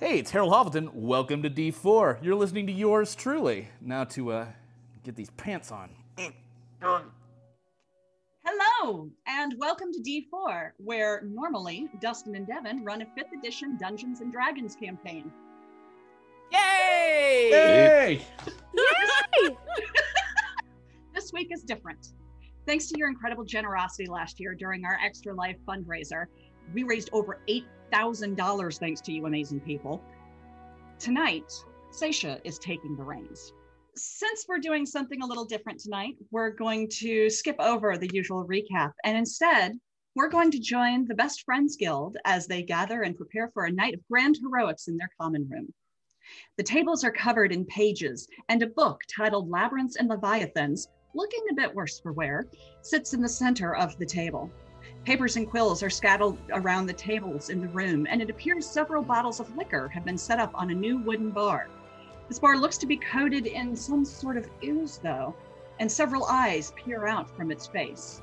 Hey, it's Harold Hoffman. Welcome to D4. You're listening to yours truly. Now to uh, get these pants on. Hello, and welcome to D4, where normally Dustin and Devin run a 5th edition Dungeons and Dragons campaign. Yay! Hey! This week is different. Thanks to your incredible generosity last year during our Extra Life fundraiser, we raised over $8,000 thanks to you amazing people. Tonight, Seisha is taking the reins. Since we're doing something a little different tonight, we're going to skip over the usual recap and instead, we're going to join the Best Friends Guild as they gather and prepare for a night of grand heroics in their common room. The tables are covered in pages, and a book titled Labyrinths and Leviathans looking a bit worse for wear, sits in the center of the table. Papers and quills are scattered around the tables in the room, and it appears several bottles of liquor have been set up on a new wooden bar. This bar looks to be coated in some sort of ooze, though, and several eyes peer out from its face.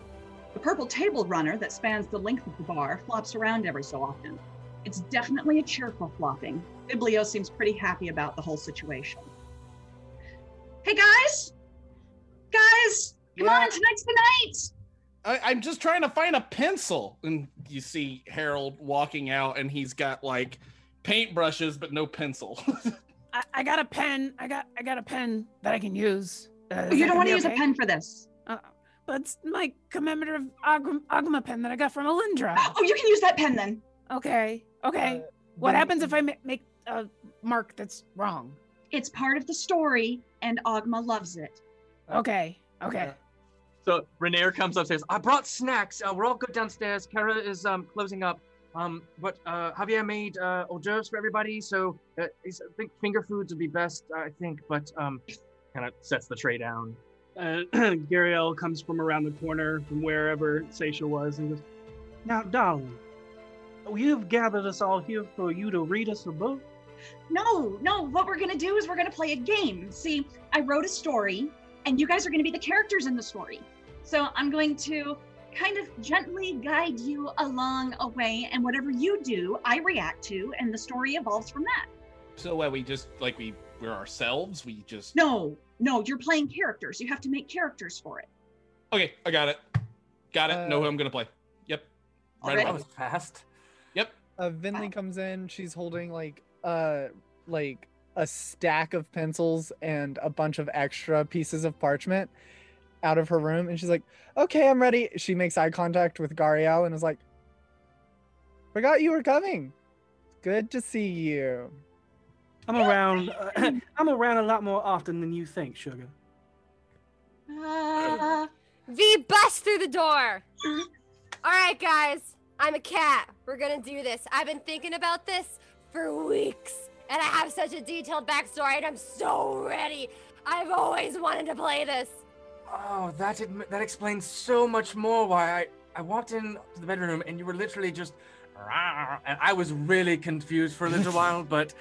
The purple table runner that spans the length of the bar flops around every so often. It's definitely a cheerful flopping. Biblio seems pretty happy about the whole situation. Hey guys! Guys! Come on, Yeah. tonight's the night! I, I'm just trying to find a pencil. And you see Harold walking out, and he's got like paintbrushes, but no pencil. I, I got a pen. I got I got a pen that I can use. Uh, is Oh, you that don't gonna want be to use okay? Uh, a pen for this. But it's my commemorative Agma, Agma pen that I got from Alindra. Oh, you can use that pen then. Okay. Okay. Uh, what then- happens if I ma- make a mark that's wrong? It's part of the story, and Ogma loves it. Okay. Okay. So Renair comes upstairs. I brought snacks. Uh, we're all good downstairs. Kara is um closing up. Um, but uh, Javier made uh, hors d'oeuvres for everybody, so uh, he's- I think finger foods would be best. I think, but um, kind of sets the tray down. uh, Gariel comes from around the corner from wherever Seisha was and goes, Now, darling, we have gathered us all here for you to read us a book. No, no, what we're going to do is we're going to play a game. See, I wrote a story, and you guys are going to be the characters in the story. So I'm going to kind of gently guide you along a way, and whatever you do, I react to, and the story evolves from that. so what? we just like we we're ourselves. We just No, no, you're playing characters. You have to make characters for it. Okay, I got it. Got it. know who I'm gonna play. Yep. Right Alright. That away. That was fast. Yep. Wow. Uh, Vinley comes in. She's holding like uh like a stack of pencils and a bunch of extra pieces of parchment out of her room, and she's like, "Okay, I'm ready." She makes eye contact with Gariel and is like, "Forgot you were coming. Good to see you." I'm around. Uh, I'm around a lot more often than you think, sugar. Uh, V bust through the door. All right, guys. I'm a cat. We're gonna do this. I've been thinking about this for weeks, and I have such a detailed backstory, and I'm so ready. I've always wanted to play this. Oh, that adm- that explains so much more. Why I I walked in to the bedroom and you were literally just, "Rawr," and I was really confused for a little while, but.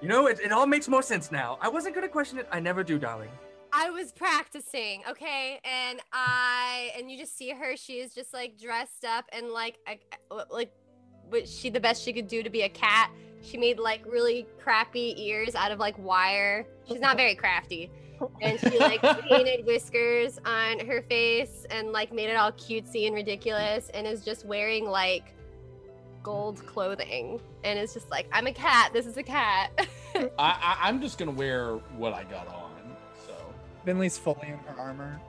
You know, it, it all makes more sense now. I wasn't gonna question it. I never do, darling. I was practicing, okay, and I and you just see her. She is just like dressed up and like I, I- like what she the best she could do to be a cat. She made like really crappy ears out of like wire. She's not very crafty, and she like painted whiskers on her face and like made it all cutesy and ridiculous, and is just wearing like gold clothing and is just like I'm a cat. This is a cat. I, I I'm just gonna wear what I got on. So Vinley's fully in her armor.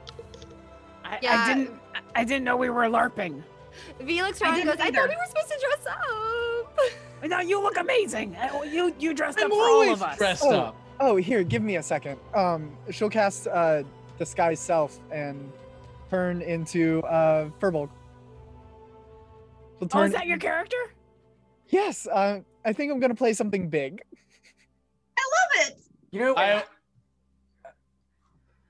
I, Yeah. I didn't. I- I didn't know we were larping. V looks I around and didn't goes, I either. thought we were supposed to dress up. No, you look amazing. I- You you dressed I'm up for all always of us. dressed Oh. up. Oh, here, give me a second. Um, she'll cast uh disguise self and turn into uh Furbolg. She'll Oh, turn is that your character? Yes, uh, I think I'm gonna play something big. I love it. You know, uh, I-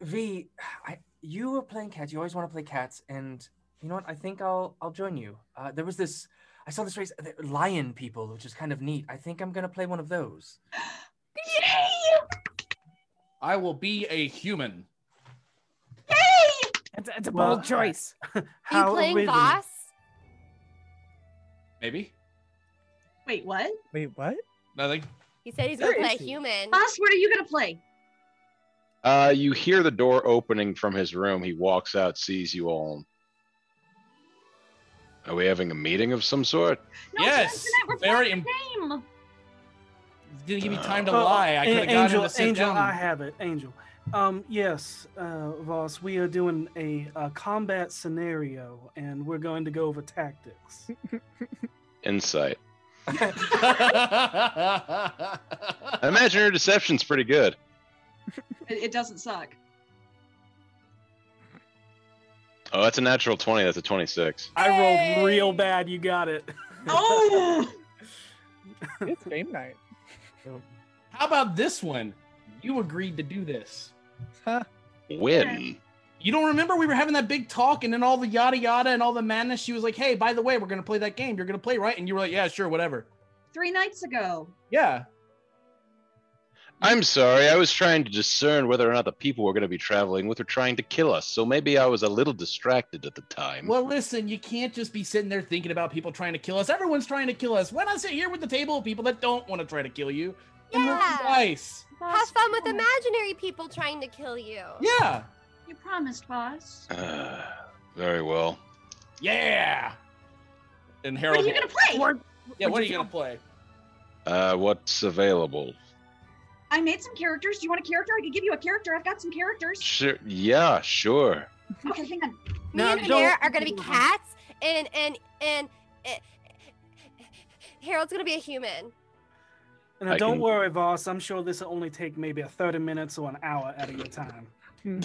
V, I, you were playing cats. You always want to play cats, and you know what? I think I'll I'll join you. Uh, there was this. I saw this race, uh, the lion people, which is kind of neat. I think I'm gonna play one of those. Yay! I will be a human. Yay! It's, it's a bold Well, choice. Are you playing original. boss? Maybe. Wait, what? Wait, what? Nothing. He said he's Where gonna play is a he? human. Boss, what are you gonna play? Uh, you hear the door opening from his room. He walks out, sees you all. Are we having a meeting of some sort? No, Yes, tonight we're very playing the game. Didn't give me time to Uh, Oh, lie. I An- could have gotten Angel, him to sit Angel, down. I have it. Angel. Um, yes, uh, Voss, we are doing a, a combat scenario, and we're going to go over tactics. Insight. I imagine your deception's pretty good. It, it doesn't suck. Oh, that's a natural 20. That's a 26. I rolled real Hey! bad. You got it. Oh, It's game night. How about this one? You agreed to do this. Huh. Win. You don't remember we were having that big talk and then all the yada yada and all the madness. She was like, "Hey, by the way, we're gonna play that game. You're gonna play, right?" And you were like, "Yeah, sure, whatever." three nights ago. Yeah. I'm sorry. I was trying to discern whether or not the people we're going to be traveling with are trying to kill us. So maybe I was a little distracted at the time. Well, listen, you can't just be sitting there thinking about people trying to kill us. Everyone's trying to kill us. Why not sit here with the table of people that don't want to try to kill you and roll Yeah. some dice? Have fun with imaginary people trying to kill you. Yeah. You promised, boss. Uh, very well. Yeah. And What Harold. are you gonna play? yeah, what are you gonna play? Uh, what's available? I made some characters. Do you want a character? I could give you a character. I've got some characters. Sure. Yeah, sure. Okay, hang on. Me Now, and don't- Bear are gonna be cats, and and and eh, Harold's gonna be a human. And now I don't can- worry, Voss. I'm sure this will only take maybe a 30 minutes or an hour out of your time. that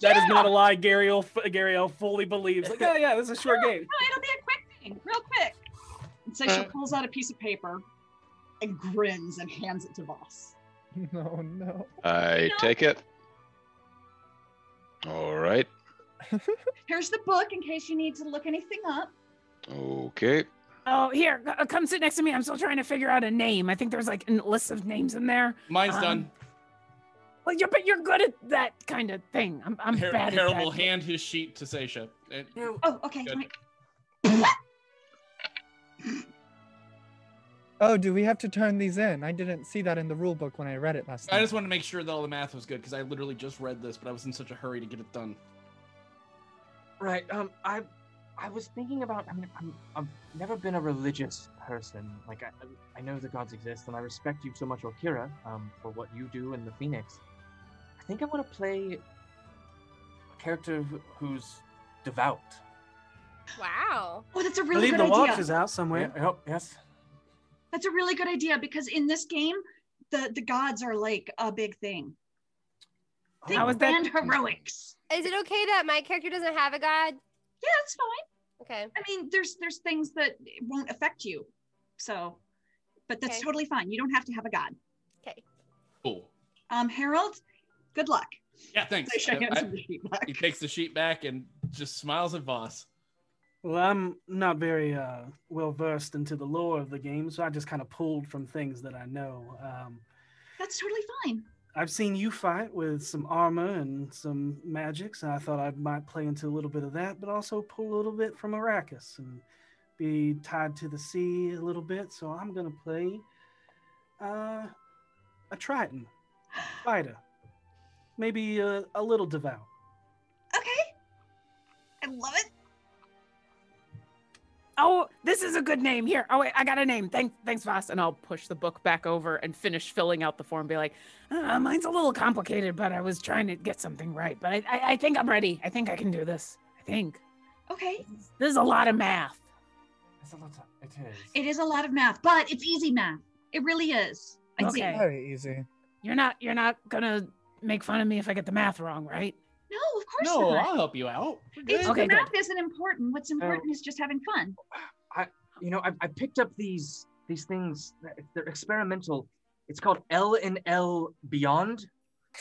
That is not a lie. Gariel, Gariel fully believes. Like, oh yeah, this is a short game. No, it'll be a quick thing, real quick. And Uh. Seisha pulls out a piece of paper and grins and hands it to Voss. no, no. I No. take it. All right. Here's the book in case you need to look anything up. Okay. Oh, here, c- uh, come sit next to me. I'm still trying to figure out a name. I think there's like a list of names in there. Mine's Um, done. Well, you're, but you're good at that kind of thing. I'm, I'm Har- bad Harold at that. will hand his sheet to Seisha. And- Oh, okay. Good. Mike. Oh, do we have to turn these in? I didn't see that in the rule book when I read it last I night. just wanted to make sure that all the math was good because I literally just read this, but I was in such a hurry to get it done. Right. Um. I, I was thinking about. I mean, I'm, I've never been a religious person. Like, I, I know the gods exist, and I respect you so much, Okira, um, for what you do in the Phoenix. I think I want to play a character who- who's devout. Wow. Oh, that's a I really believe good the watch idea. is out somewhere. Yeah, oh, yes. That's a really good idea because in this game, the, the gods are like a big thing. Oh. Think How is that- And heroics. Is it okay that my character doesn't have a god? Yeah, that's fine. Okay. I mean, there's there's things that won't affect you. So, but that's Okay. totally fine. You don't have to have a god. Cool. Um, Harold, good luck. Yeah, thanks. They shake I- hands I- with the sheepdog. he takes the sheet back and just smiles at Voss. Well, I'm not very uh, well versed into the lore of the game, so I just kind of pulled from things that I know. Um, That's totally fine. I've seen you fight with some armor and some magics, and I thought I might play into a little bit of that, but also pull a little bit from Arrakis and be tied to the sea a little bit. So I'm gonna play uh, a Triton fighter, maybe uh a little devout. Okay. I love it. Oh, this is a good name. Here. Oh wait, I got a name. Thanks, thanks, Voss. And I'll push the book back over and finish filling out the form. Be like, uh, mine's a little complicated, but I was trying to get something right. But I, I, I think I'm ready. I think I can do this. I think Okay. this is a lot of math. It's a lot. Of, it is. It is a lot of math, but it's easy math. It really is. I see. Okay. Very easy. You're not, you're not gonna make fun of me if I get the math wrong, right? No, of course No, not. I'll help you out. We're It's, good. Okay, Oh. the math isn't important. What's important is just having fun. you know, I, I picked up these these things. that- They're experimental. It's called L and L Beyond.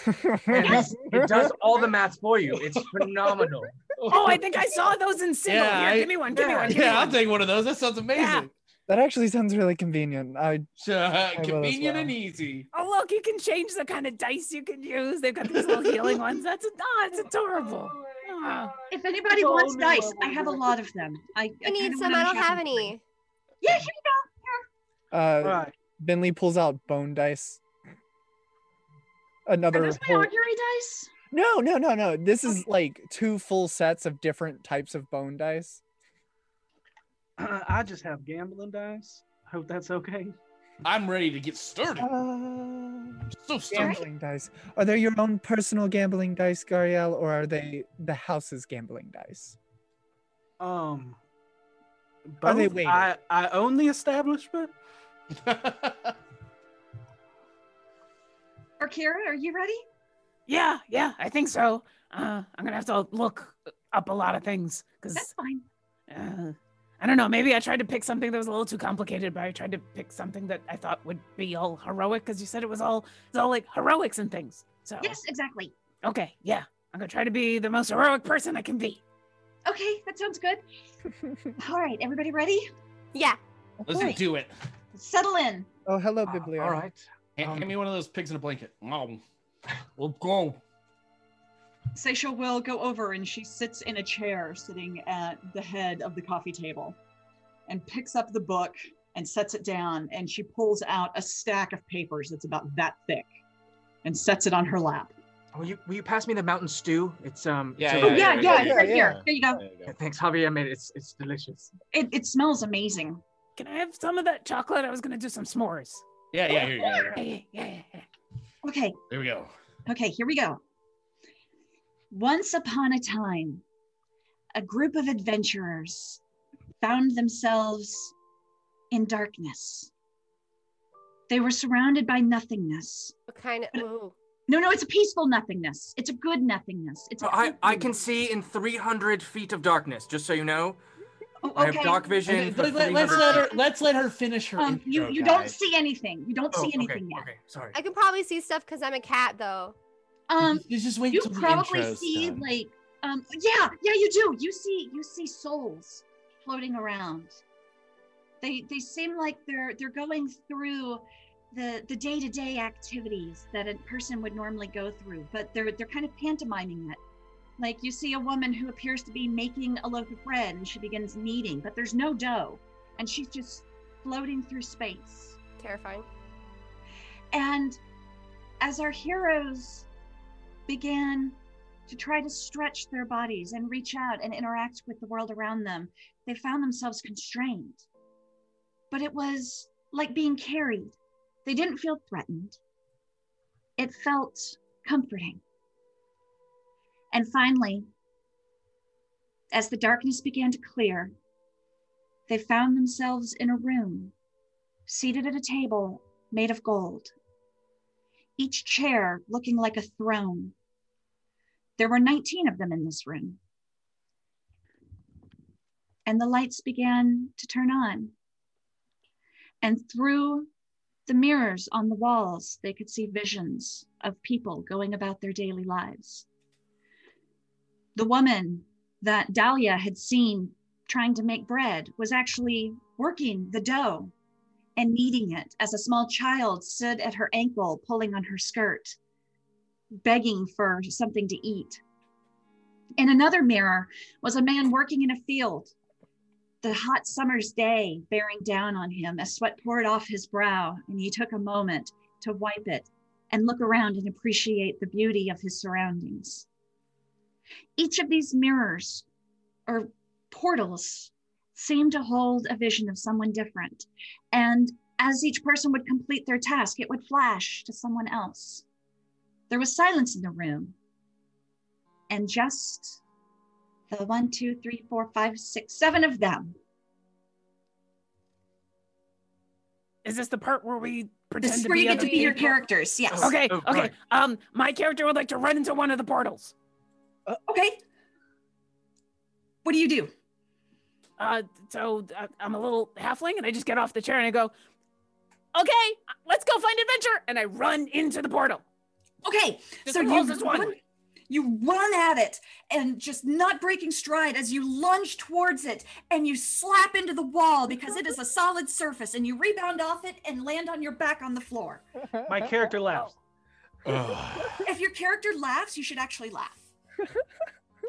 And It does all the math for you. It's phenomenal. Oh, I think I saw those in single. Yeah, Here, I- give me one. Give me yeah, one. Give me Yeah, I'll one. take one of those. That sounds amazing. That actually sounds really convenient. I Uh, as convenient well. and easy. Oh look, you can change the kind of dice you can use. They've got these little healing ones. That's oh, it's adorable. Ah. If anybody It's all wants new dice, level. I have a lot of them. I, I need some. I don't have any. Yeah, here you go. Uh, Right. Bentley pulls out bone dice. Another Are those my whole- augury dice? no, no, no, no. This is like two full sets of different types of bone dice. I just have gambling dice. Hope that's okay. I'm ready to get sturdy. Uh, So sturdy. gambling dice. Are they your own personal gambling dice, Gariel, or are they the house's gambling dice? Um, Are they both. weighted? I, I own the establishment. Or Kira, are you ready? Yeah, yeah, I think so. Uh, I'm gonna have to look up a lot of things That's because fine. uh, I don't know. Maybe I tried to pick something that was a little too complicated, but I tried to pick something that I thought would be all heroic because you said it was all it's all like heroics and things. So Yes, exactly. okay, yeah, I'm gonna try to be the most heroic person I can be. Okay, that sounds good. All right, everybody ready? Yeah. Let's do it. Settle in. Oh, hello, Ah, Biblio. all right. Hand, Um, hand me one of those pigs in a blanket. Nom. Let's go. Seisha will go over and she sits in a chair sitting at the head of the coffee table and picks up the book and sets it down and she pulls out a stack of papers that's about that thick and sets it on her lap. Will you will you pass me the mountain stew? It's um. Yeah, it's yeah, over oh, yeah, there. yeah, yeah, it's yeah, right yeah. here. There you go. There you go. Thanks, Javier. I made it. It's it's delicious. It, it smells amazing. Can I have some of that chocolate? I was gonna do some s'mores. Yeah, yeah, here you go. Yeah, yeah, yeah, yeah. Okay, There we go. Okay, here we go. Once upon a time, a group of adventurers found themselves in darkness. They were surrounded by nothingness. What kind of? Ooh. No, no, it's a peaceful nothingness. It's a good nothingness. It's a Oh, I I healthy- can see in 300 feet of darkness. Just so you know, Oh, okay. I have dark vision. And For let, 300 us let her. feet. Let's let her finish her. Um, you intro, you don't guys. see anything. You don't Oh, see okay, anything yet. Okay, sorry. I can probably see stuff because I'm a cat, though. Um, You just wait you till the probably intro's see done. like um yeah yeah you do you see you see souls floating around they they seem like they're they're going through the the day-to-day activities that a person would normally go through but they're they're kind of pantomiming it like you see a woman who appears to be making a loaf of bread and she begins kneading but there's no dough and she's just floating through space Terrifying. and as our heroes began to try to stretch their bodies and reach out and interact with the world around them, they found themselves constrained. But it was like being carried. They didn't feel threatened, it felt comforting. And finally, as the darkness began to clear, they found themselves in a room, seated at a table made of gold, each chair looking like a throne. There were 19 of them in this room. And the lights began to turn on. And through the mirrors on the walls, they could see visions of people going about their daily lives. The woman that Dahlia had seen trying to make bread was actually working the dough and kneading it as a small child stood at her ankle, pulling on her skirt, begging for something to eat. In another mirror was a man working in a field, the hot summer's day bearing down on him as sweat poured off his brow, and he took a moment to wipe it and look around and appreciate the beauty of his surroundings. Each of these mirrors or portals seemed to hold a vision of someone different. And as each person would complete their task, it would flash to someone else. There was silence in the room. And just the one, two, three, four, five, six, seven of them. Is this the part where we pretend This is to where be you get other to be your people? characters. Yes. Oh, Okay, okay. right. Um, my character would like to run into one of the portals. Uh, Okay. What do you do? Uh, so uh, I'm a little halfling, and I just get off the chair and I go, "Okay, let's go find adventure!" And I run into the portal. Okay. Just so the you closest one. run, you run at it and just not breaking stride as you lunge towards it and you slap into the wall because it is a solid surface and you rebound off it and land on your back on the floor. My character laughs. Oh. Ugh. If your character laughs, you should actually laugh.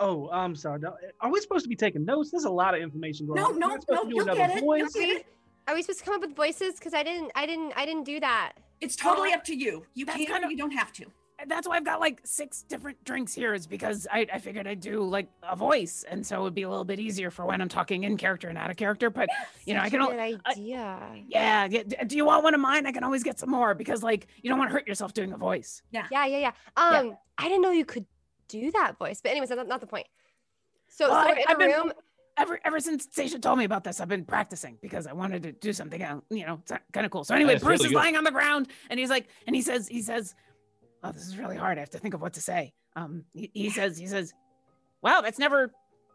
Oh, I'm sorry. Now, Are we supposed to be taking notes? There's a lot of information going No, on. Am I no, supposed no, to do you'll another get it. You'll voice? get it. Are we supposed to come up with voices? Because I didn't, I didn't, I didn't do that. It's totally Oh. up to you. You That's can, kind of- you don't have to. And that's why I've got like six different drinks here is because I, I figured I'd do like a voice. And so it would be a little bit easier for when I'm talking in character and out of character. But You know, I Such can a al- Good I- idea. yeah, yeah, d- do you want one of mine? I can always get some more because like you don't want to hurt yourself doing a voice. yeah, yeah, yeah. Yeah. Um, I didn't know you could do that voice, but anyways, that's not, not the point. So, Well, so I- in I've a been- room, Ever ever since Sasha told me about this, I've been practicing because I wanted to do something out, you know, it's kind of cool. So anyway, it's Bruce really is good. lying on the ground and he's like, and he says, he says, Oh, this is really hard. I have to think of what to say. Um he, he says, he says, Wow, that's never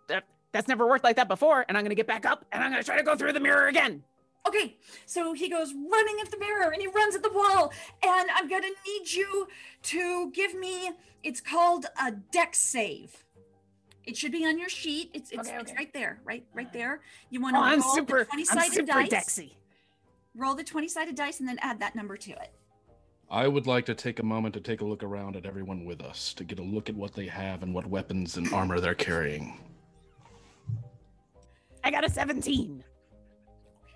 that, that's never worked like that before. And I'm gonna get back up and I'm gonna try to go through the mirror again. Okay, so he goes running at the mirror and he runs at the wall. And I'm going to need you to give me, it's called a deck save. It should be on your sheet. It's, it's, Okay, it's okay. right there, right right there. You want Oh, to I'm roll super the 20 I'm sided super dice. dexy. Roll the 20 sided dice and then add that number to it. I would like to take a moment to take a look around at everyone with us to get a look at what they have and what weapons and armor they're carrying. I got a 17.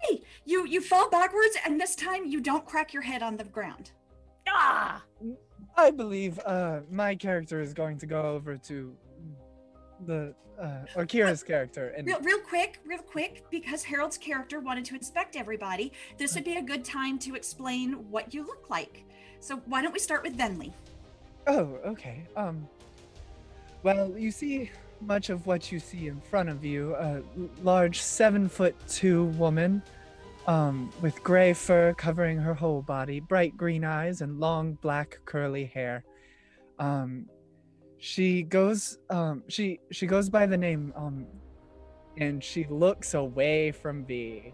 Hey, you, you fall backwards and this time you don't crack your head on the ground. Ah, I believe uh, my character is going to go over to the uh, or Kira's character and Real, real quick, real quick, because Harold's character wanted to inspect everybody, this would be a good time to explain what you look like. So why don't we start with Venley? Oh, okay. Um. Well, you see much of what you see in front of you. A l- large seven foot two woman, um, with gray fur covering her whole body, bright green eyes, and long black curly hair. Um, she goes. Um, she she goes by the name. Um, and she looks away from B.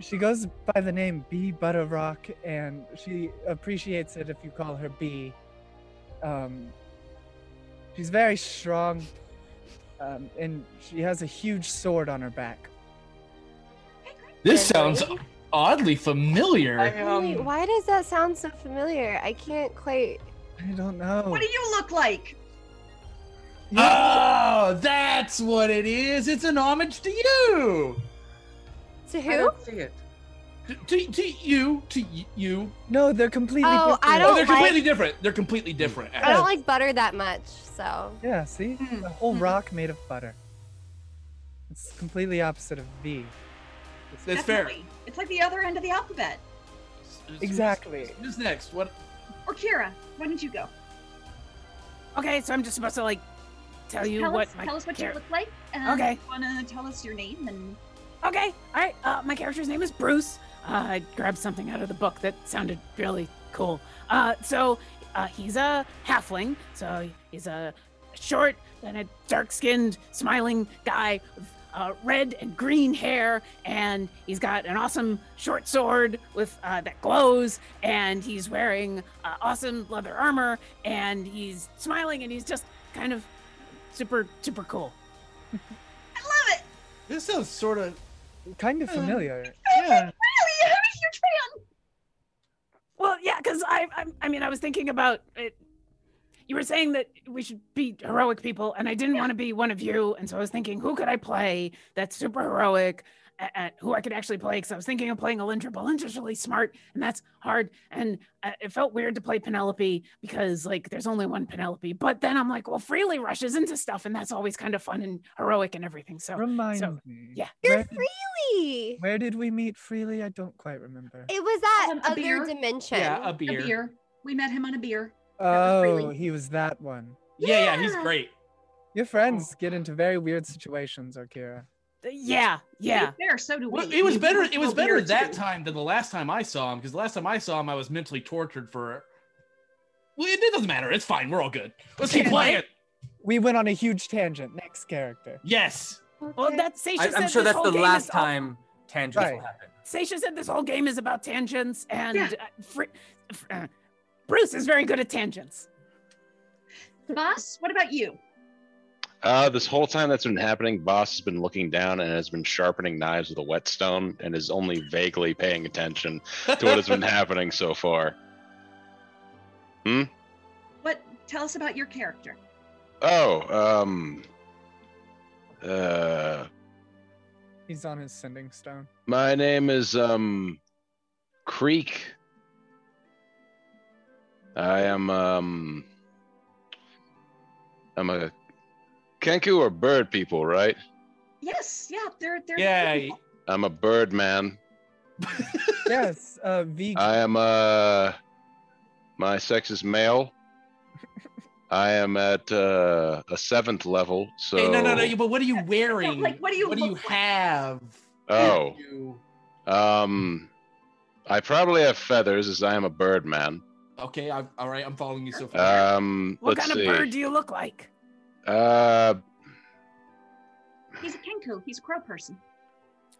She goes by the name B Butterrock, and she appreciates it if you call her B um, she's very strong um, and she has a huge sword on her back This Henry? sounds oddly familiar. I, Henry, um, why does that sound so familiar? I can't quite. i don't know What do you look like? Oh, that's what it is. It's an homage to you. To I who? don't see it. To, to, to you, to y- you. no they're completely Oh, I different. Oh, don't like- they're completely different. They're completely different. I don't like butter that much, so. yeah see Mm, Hmm, a whole mm. rock made of butter it's completely opposite of v That's fair. Definitely. It's like the other end of the alphabet. Exactly. Who's next? What? Or Kira, why don't you go? okay. So I'm just supposed to like tell you tell what us, my tell us what you char- look like. And Okay. If you want to tell us your name and Okay. All right. Uh, my character's name is Bruce. Uh, I grabbed something out of the book that sounded really cool. Uh, so uh, he's a halfling. So he's a short and a dark-skinned, smiling guy with uh, red and green hair, and he's got an awesome short sword with uh, that glows, and he's wearing uh, awesome leather armor, and he's smiling, and he's just kind of super, super cool. This sounds sort of. kind of Hmm. Uh, familiar Yeah. Really, I'm a huge fan. Well, yeah, because I, I, I mean, I was thinking about it. You were saying that we should be heroic people, and I didn't want to be one of you, and so I was thinking, who could I play that's super heroic, a- a- who I could actually play? Because I was thinking of playing Alindra. but Alindra's really smart, and that's hard, and uh, it felt weird to play Penelope because like there's only one Penelope. But then I'm like, well, Freely rushes into stuff, and that's always kind of fun and heroic and everything. So remind so, me yeah. where You're did, freely. where did we meet freely i don't quite remember It was that Um, a other beer? dimension. Yeah, a beer. A beer. We met him on a beer. was oh Freely. he was that one Yeah, yeah, he's Yeah. great. your friends get into very weird situations arkira Uh, yeah, To yeah. be fair, so do we. Well, it was We better. went It to was a beer, better that too. time than the last time I saw him because the last time I saw him, I was mentally tortured for. Well, it, it doesn't matter. It's fine. We're all good. Let's keep Okay. playing. we went on a huge tangent next character Yes. Well, that's Seisha I, said am sure this that's whole the game is last all- time tangents will Right. happen. Sasha said this whole game is about tangents, and Yeah. uh, Fr- Fr- uh, Bruce is very good at tangents. Boss, what about you? Uh, this whole time that's been happening, Boss has been looking down and has been sharpening knives with a whetstone and is only vaguely paying attention to what has been happening so far. Hmm? What? Tell us about your character. Oh, um, uh, He's on his sending stone. My name is um Creek. I am um I'm a Kenku or bird people, right? Yes, yeah, they're they're Yeah, y- I'm a bird man. Yes, uh, V. I am uh my sex is male. I am at uh, a seventh level, so Hey, no, no, no. you- But what are you wearing? like, what do you look like? have? Oh. You- um I probably have feathers as I am a bird man. Okay, I've, all right. I'm following you so far. Um What let's kind see. of bird do you look like? Uh he's a kenku. He's a crow person.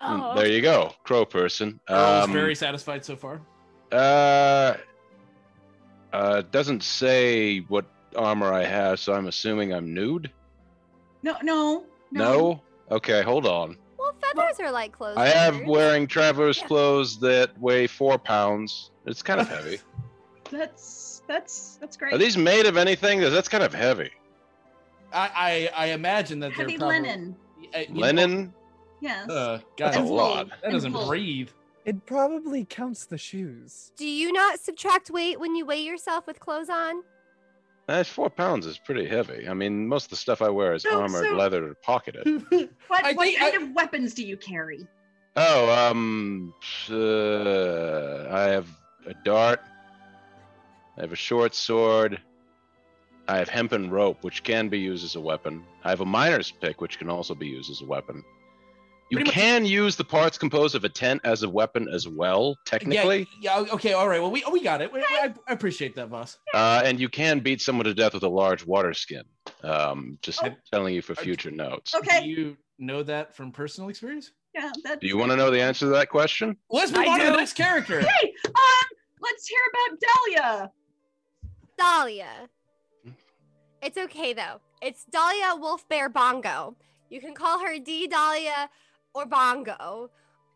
Oh, Mm, There you go, crow person. Earl's Um, Oh, very satisfied so far. uh, uh, it doesn't say what armor I have, so I'm assuming I'm nude. No, no, No. Okay, hold on. Well, feathers are like clothes. I have feathers. wearing traveler's Yeah. clothes that weigh four pounds. It's kind of heavy. That's that's that's great. Are these made of anything? 'Cause That's kind of heavy. I, I, I imagine that heavy they're probably, linen? Uh, you know- Linen. Yes. Uh, That's God, a And wool. lot. that doesn't and wool. breathe. It probably counts the shoes. Do you not subtract weight when you weigh yourself with clothes on? That's four pounds is pretty heavy. I mean, most of the stuff I wear is No, armored, so- leather, or pocketed. What, I what think kind I- of weapons do you carry? oh, um, uh, I have a dart. I have a short sword. I have hempen rope, which can be used as a weapon. I have a miner's pick, which can also be used as a weapon. You Pretty much- can use the parts composed of a tent as a weapon as well, technically. Yeah, yeah. Okay. All right. Well, we we got it. We, I, I appreciate that, boss. Uh, and you can beat someone to death with a large water skin. Um, just Oh. telling you for Okay. future notes. Do Okay. you know that from personal experience? Yeah. That, Do you want to know the answer to that question? Let's move I on to the do. next character. Hey, um, let's hear about Dahlia. Dahlia. It's okay though. It's Dahlia Wolf Bear Bongo. You can call her D Dahlia or Bongo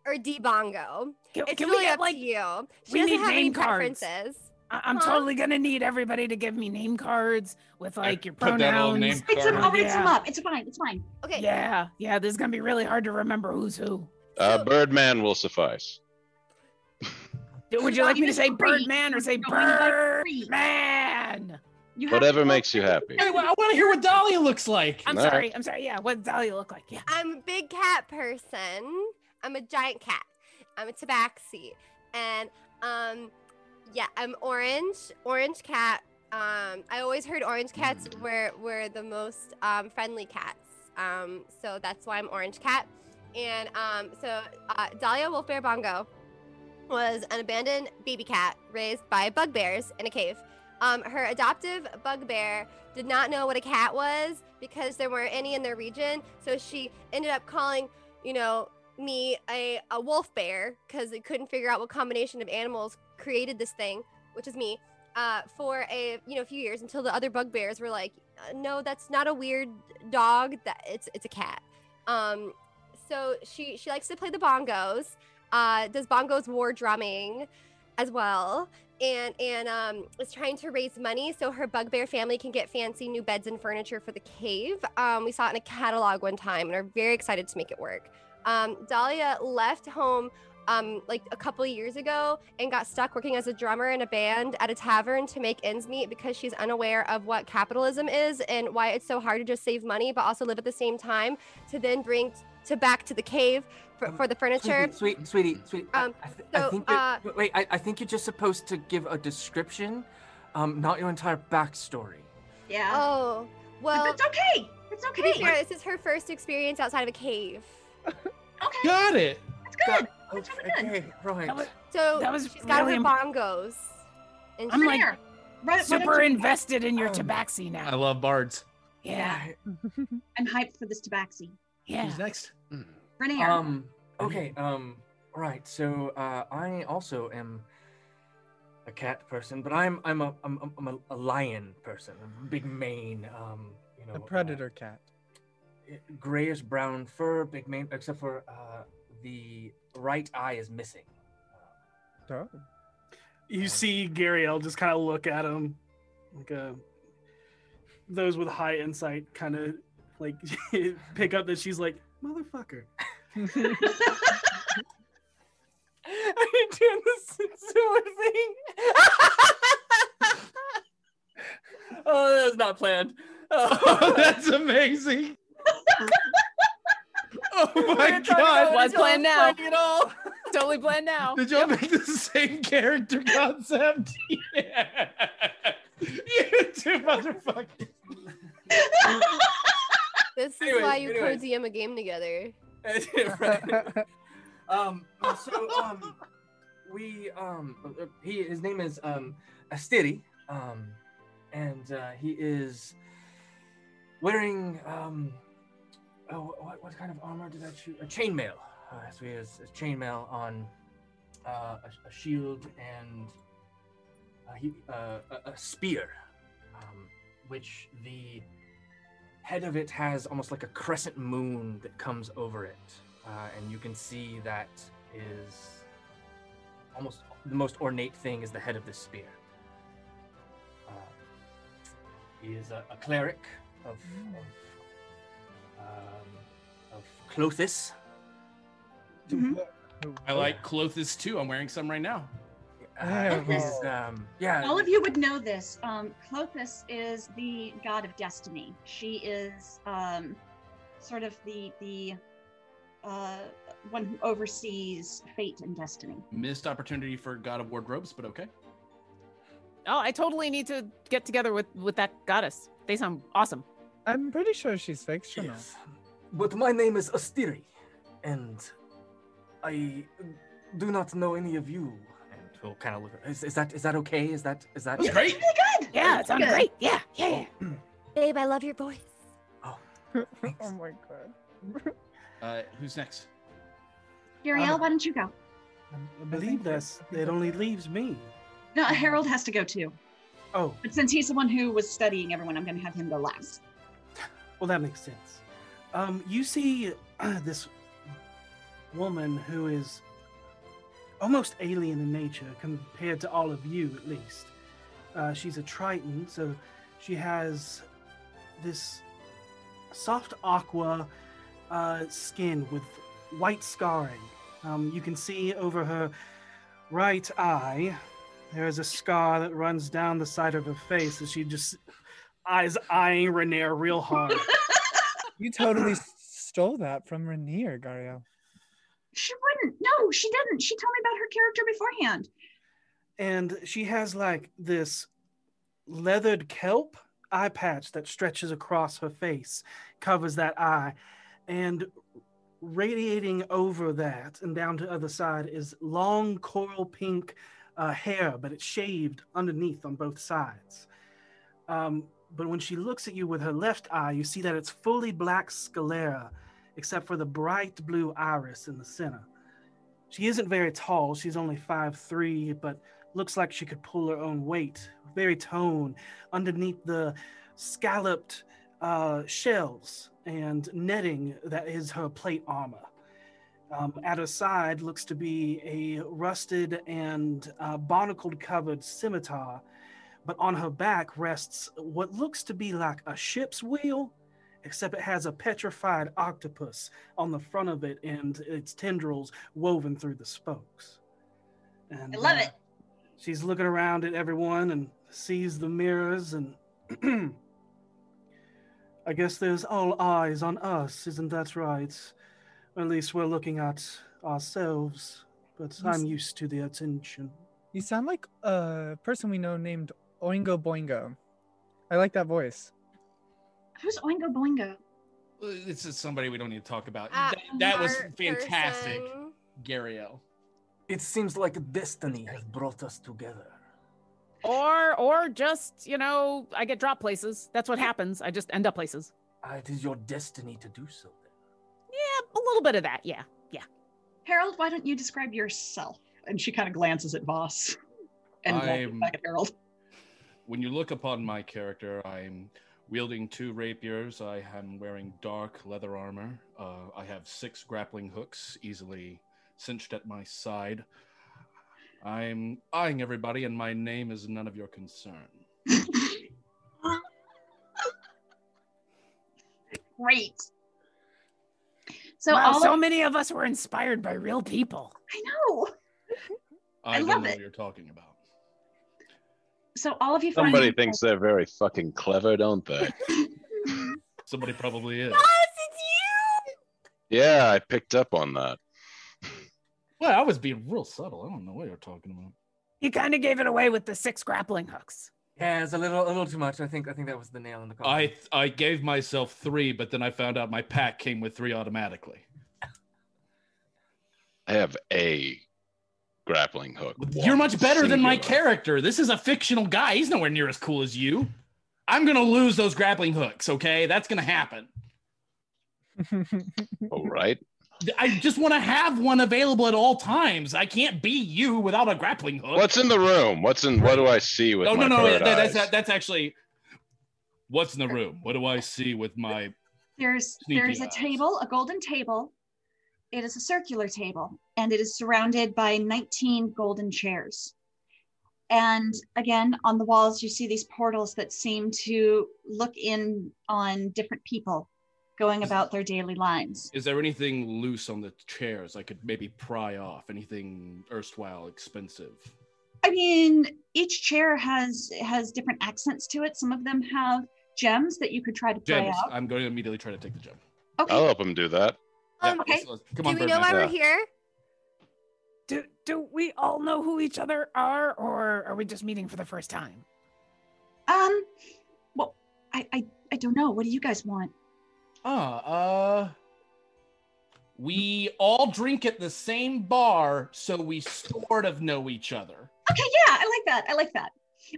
or D Bongo. Can, It's can really we get up like? to you. She we doesn't need have any name cards. preferences. I- I'm Huh? totally gonna need everybody to give me name cards with like your put that on pronouns. name Write some, card. I'll write some Yeah. up. It's fine. It's fine. Okay. Yeah, yeah. This is gonna be really hard to remember who's who. Uh, So- Birdman will suffice. Would you like me to say Just Birdman or say three. You're going by three. Birdman? You have Whatever to- makes you happy. Anyway, I want to hear what Dahlia looks like. I'm All right. sorry. I'm sorry. Yeah. What does Dahlia look like? Yeah. I'm a big cat person. I'm a giant cat. I'm a tabaxi. And um yeah, I'm orange, orange cat. Um I always heard orange cats were were the most um friendly cats. Um so that's why I'm orange cat. And um so uh, Dahlia Wolf Bear Bongo was an abandoned baby cat raised by bugbears in a cave. Um, her adoptive bugbear did not know what a cat was because there weren't any in their region. So she ended up calling, you know, me a, a wolf bear because they couldn't figure out what combination of animals created this thing, which is me, uh, for a you know few years until the other bugbears were like, "Uh, no, that's not a weird dog. That it's it's a cat. Um, so she she likes to play the bongos. Uh, does bongos war drumming as well and and um is trying to raise money so her bugbear family can get fancy new beds and furniture for the cave. Um, we saw it in a catalog one time and are very excited to make it work. Um, Dahlia left home um, like a couple of years ago and got stuck working as a drummer in a band at a tavern to make ends meet because she's unaware of what capitalism is and why it's so hard to just save money but also live at the same time to then bring t- to back to the cave for, for the furniture. Sweetie, sweet, sweetie, sweetie. I- Um, I, th- so, I think you're, uh, wait, I, I think you're just supposed to give a description, um, not your entire backstory. Yeah. Oh, But well, that's okay. It's to be okay. fair, this is her first experience outside of a cave. Okay. Got it. That's good. That's really good. Okay, right. That was- So That was she's got really her imp- bongos. And I'm she- like Here. Right, super invested in your Um, tabaxi I now. love bards. Yeah. I'm hyped for this tabaxi. Yeah. Who's next? Renier. Hmm. Um. Okay. Um. Right. So uh, I also am a cat person, but I'm I'm a I'm, I'm- I'm a, a lion person, a big mane. Um. You know. A uh, eh, predator cat. grayish brown fur, big mane, except for uh, the right eye is missing. Oh. You see Gary L just kind of look at him, like uh, those with high insight kind of like pick up that she's like motherfucker. Are you doing the Sensua thing? oh, that was not planned. Oh, Oh, that's amazing. oh my It god. was planned now. It all. Totally planned now. Did y'all make the same character concept? yeah. You two motherfuckers. This is Anyways, why you anyways. co-DM a game together. Right. um, so um, we um, uh, he his name is um, Astiri, um, and uh, he is wearing um, oh, what, what kind of armor did I choose? A chainmail. Uh, so he has a chainmail on uh, a, a shield and uh, he, uh, a, a spear, um, which the head of it has almost like a crescent moon that comes over it, uh, and you can see that is almost the most ornate thing is the head of this spear. Uh, he is a, a cleric of Hmm. of, um, of Clothis. Mm-hmm. I like Clothis too. I'm wearing some right now. Uh, he's, um, yeah, All of you would know this. Um, Clothis is the god of destiny. She is um, sort of the the uh, one who oversees fate and destiny. Missed opportunity for God of Wardrobes, but okay. Oh, I totally need to get together with with that goddess. They sound awesome. I'm pretty sure she's fictional. Yes. But my name is Astiri, and I do not know any of you. And he'll kind of look. at- Is, is that is that okay? Is that is that? That's great. Yeah, it sounded good. great. Yeah, yeah, yeah. Babe, I love your voice. oh my god. Uh, who's next? Gariel, Oh. why don't you go? I believe that's it. Only leaves me. No, Mm-hmm. Harold has to go too. Oh, But since he's the one who was studying everyone, I'm going to have him go last. Well, that makes sense. Um, you see uh, this woman who is almost alien in nature compared to all of you, at least. Uh, she's a Triton, so she has this soft aqua uh, skin with white scarring. Um, you can see over her right eye, there is a scar that runs down the side of her face as she just eyes eyeing Renair real hard. You totally s- stole that from Rainier, Gario. She wouldn't. No, she didn't. She told me about her character beforehand. and she has like this leathered kelp eye patch that stretches across her face, covers that eye, and radiating over that and down to the other side is long coral pink uh, hair, but it's shaved underneath on both sides. Um, but when she looks at you with her left eye, you see that it's fully black sclera, except for the bright blue iris in the center. She isn't very tall. She's only 5'3, but looks like she could pull her own weight. Very toned underneath the scalloped uh, shells and netting that is her plate armor. Um, at her side looks to be a rusted and uh, barnacled covered scimitar, but on her back rests what looks to be like a ship's wheel, except it has a petrified octopus on the front of it and its tendrils woven through the spokes. And, I love uh, it. she's looking around at everyone and sees the mirrors and i guess there's all eyes on us isn't that right or at least we're looking at ourselves but i'm used to the attention You sound like a person we know named Oingo Boingo. I like that voice. Who's Oingo Boingo? This is somebody we don't need to talk about. Ah, that that was art fantastic, person. Gariel. It seems like destiny has brought us together. Or or just you know, I get dropped places. That's what happens. I just end up places. Uh, it is your destiny to do so. Then. Yeah, a little bit of that. Yeah. Harold, why don't you describe yourself? And she kind of glances at Voss and glances I'm- back at Harold. When you look upon my character, I'm wielding two rapiers. I am wearing dark leather armor. Uh, I have six grappling hooks easily cinched at my side. I'm eyeing everybody, and my name is none of your concern. Great. So wow, all so of- many of us were inspired by real people. I know. I, don't love know it. what you're talking about. So all of you find Somebody thinks they're very fucking clever, don't they? Somebody probably is. yeah, I picked up on that. Well, I was being real subtle. I don't know what you're talking about. You kind of gave it away with the six grappling hooks. Yeah, it's a little, a little too much. I think, I think that was the nail in the coffin. I I gave myself three, but then I found out my pack came with three automatically. I have a grappling hook. You're much better than my Singular. character. This is a fictional guy. He's nowhere near as cool as you. I'm gonna lose those grappling hooks. Okay, that's gonna happen. Oh, Uh, All right. I just want to have one available at all times. I can't be you without a grappling hook. What's in the room? What's in? What do I see with Oh, no, my no, no, bird that- that's eyes? that's actually what's in the room. What do I see with my? There's Sneaky there's a eyes. table, a golden table. It is a circular table, and it is surrounded by 19 golden chairs. And again, on the walls, you see these portals that seem to look in on different people going about their daily lives. Is there anything loose on the chairs I could maybe pry off? Anything erstwhile expensive? I mean, each chair has has different accents to it. Some of them have gems that you could try to play Gems. out. I'm going to immediately try to take the gem. Okay. I'll help him do that. Um, let's- let's- come Do on, we know Birdman. why we're Yeah. here? Do do we all know who each other are, or are we just meeting for the first time? Um, well, I, I I don't know. What do you guys want? Ah, uh, we all drink at the same bar, so we sort of know each other. Okay, yeah, I like that. I like that.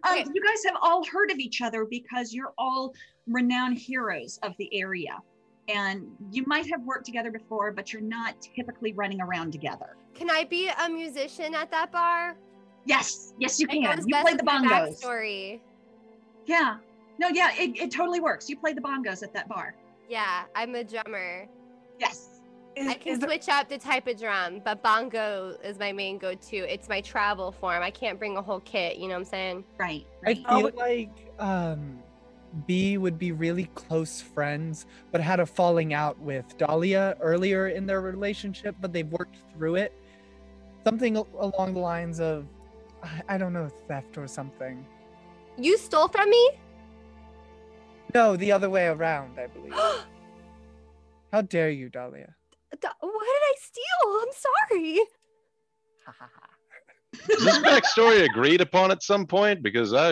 Um, Okay. You guys have all heard of each other because you're all renowned heroes of the area, and you might have worked together before, but you're not typically running around together. Can I be a musician at that bar? Yes, yes, you It can. goes You best played the with my bongos. Backstory. Yeah, no, yeah, it, it totally works. You played the bongos at that bar. Yeah, I'm a drummer. Yes. Is, I can is there- switch up the type of drum, but bongo is my main go-to. It's my travel form. I can't bring a whole kit. You know what I'm saying? Right. I Right. feel like um, B would be really close friends, but had a falling out with Dahlia earlier in their relationship, but they've worked through it. Something al- along the lines of, I- I don't know, theft or something. Oh, You stole from me? No, the other way around, I believe. what How dare you, Dahlia? did I steal? I'm sorry. Is this backstory agreed upon at some point? Because I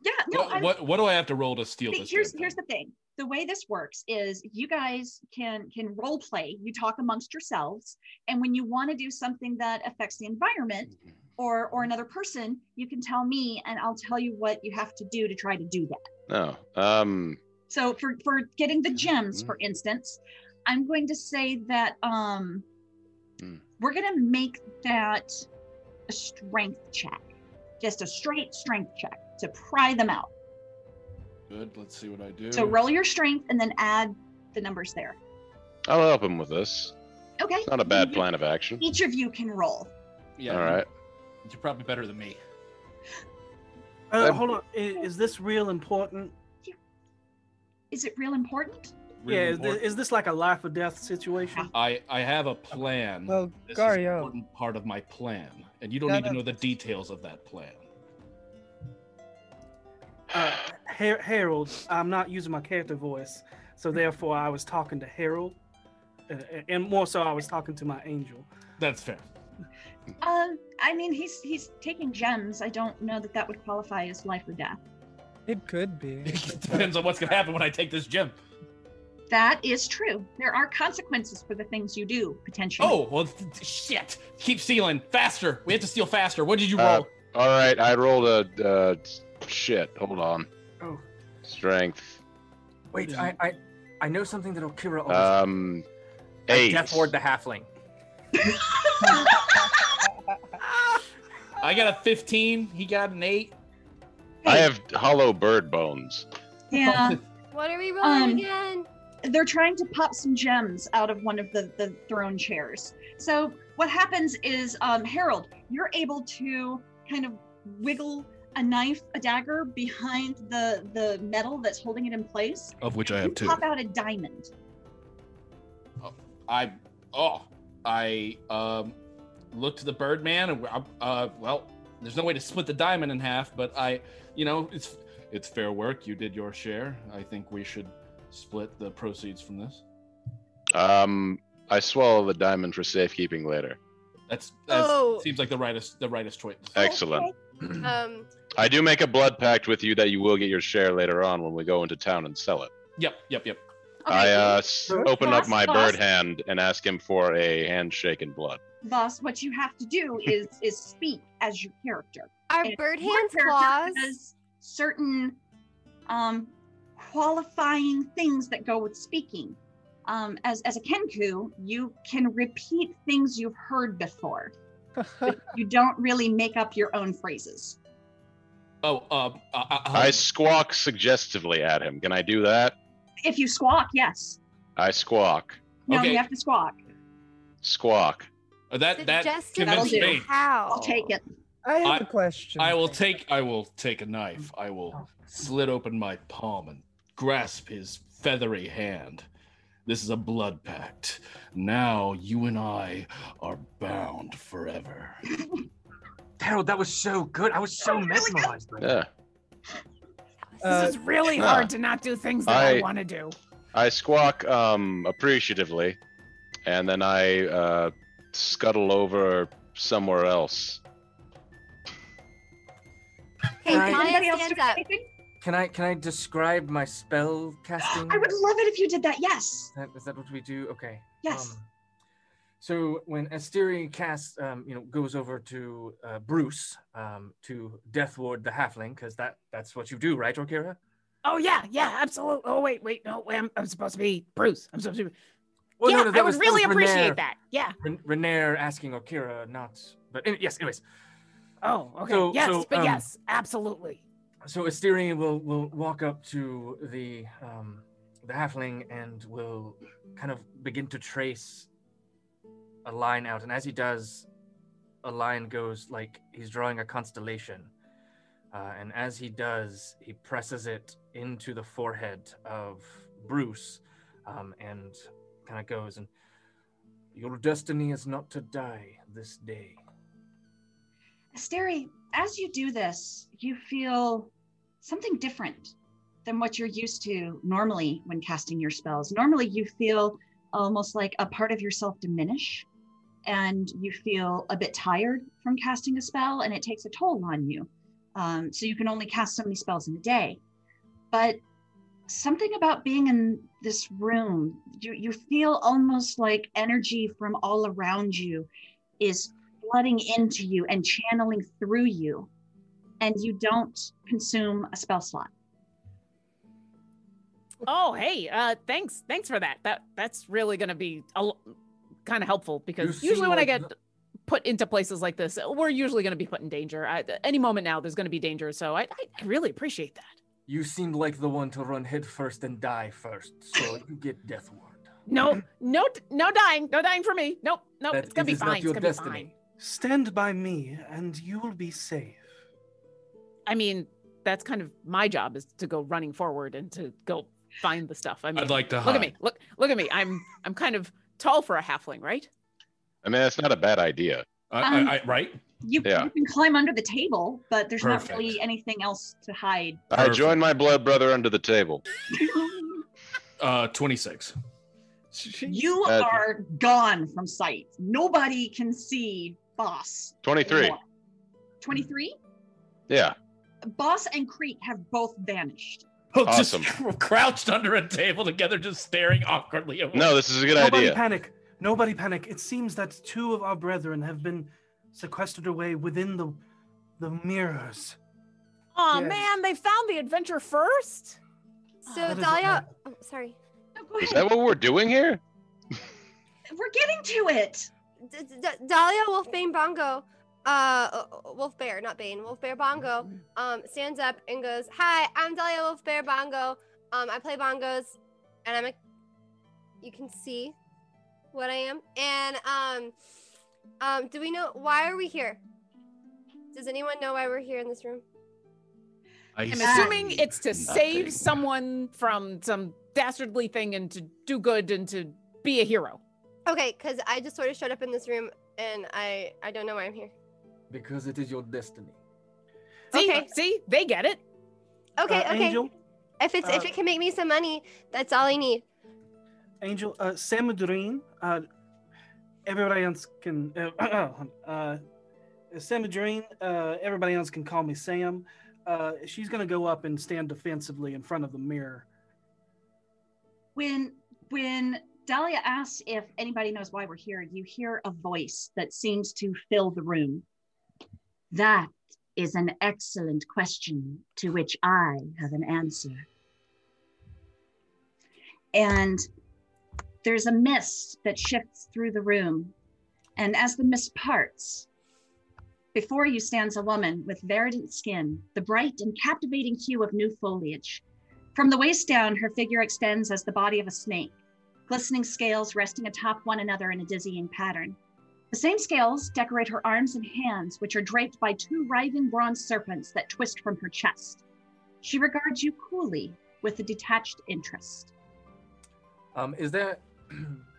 yeah. No. what, I'm- what, what do I have to roll to steal See, this? here's damn here's the thing? thing the way this works is you guys can can role play you talk amongst yourselves and when you want to do something that affects the environment Mm-hmm. or or another person you can tell me and i'll tell you what you have to do to try to do that no. Um, so for for getting the Mm-hmm. gems for instance i'm going to say that um Mm. Hmm. we're going to make that a strength check just a straight strength check to pry them out Good. Let's see what I do. so roll your strength and then add the numbers there I'll help him with this. Okay. It's not a bad plan of action. Each of you can roll. Yeah. All right. You're probably better than me. Uh, Um, hold on. i- Is, this real important? Is it real important? Really yeah. Is, thi- important. is this like a life or death situation? I I have a plan. Well, this is an Gario, important part of my plan, and you don't No, need to no. know the details of that plan. Uh, Har- Harold, I'm not using my character voice, so therefore I was talking to Harold, uh, and more so I was talking to my angel. That's fair. Uh, I mean, he's he's taking gems. I don't know that that would qualify as life or death. it could be. it depends on what's gonna happen when I take this gem. That is true. There are consequences for the things you do potentially. Oh well, th- th- shit! Keep stealing faster. We have to steal faster. What did you Uh, roll? All right. I rolled a uh, shit. Hold on. Oh. Strength. Wait, I, I, I know something that'll cure all. this. Um, Oh, I eight. Death Ward the halfling. I got a 15. He got an eight. I have hollow bird bones. yeah. What are we rolling Um, again? They're trying to pop some gems out of one of the the throne chairs. So what happens is, um, Harold, you're able to kind of wiggle a knife, a dagger behind the the metal that's holding it in place. Of which I you pop out a diamond. I oh, I um, looked to the Birdman, and uh, uh, well, there's no way to split the diamond in half, but I, you know, it's it's fair work. You did your share. I think we should split the proceeds from this. Um, I swallow the diamond for safekeeping later. That's, that's Oh. seems like the rightest the rightest choice. Excellent. Um, I do make a blood pact with you that you will get your share later on when we go into town and sell it. Yep, yep, yep. I uh, s- Okay, open up boss, my boss. bird hand and ask him for a handshake in blood. Thus, what you have to do is is speak as your character. our And bird your hand character claws. has certain um, qualifying things that go with speaking. Um, as as a kenku, you can repeat things you've heard before. but you don't really make up your own phrases. Oh, uh, uh, uh, I Um, squawk suggestively at him. Can I do that? If you squawk, yes. I squawk. No, Okay. you have to squawk. Squawk. uh, that that Suggestively, convinced that'll do. me. How? I'll take it. I have I- a question. I will take I will take a knife. I will slit open my palm and grasp his feathery hand. This is a blood pact. Now you and I are bound forever. Daryl, that was so good. I was so mesmerized. by that. Yeah. Uh, Oh, this is really yeah. hard to not do things that I, I- want to do. I squawk um, appreciatively, and then I uh, scuttle over somewhere else. Hey, Talia Right. Anybody else stands do up. anything? Can I can I describe my spell casting? I would love it if you did that. Yes. Is that, is that what we do? Okay. Yes. Um, so when Asteri casts, um, you know, goes over to uh, Bruce um, to Death Ward the Halfling, because that that's what you do, right, Orkira? Oh yeah, yeah, absolutely. Oh wait, wait, no, wait, I'm, I'm supposed to be Bruce. I'm supposed to be. Well, yeah, no, no, that I would was- that really was appreciate Renair. that. Yeah. Ren- Renair asking Orkira not, but any- yes. Anyways, Oh, okay. So- yes, so, but um, yes, absolutely. so Asterion will will walk up to the um, the halfling and will kind of begin to trace a line out, and as he does, a line goes like he's drawing a constellation, uh, and as he does, he presses it into the forehead of Bruce, um, and kind of goes and your destiny is not to die this day. Asteri, as you do this, you feel something different than what you're used to normally when casting your spells. Normally, you feel almost like a part of yourself diminish and you feel a bit tired from casting a spell and it takes a toll on you. Um, so you can only cast so many spells in a day. But something about being in this room, you, you feel almost like energy from all around you is flooding into you and channeling through you, and you don't consume a spell slot. Oh hey, uh, thanks, thanks for that. That that's really gonna be a kind of helpful because You usually seem when I like get the- put into places like this, we're usually gonna be put in danger. I, any moment now, there's gonna be danger. So I, I, I really appreciate that. You seemed like the one to run head first and die first, so you get death ward. No, no, no dying, no dying for me. Nope, nope. That it's gonna be is not fine. It's your gonna destiny. be fine. Stand by me, and you will be safe. I mean, that's kind of my job is to go running forward and to go find the stuff. I mean, I'd like to look hide. at me, look, look at me. I'm, I'm kind of tall for a halfling, right? I mean, that's not a bad idea. I, Um, I, I, right? You, Yeah. you can climb under the table, but there's Perfect. not really anything else to hide. I join my blood brother under the table. Uh, 26. You Uh, are gone from sight. Nobody can see Boss. 23. anymore. 23? Yeah. Boss and Creek have both vanished. Oh, Awesome. Just crouched under a table together, just staring awkwardly. Away. No, this is a good Nobody idea. panic. Nobody panic. It seems that two of our brethren have been sequestered away within the the mirrors. Oh Yeah. man, they found the adventure first. So That is- Dahlia, oh, sorry. No, go Is ahead. that what we're doing here? We're getting to it. D- D- D- Dahlia Wolfbane Bongo, uh, Wolf Bear, not Bane, Wolf Bear Bongo, um, stands up and goes, "Hi, I'm Dahlia Wolf Bear Bongo. Um, I play bongos, and I'm a. You can see what I am. And um, um, do we know why are we here? Does anyone know why we're here in this room? I I'm see assuming it's to nothing. save someone from some dastardly thing and to do good and to be a hero. Okay, because I just sort of showed up in this room and I I don't know why I'm here. Because it is your destiny. See, Okay. see, they get it. Okay, Uh, okay. Angel, if it's if uh, it can make me some money, that's all I need. Angel, uh, Samudrin, uh, everybody else can, uh, uh, Samudrin, uh, everybody else can call me Sam. Uh, she's going to go up and stand defensively in front of the mirror. When when Dahlia asks if anybody knows why we're here, you hear a voice that seems to fill the room. That is an excellent question to which I have an answer. And there's a mist that shifts through the room. And as the mist parts, before you stands a woman with verdant skin, the bright and captivating hue of new foliage. From the waist down, her figure extends as the body of a snake, glistening scales resting atop one another in a dizzying pattern. The same scales decorate her arms and hands, which are draped by two writhing bronze serpents that twist from her chest. She regards you coolly with a detached interest. Um, is there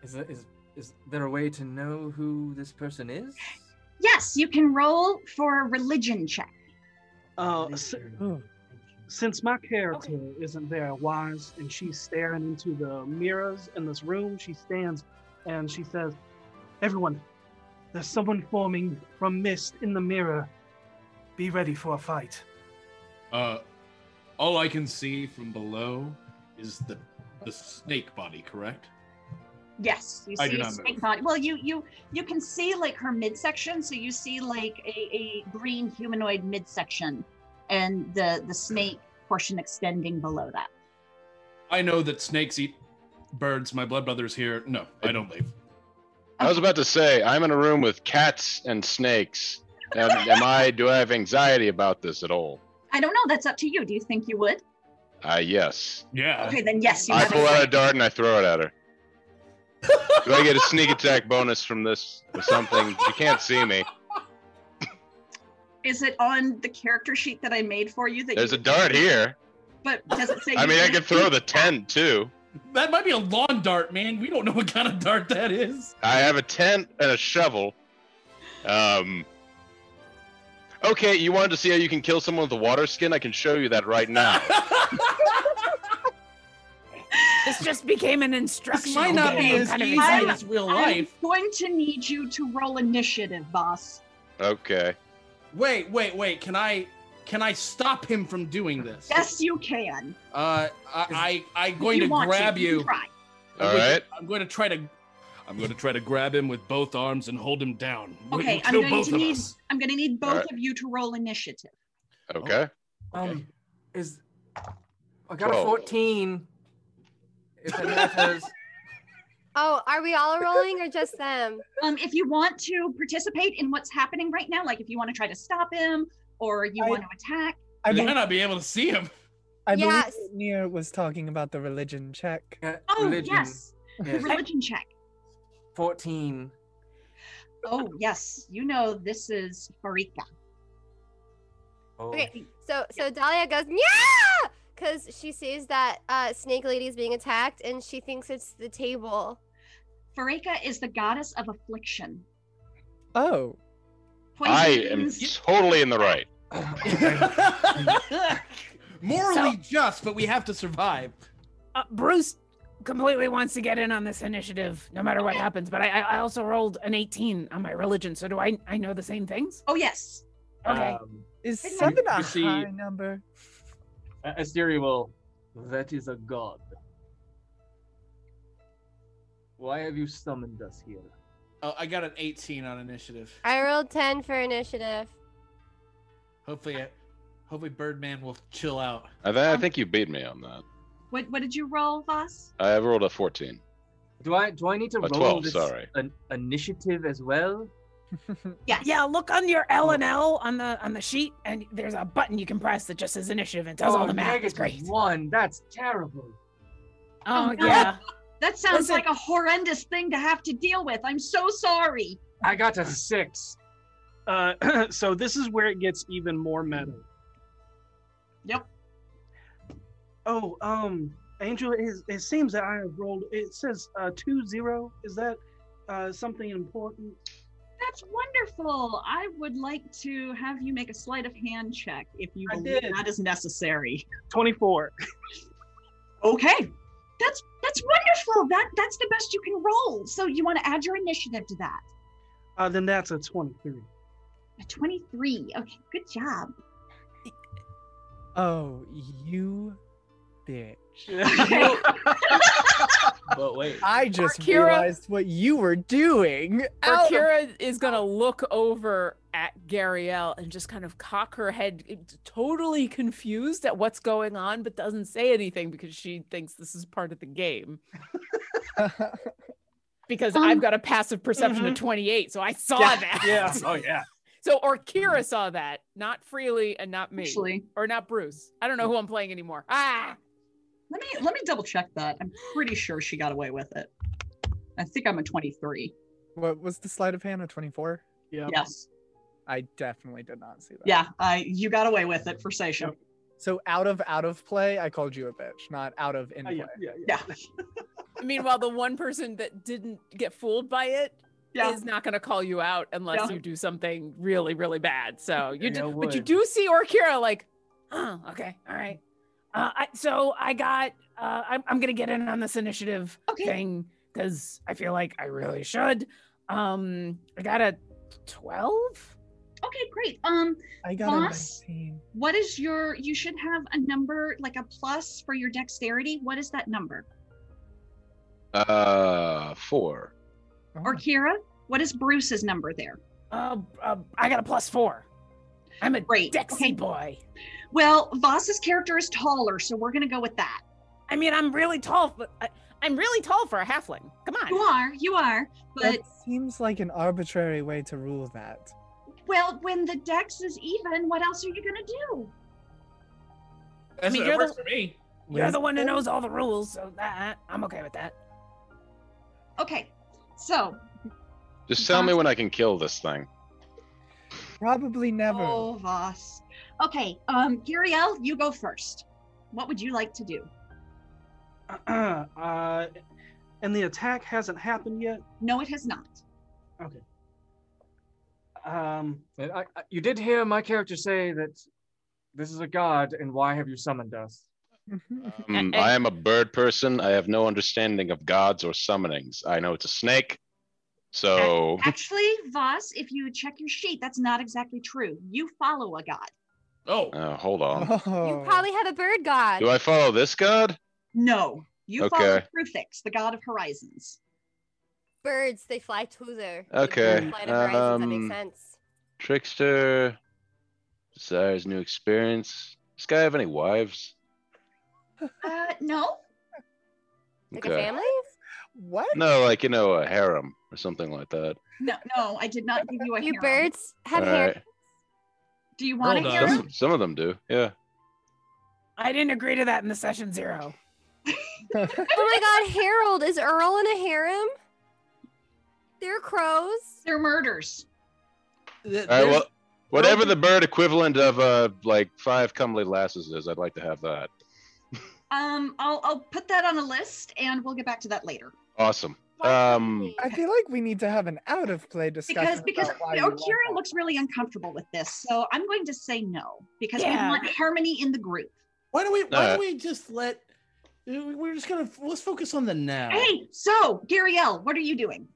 is there, is is there a way to know who this person is? Yes, you can roll for a religion check. Uh, s- since my character isn't very wise and she's staring into the mirrors in this room, she stands and she says, Everyone, there's someone forming from mist in the mirror. Be ready for a fight. Uh, all I can see from below is the the snake body. Correct. Yes, you I see do a not snake move. body. Well, you you you can see like her midsection, so you see like a, a green humanoid midsection, and the the snake portion extending below that. I know that snakes eat birds. My blood brother's here. No, I don't leave. I was about to say I'm in a room with cats and snakes. Am, am I? Do I have anxiety about this at all? I don't know. That's up to you. Do you think you would? Uh, yes. Yeah. Okay, then yes, you I have. pull out a it. dart and I throw it at her. Do I get a sneak attack bonus from this or something? She can't see me. Is it on the character sheet that I made for you? That There's you, a dart here. but does it say? I you mean, I can't could see? throw the ten too. That might be a lawn dart, man. We don't know what kind of dart that is. I have a tent and a shovel. Um. Okay, you wanted to see how you can kill someone with a water skin? I can show you that right now. This just became an instruction. This might not be as easy I'm- as real I'm life. going to need you to roll initiative, boss. Okay. Wait, wait, wait. Can I can I stop him from doing this? Yes, you can. Uh, I, I I'm If going you to want grab you. you. can try. I'm All going to- right. I'm going to try to. I'm going to try to grab him with both arms and hold him down. We'll- Okay, we'll I'm kill going both to of need- us. I'm going to need both Alright. of you to roll initiative. Okay. Okay. Um, Is I got Twelve. a fourteen. If it matters. Oh, are we all rolling or just them? Um, if you want to participate in what's happening right now, like if you want to try to stop him or you I- want to attack, I, They be- might not be able to see him. I believe Yes. that Nia was talking about the religion check. yeah, oh religion. yes, the yes, religion check. Fourteen. Oh yes, you know this is Farika. Oh. Okay. So so Dahlia goes, yeah, because she sees that uh, snake lady is being attacked and she thinks it's the table. Farika is the goddess of affliction. Oh, I am Poisons- totally in the right. Morally just, but we have to survive. Uh, Bruce completely wants to get in on this initiative, no matter what happens. But I, I I also rolled an 18 on my religion, so do I? I know the same things. Oh yes. Okay. Uh, Um, is Good seven night. a You see- uh, high number? A- Asteri will. That is a god. Why have you summoned us here? Uh, I got an 18 on initiative. I rolled ten for initiative. Hopefully, I, hopefully Birdman will chill out. I, th- Um, I think you beat me on that. What what did you roll, Voss? I rolled a 14. Do I do I need to A roll 12, this sorry. an initiative as well? Yes. Yeah, look on your L and L on the on the sheet, and there's a button you can press that just says initiative and tells all the math. It's Oh, negative great. one. That's terrible. Oh no. yeah. That sounds Listen- like a horrendous thing to have to deal with. I'm so sorry. I got a six. Uh, so this is where it gets even more meta. Yep. Oh, um, Angel, it, it seems that I have rolled. It says uh, two zero. Is that uh, something important? That's wonderful. I would like to have you make a sleight of hand check if you I believe did. that is necessary. 24. Okay. That's that's wonderful. That that's the best you can roll. So you want to add your initiative to that. Uh, then that's a 23. A 23. Okay, good job. Oh, you bitch. But wait. I just Kira- realized what you were doing. Or Out of- Kira is gonna look over at Garielle and just kind of cock her head, eh, totally confused at what's going on, but doesn't say anything because she thinks this is part of the game. because I've got a passive perception of Mhm. 28, so I saw Yeah, that. yeah. Oh, yeah. So, or Kira saw that, not Freely and not me, Actually- or not Bruce. I don't know who I'm playing anymore. Ah, Let me let me double check that. I'm pretty sure she got away with it. I think I'm a 23. What was the sleight of hand of 24? Yeah. Yes. I definitely did not see that. Yeah, I you got away with it for Seisha. So out of out of play, I called you a bitch, not out of in Uh, play. yeah, yeah, yeah. Yeah. meanwhile, the one person that didn't get fooled by it is Yeah. not going to call you out unless Yeah. you do something really, really bad. So you Yeah, I do, but you would. do see Orkira like, oh, okay, all right. Uh, I, so I got, uh, I'm, I'm going to get in on this initiative Okay. thing because I feel like I really should. Um, I got a 12. Okay, great. Um I got a Boss? 19. what is your you should have a number like a plus for your dexterity. What is that number? Uh, four. Oh, Or Kira, what is Bruce's number there? Uh-huh. Uh, uh, I got a plus four. I'm a Great. Dexy Okay. boy. Well, Voss's character is taller, so we're gonna go with that. I mean, I'm really tall, but I, I'm really tall for a halfling. Come on. You are, you are. But that seems like an arbitrary way to rule that. well, when the dex is even, what else are you gonna do? That's, mean, that you're the- works for me. You're the Oh. one who knows all the rules, so that I'm okay with that. Okay, so Just tell me when I can kill this thing. Probably never. oh Voss. Okay, um, Guriel, you go first. What would you like to do? uh, and the attack hasn't happened yet. No, it has not. Okay. Um, And I, I, you did hear my character say that this is a god, and why have you summoned us? Um, I am a bird person. I have no understanding of gods or summonings. I know it's a snake. So, Actually, Voss, if you check your sheet, that's not exactly true. You follow a god. Oh, uh, hold on. Oh. You probably have a bird god. Do I follow this god? No, you follow Okay. Prufix, the god of horizons. Birds, they fly to there. Okay, Flight of horizons, that um, makes sense. Trickster desires new experience. Does this guy have any wives? Uh, no. Like a family? What? No, like you know, a harem or something like that. No, no, I did not give you a You harem. birds have All hair. right. Do you want a Girl does. harem? Some, some of them do. Yeah. I didn't agree to that in the session zero. Oh my god, Harold, is Earl in a harem? They're crows. They're murders. All right. Well, whatever the bird equivalent of uh, like five comely lasses is, I'd like to have that. Um, I'll I'll put that on a list, and we'll get back to that later. Awesome. Why Um, can't I feel like we need to have an out of play discussion. Because because about why you want Okira that. looks really uncomfortable with this, so I'm going to say no because Yeah. we want harmony in the group. Why don't we? Why Alright. don't we just let? We're just gonna let's focus on the now. Hey, so Gariel, what are you doing?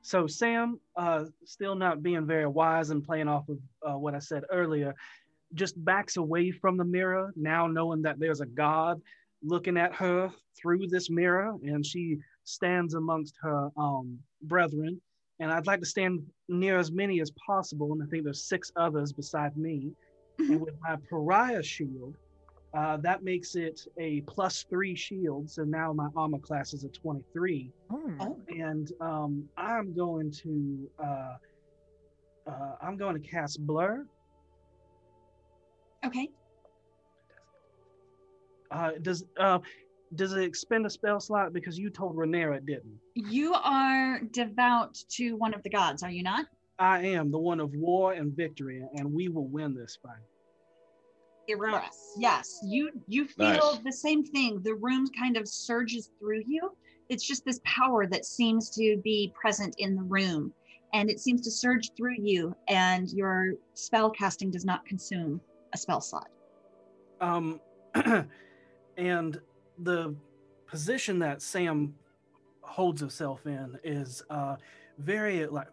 so Sam, uh, still not being very wise and playing off of uh, what I said earlier, just backs away from the mirror, now knowing that there's a god looking at her through this mirror, and she stands amongst her um, brethren. And I'd like to stand near as many as possible, and I think there's six others beside me. And with my pariah shield, uh, that makes it a plus three shield. So now my armor class is a 23 Hmm. and um, I'm going to uh, uh, I'm going to cast blur. Okay. Uh, does uh, does it expend a spell slot? Because you told Renera it didn't. You are devout to one of the gods, are you not? I am the one of war and victory, and we will win this fight. Yes, yes. You you feel Nice. the same thing. The room kind of surges through you, It's just this power that seems to be present in the room and it seems to surge through you, and your spell casting does not consume a spell slot. Um, and the position that Sam holds himself in is uh, very like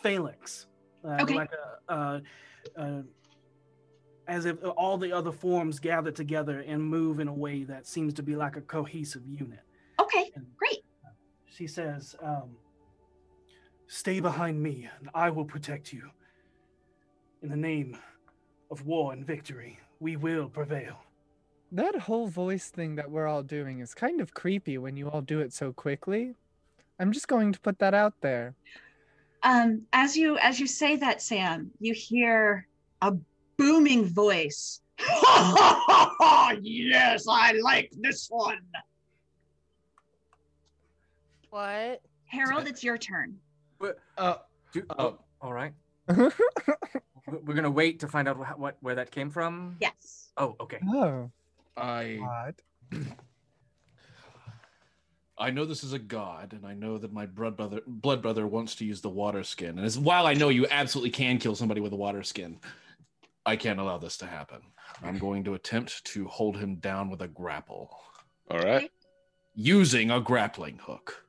phalanx, uh, Okay. like a, a, a, as if all the other forms gather together and move in a way that seems to be like a cohesive unit. Okay, great. She says, um, "Stay behind me, and I will protect you. In the name of war and victory, we will prevail." That whole voice thing that we're all doing is kind of creepy when you all do it so quickly. I'm just going to put that out there. Um, as you as you say that, Sam, you hear a booming voice. yes, I like this one. What? Harold, it's your turn. Uh, do, oh, all right. We're we're gonna wait to find out wh- what where that came from. Yes. Oh, okay. Oh. I I know this is a god, and I know that my blood brother blood brother wants to use the water skin. And as while I know you absolutely can kill somebody with a water skin, I can't allow this to happen. I'm going to attempt to hold him down with a grapple. All right. Using a grappling hook.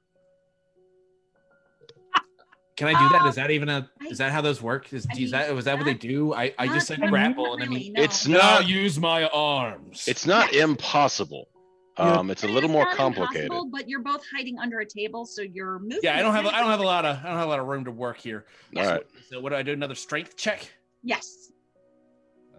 Can I do that? Is that even a? Is that how those work? Is, I is that mean, was that what they do? I, I just said not grapple, and I really, mean no. It's "Now not- use my arms. Um, It's not impossible. Um, it's a little more Not complicated. impossible, but you're both hiding under a table, so you're moving. Yeah, I don't have I don't have a lot of I don't have a lot of room to work here. All right. So what do I do? Another strength check? Yes,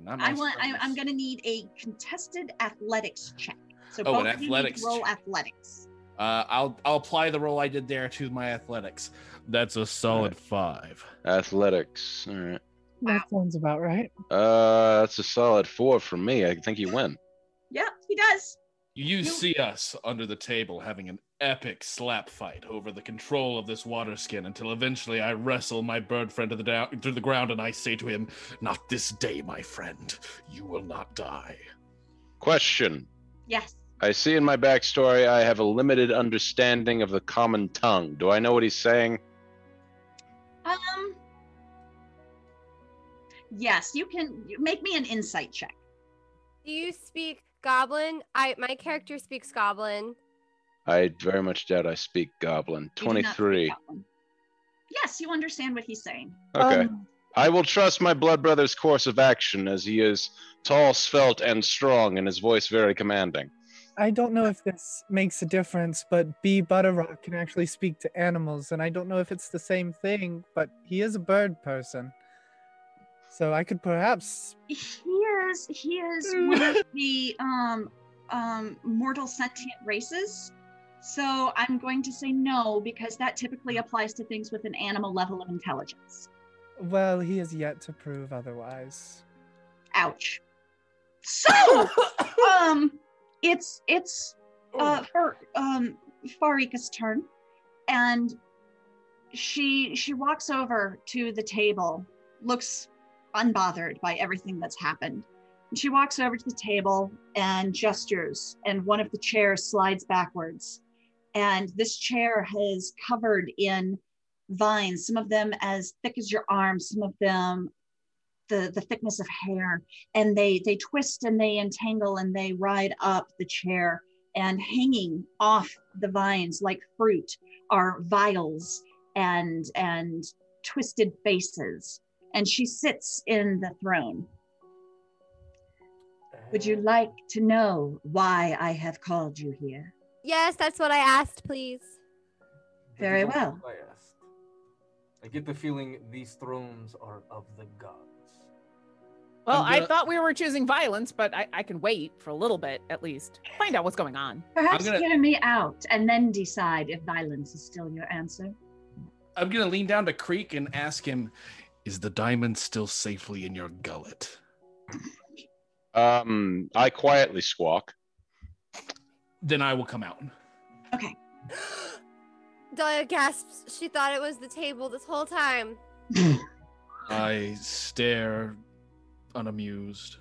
Not my I want. I, strength. I'm going to need a contested athletics check. So Oh, both of an you need athletics to roll check. athletics. Uh, I'll I'll apply the roll I did there to my athletics. That's a solid five. Athletics. All right. That sounds about right. Uh, that's a solid four from me. I think you win. Yeah, he does. You see us under the table having an epic slap fight over the control of this water skin until eventually I wrestle my bird friend to the down to the ground and I say to him, "Not this day, my friend. You will not die." Question. Yes. I see in my backstory I have a limited understanding of the common tongue. Do I know what he's saying? Um. Yes, you can you- make me an insight check. Do you speak Goblin? I my character speaks Goblin. I very much doubt I speak goblin. You do not speak 23. that one. Yes, you understand what he's saying. Okay. I will trust my blood brother's course of action as he is tall, svelte, and strong, and his voice very commanding. I don't know if this makes a difference, but B. Butterrock can actually speak to animals, and I don't know if it's the same thing, but he is a bird person. So I could perhaps. He is he is one of the um um mortal sentient races. So I'm going to say no because that typically applies to things with an animal level of intelligence. Well, he is yet to prove otherwise. Ouch. So um it's it's uh for um Farika's turn and she she walks over to the table, looks unbothered by everything that's happened. And She walks over to the table and gestures and one of the chairs slides backwards. And this chair is covered in vines, some of them as thick as your arm, some of them the the thickness of hair and they they twist and they entangle and they ride up the chair and hanging off the vines like fruit are vials and and twisted faces and she sits in the throne would you like to know why i have called you here Yes, that's what I asked, please. very well Biased. I get the feeling these thrones are of the gods. Well, uh, I'm gonna- I thought we were choosing violence, but I, I can wait for a little bit at least. Find out what's going on. perhaps gonna- hear me out and then decide if violence is still your answer I'm gonna lean down to Creek and ask him, "Is the diamond still safely in your gullet?" Um, I quietly squawk. Then I will come out. Dahlia gasps. She thought it was the table this whole time. I stare unamused.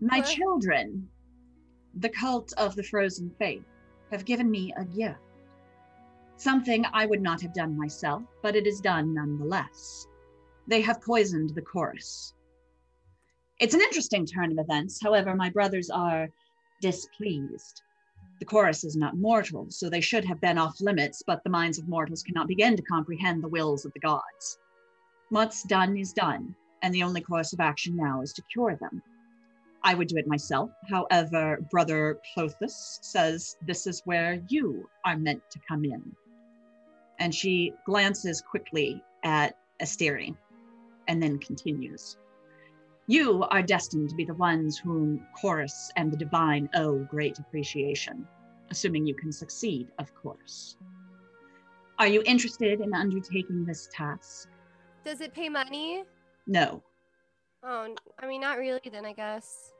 My What? children, the cult of the frozen faith, have given me a gift. something I would not have done myself, but it is done nonetheless. They have poisoned the chorus. It's an interesting turn of events. However, my brothers are displeased. The chorus is not mortal, so they should have been off limits, but the minds of mortals cannot begin to comprehend the wills of the gods. What's done is done, and the only course of action now is to cure them. I would do it myself. However, Brother Plothus says this is where you are meant to come in. And she glances quickly at Asteri and then continues. You are destined to be the ones whom Chorus and the Divine owe great appreciation, assuming you can succeed, of course. Are you interested in undertaking this task? Does it pay money? No. Oh, n- I mean, not really. Then I guess.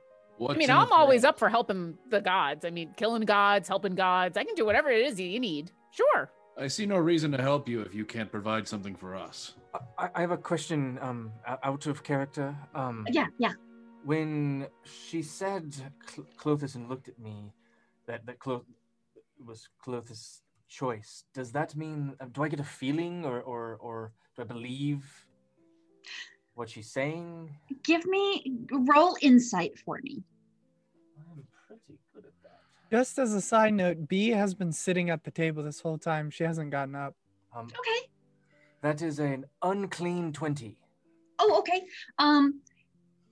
I mean, I'm always up for helping the gods. I mean, killing gods, helping gods. I can do whatever it is you need. Sure. I see no reason to help you if you can't provide something for us. I, I have a question um, o- out of character. Um, Yeah, yeah. When she said Cl- Clothis and looked at me, that, that Clo- was Clothis' choice, does that mean, uh, do I get a feeling or, or, or do I believe what she's saying? Give me roll insight for me. Just as a side note, B has been sitting at the table this whole time. She hasn't gotten up. Um, okay. That is an unclean 20. Oh, okay. Um,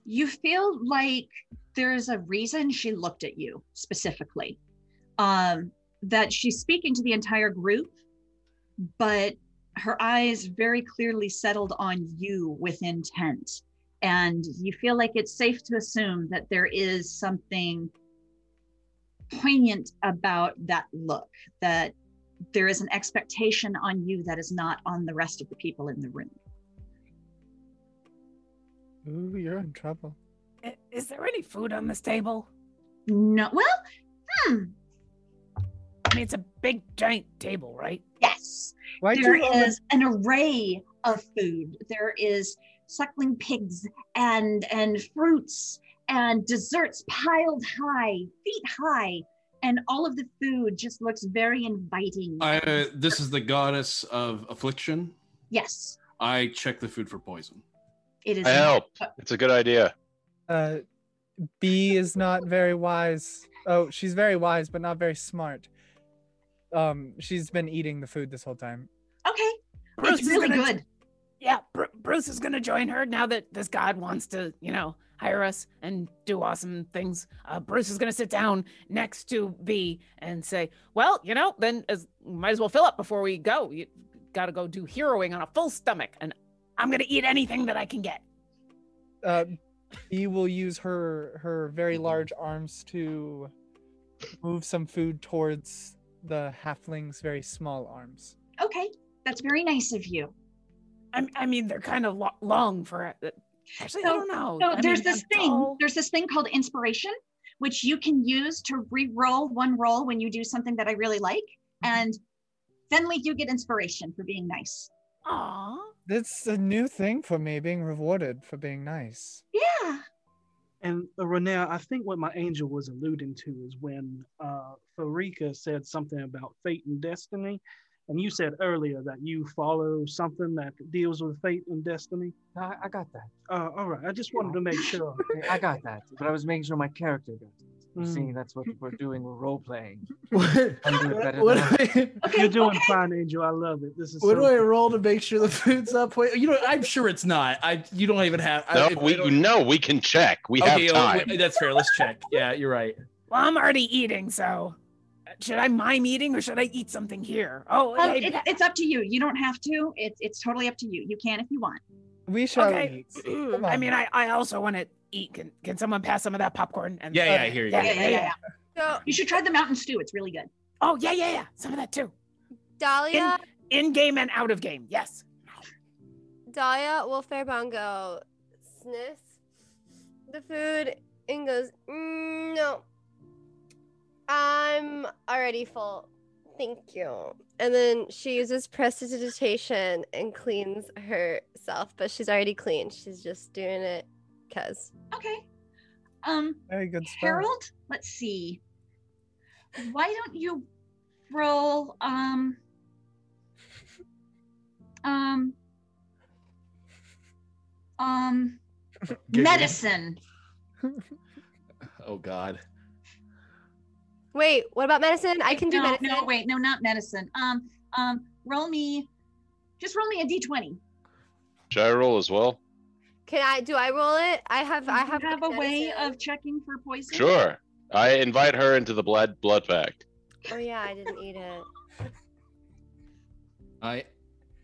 you feel like there is a reason she looked at you specifically. Um, that she's speaking to the entire group, but her eyes very clearly settled on you with intent. And you feel like it's safe to assume that there is something poignant about that look, that there is an expectation on you that is not on the rest of the people in the room. Ooh, you're in trouble. I- Is there any food on this table? No. Well, hmm. I mean, it's a big, giant table, right? Yes. Why'd there you roll a- is an array of food. There is suckling pigs and and fruits and desserts piled high, feet high, and all of the food just looks very inviting. I, uh, this is the goddess of affliction. yes, I check the food for poison. it is. I help. It's a good idea. Uh, B is not very wise. Oh, she's very wise, but not very smart. Um, she's been eating the food this whole time. Okay. Bruce it's is really gonna- good. Yeah, Bru- Bruce is going to join her now that this god wants to, you know, hire us and do awesome things. Uh, Bruce is going to sit down next to B and say, "Well, you know, then as might as well fill up before we go. You got to go do heroing on a full stomach, and I'm going to eat anything that I can get." Uh, B will use her her very Mm-hmm. large arms to move some food towards the halfling's very small arms. Okay, that's very nice of you. I, I mean, they're kind of lo- long for it. Actually, I don't know. So I there's mean, this I'm thing. tall. There's this thing called inspiration, which you can use to re-roll one roll when you do something that I really like, Mm-hmm. and suddenly you get inspiration for being nice. Aw, That's a new thing for me, being rewarded for being nice. Yeah. And uh, Renee, I think what my angel was alluding to is when uh, Farika said something about fate and destiny, and you said earlier that you follow something that deals with fate and destiny. No, I, I got that. Uh, all right, I just wanted to make sure. I- I got that. But I was making sure my character got it. You see, Mm. that's what we're doing. We're role playing. What, Can do it better what than do I, You're doing fine, Angel. I love it. This is what do so- I roll to make sure the food's up? Wait, you know, I'm sure it's not. I you don't even have. No, I, if I we don't- no, we can check. We okay, have oh, time. wait, that's fair. Let's check. Yeah, you're right. well, I'm already eating, so uh, should I mime eating or should I eat something here? Oh, Um, hey, it, it's up to you. You don't have to. It's it's totally up to you. You can if you want. We shall Okay. eat. Mm, Come I on. mean, I, I also want to eat. Can, can someone pass some of that popcorn? And Yeah, yeah, I hear you. Yeah, yeah, yeah, yeah. So You should try the mountain stew. It's really good. Oh, yeah, yeah, yeah. Some of that too. Dahlia, In game and out of game. Yes. Dahlia Wolfairbongo sniffs the food and goes, "Mm, "No, Um, I'm already full. Thank you." And then she uses prestidigitation and cleans herself, but she's already clean. She's just doing it because. Okay. Um, Very good spell. Harold, let's see. Why don't you roll? Um, Um. Um. Giggling. Medicine. Oh God. Wait, what about medicine? I can do no, medicine. No, wait, no, not medicine. Um, um, roll me, just roll me a d20. Should I roll as well? Can I do I roll it? I have I have, Have a way of checking for poison. Sure. I invite her into the blood blood pact. Oh yeah, I didn't eat it. I,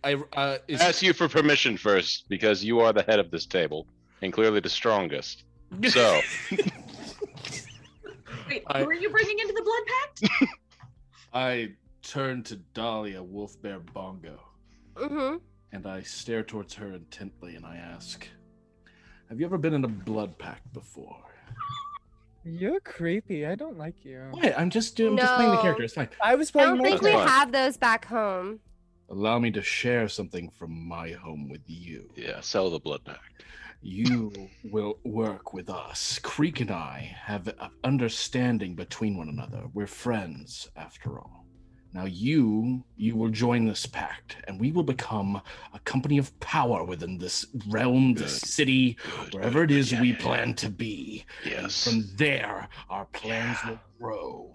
I uh, is, Ask you for permission first, because you are the head of this table and clearly the strongest. So Wait, I- who are you bringing into the blood pact? I turn to Dahlia Wolf Bear Bongo Mm-hmm. and I stare towards her intently and I ask, "Have you ever been in a blood pact before?" You're creepy. I don't like you. Wait, I'm just doing, just playing the character. It's fine. I was I playing. don't think more we than- have those back home. Allow me to share something from my home with you. Yeah, sell the blood pact. You will work with us. Creek and I have an understanding between one another. We're friends, after all. Now you, you will join this pact, and we will become a company of power within this realm, this Good. city, Good, wherever it is we plan to be. Yes. From there, our plans will grow.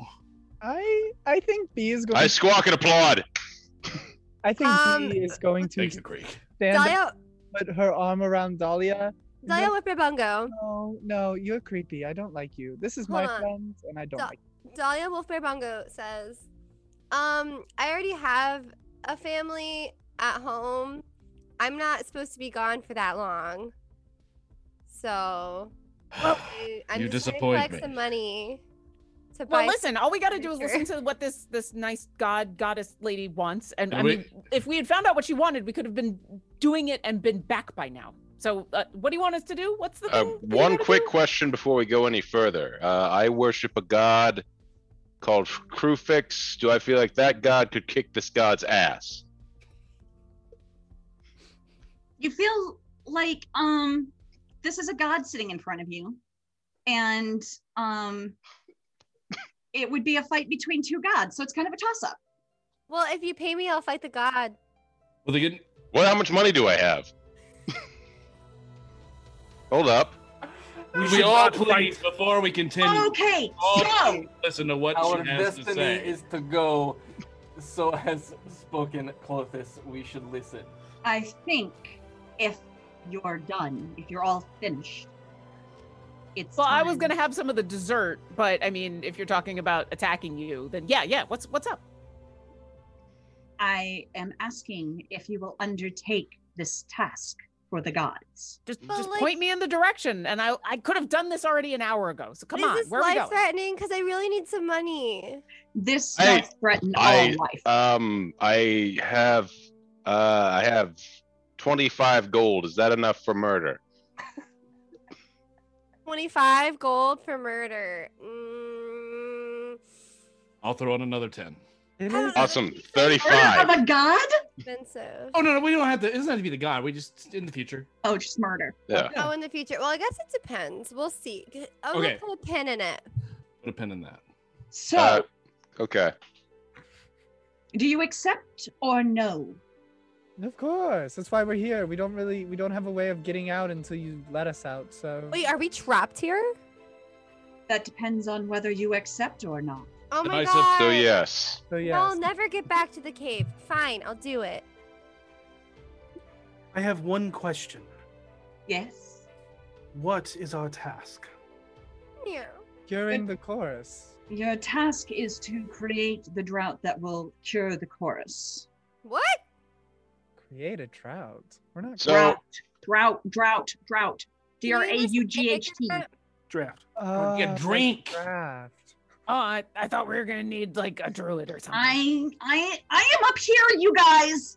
I I think B is going. I squawk and applaud. I think Um, B is going to Thank you, Creek. stand up, Dahlia put her arm around Dahlia. and be Dahlia like, Whipper Bungo. No, no, you're creepy. I don't like you. This is Hold my on. friends, and I don't Da- like. Dahlia Wolfbear Bongo says, um, I already have a family at home. I'm not supposed to be gone for that long. So I- I'm you just gonna disappoint collect me. some money to buy Well, listen. All we got to do is furniture. listen to what this this nice god goddess lady wants, and I And we- mean, if we had found out what she wanted, we could have been doing it and been back by now. So, uh, what do you want us to do? What's the Uh, thing that we one gotta quick do? question before we go any further. Uh, I worship a god called Crufix. Do I feel like that god could kick this god's ass? You feel like um, this is a god sitting in front of you, and um, it would be a fight between two gods. So it's kind of a toss-up. Well, if you pay me, I'll fight the god. Well, they didn't. Well, how much money do I have? Hold up. We, should all not please before we continue. Okay, All so listen to what Our she has to destiny say. is to go. So has spoken Clothis. We should listen. I think if you're done, if you're all finished, it's. Well, I was time. gonna have some of the dessert, but I mean, if you're talking about attacking you, then yeah, yeah. What's what's up? I am asking if you will undertake this task for the gods. Just But, just like- point me in the direction, and I I could have done this already an hour ago. So come is on, this where are we life going? threatening? Because I really need some money. This Hey, does threaten I- Oh, all life. Um, I have, uh, I have twenty-five gold. Is that enough for murder? 25 gold for murder. Mm, I'll throw in another ten. It I is. don't know. Awesome, Murder thirty-five. of a god? expensive. Oh no, no, we don't have to. It doesn't have to be the god. We just in the future. Oh, just murder. Yeah. Oh, in the future. Well, I guess it depends. We'll see. G- I'm Okay. gonna put a pin in it. Put a pin in that. So, Uh, okay. do you accept or no? Of course, that's why we're here. We don't really, we don't have a way of getting out until you let us out. So Wait, are we trapped here? That depends on whether you accept or not. Oh And my I said, god. So yes. so yes. I'll never get back to the cave. Fine, I'll do it. I have one question. Yes. What is our task? Meow. during the chorus. Your task is to create the drought that will cure the chorus. What? Create a trout. We're not. So- drought, drought, drought, drought. D Can R you A listen- U G H T. Draft. Oh, Yeah, the drink. Draft. Oh, I, I thought we were gonna need like a druid or something. I I I am up here, you guys.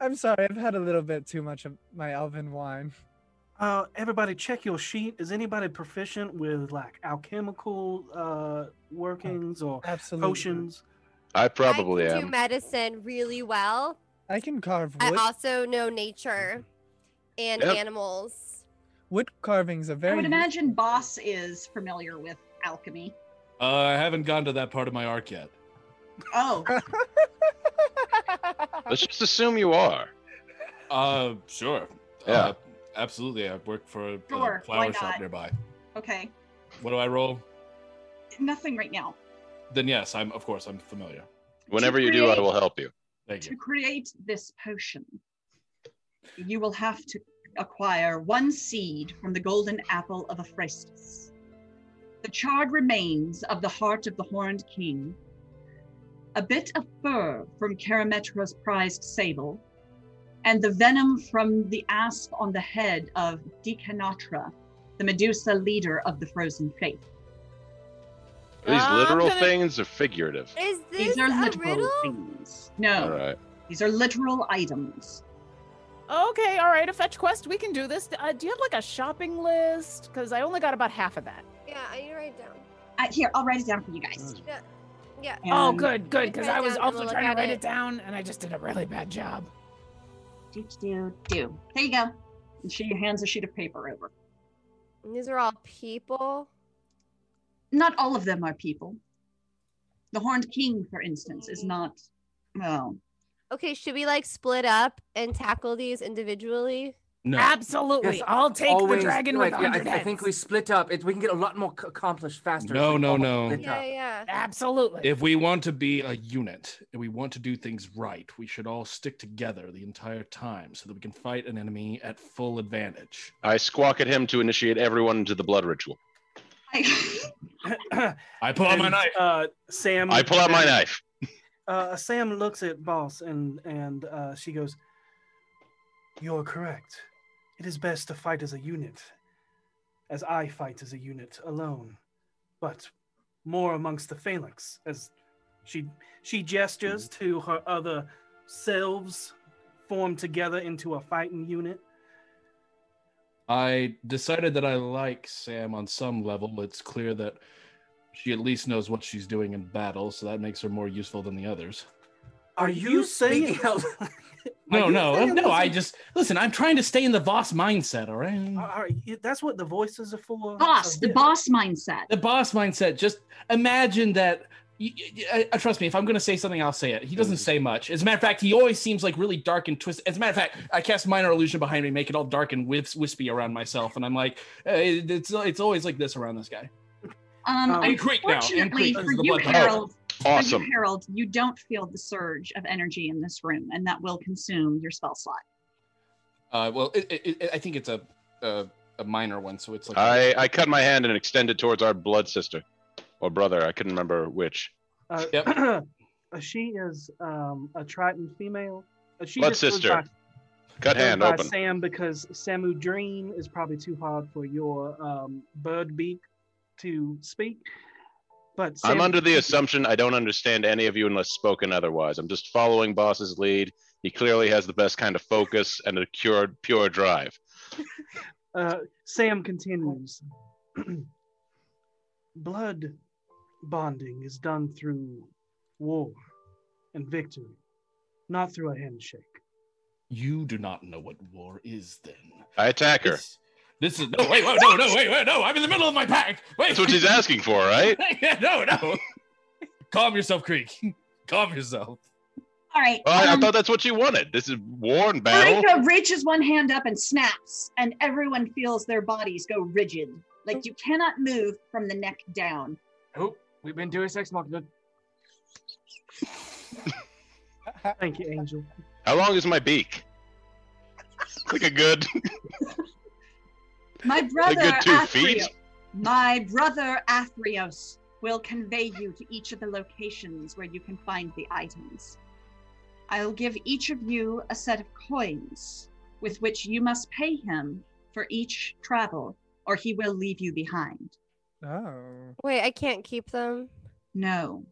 I'm sorry. I've had a little bit too much of my elven wine. Uh, everybody, check your sheet. Is anybody proficient with like alchemical uh, workings or Absolutely. potions? I probably I can do am. medicine really well. I can carve I wood. also know nature and Yep. animals. wood carvings are very. I would useful. imagine Boss is familiar with alchemy. Uh, Oh, I haven't gone to that part of my arc yet. Oh, Let's just assume you are. Uh, sure. Yeah. Uh, absolutely. I work for a Sure, why flower shop not? nearby. Okay. What do I roll? Nothing right now. Then yes, I'm of course I'm familiar. Whenever you do, I will help you. Thank To create this potion, you will have to acquire one seed from the golden apple of Hephaestus, the charred remains of the heart of the horned king, a bit of fur from Karametra's prized sable, and the venom from the asp on the head of Decanatra, the Medusa leader of the frozen faith. Are these I'm literal gonna- things or figurative? Is These are literal things. No, All right. these are literal items. Okay, all right, a fetch quest. We can do this. Uh, do you have like a shopping list? Because I only got about half of that. Yeah, I need to write it down. Uh, here, I'll write it down for you guys. Yeah. Yeah. oh, And- good, good. Because Write it I was down and also we'll trying look to at write it. it. down, and I just did a really bad job. Do, do, do. There you go. And she hands a sheet of paper over. And these are all people. Not all of them are people. The Horned King, for instance, is not. Well, Okay, should we like split up and tackle these individually? No. Absolutely, Yes, I'll take Always the dragon do with it. Yeah, I, hundred I think we split up. It, we can get a lot more c- accomplished faster. if No, we no, all no. split Yeah, up. yeah. Absolutely. If we want to be a unit and we want to do things right, we should all stick together the entire time so that we can fight an enemy at full advantage. I squawk at him to initiate everyone into the blood ritual. I pull out my And, knife. Uh, Sam. I pull out my knife. Uh, Sam looks at Boss and and uh, she goes, "You're correct. It is best to fight as a unit, as I fight as a unit alone, but more amongst the phalanx." As she she gestures Mm-hmm. to her other selves, formed together into a fighting unit. I decided that I like Sam on some level. It's clear that she at least knows what she's doing in battle, so that makes her more useful than the others. Are you saying- speaking out? No, you no, uh, saying no. I that's- just listen. I'm trying to stay in the boss mindset. All right. All right, yeah, that's what the voices are for. boss, So the yeah. boss mindset. The boss mindset. Just imagine that. y- y- y- uh, trust me, if I'm going to say something, I'll say it. He doesn't say much. As a matter of fact, he always seems like really dark and twisted. As a matter of fact, I cast minor illusion behind me, make it all dark and whips, wispy around myself, and I'm like, uh, it- it's it's always like this around this guy. Um, Um, And creep Oh, now, and unfortunately creep. for This is the you, blood type. Harold, for Awesome. you, Harold, you don't feel the surge of energy in this room, and that will consume your spell slot. Uh, well, it, it, it, I think it's a, a a minor one, so it's like I, I cut my hand and extend it towards our blood sister or brother. I couldn't remember which. Uh, Yep. uh, she is um, a Triton female. Uh, she Blood just goes sister. by- Cut goes hand by open. Sam because Samu Dream is probably too hard for your um, bird beak to speak. But I'm Samu under the Dream- assumption I don't understand any of you unless spoken otherwise. I'm just following boss's lead. He clearly has the best kind of focus and a pure pure drive. Uh, Sam continues. Blood bonding is done through war and victory, not through a handshake. you do not know what war is. Then I attack her. This, this is no wait, whoa, no, no, wait, wait, no. I'm in the middle of my pack. Wait, That's what she's asking for, right? Yeah, no, no. Calm yourself, Creek. Calm yourself. All right. Well, I, I um, thought that's what you wanted. This is war and battle. Monica reaches one hand up and snaps, and everyone feels their bodies go rigid. Like you cannot move from the neck down. Oh, we've been doing sex marketing. Thank you, Angel. How long is my beak? Like a good. My brother, two feet. Athrio- my brother Athrios will convey you to each of the locations where you can find the items. I'll give each of you a set of coins with which you must pay him for each travel, or he will leave you behind. Oh. Wait, I can't keep them. No.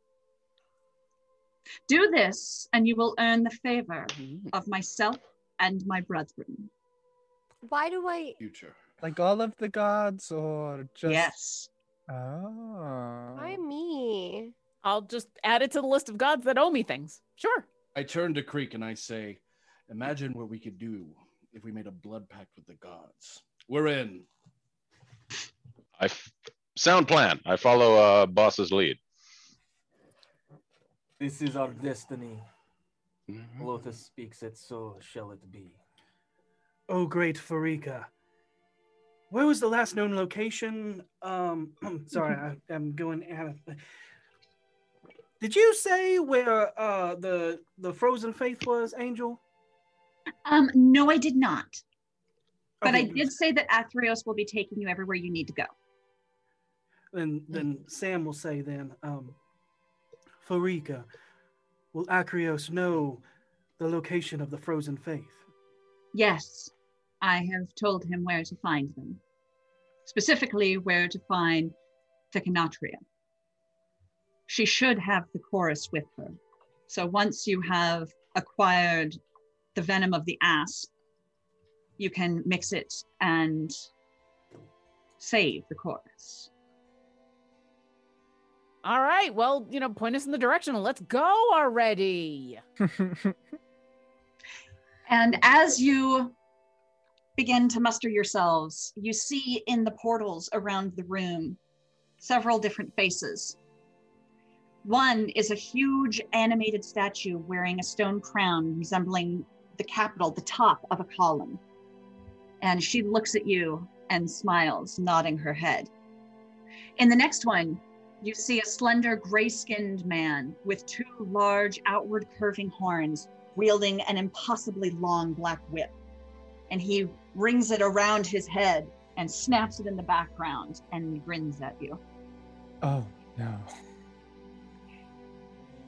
Do this, and you will earn the favor of myself and my brethren. Why do I? Future. Like all of the gods or just Yes. Oh. Why me? I'll just add it to the list of gods that owe me things. Sure. I turn to Creek and I say, Imagine what we could do if we made a blood pact with the gods. We're in. I f- sound plan. I follow uh, boss's lead. This is our destiny. Lothus speaks it, so shall it be. Oh, great Farika. Where was the last known location? Um, I'm sorry, I am going out. Of, did you say where uh, the the frozen faith was, Angel? Um, no, I did not. But I Okay. did say that Athreos will be taking you everywhere you need to go. Then then Sam will say then, um, Farika, will Acreos know the location of the frozen faith? Yes, I have told him where to find them, specifically where to find the Canatria. She should have the chorus with her. So once you have acquired the venom of the asp, you can mix it and save the chorus. All right. Well, you know, point us in the direction. Let's go already. And as you begin to muster yourselves, you see in the portals around the room several different faces. One is a huge animated statue wearing a stone crown resembling the capital, the top of a column. And she looks at you and smiles, nodding her head. In the next one, you see a slender, gray skinned man with two large, outward curving horns wielding an impossibly long black whip. And he rings it around his head and snaps it in the background and grins at you. Oh no.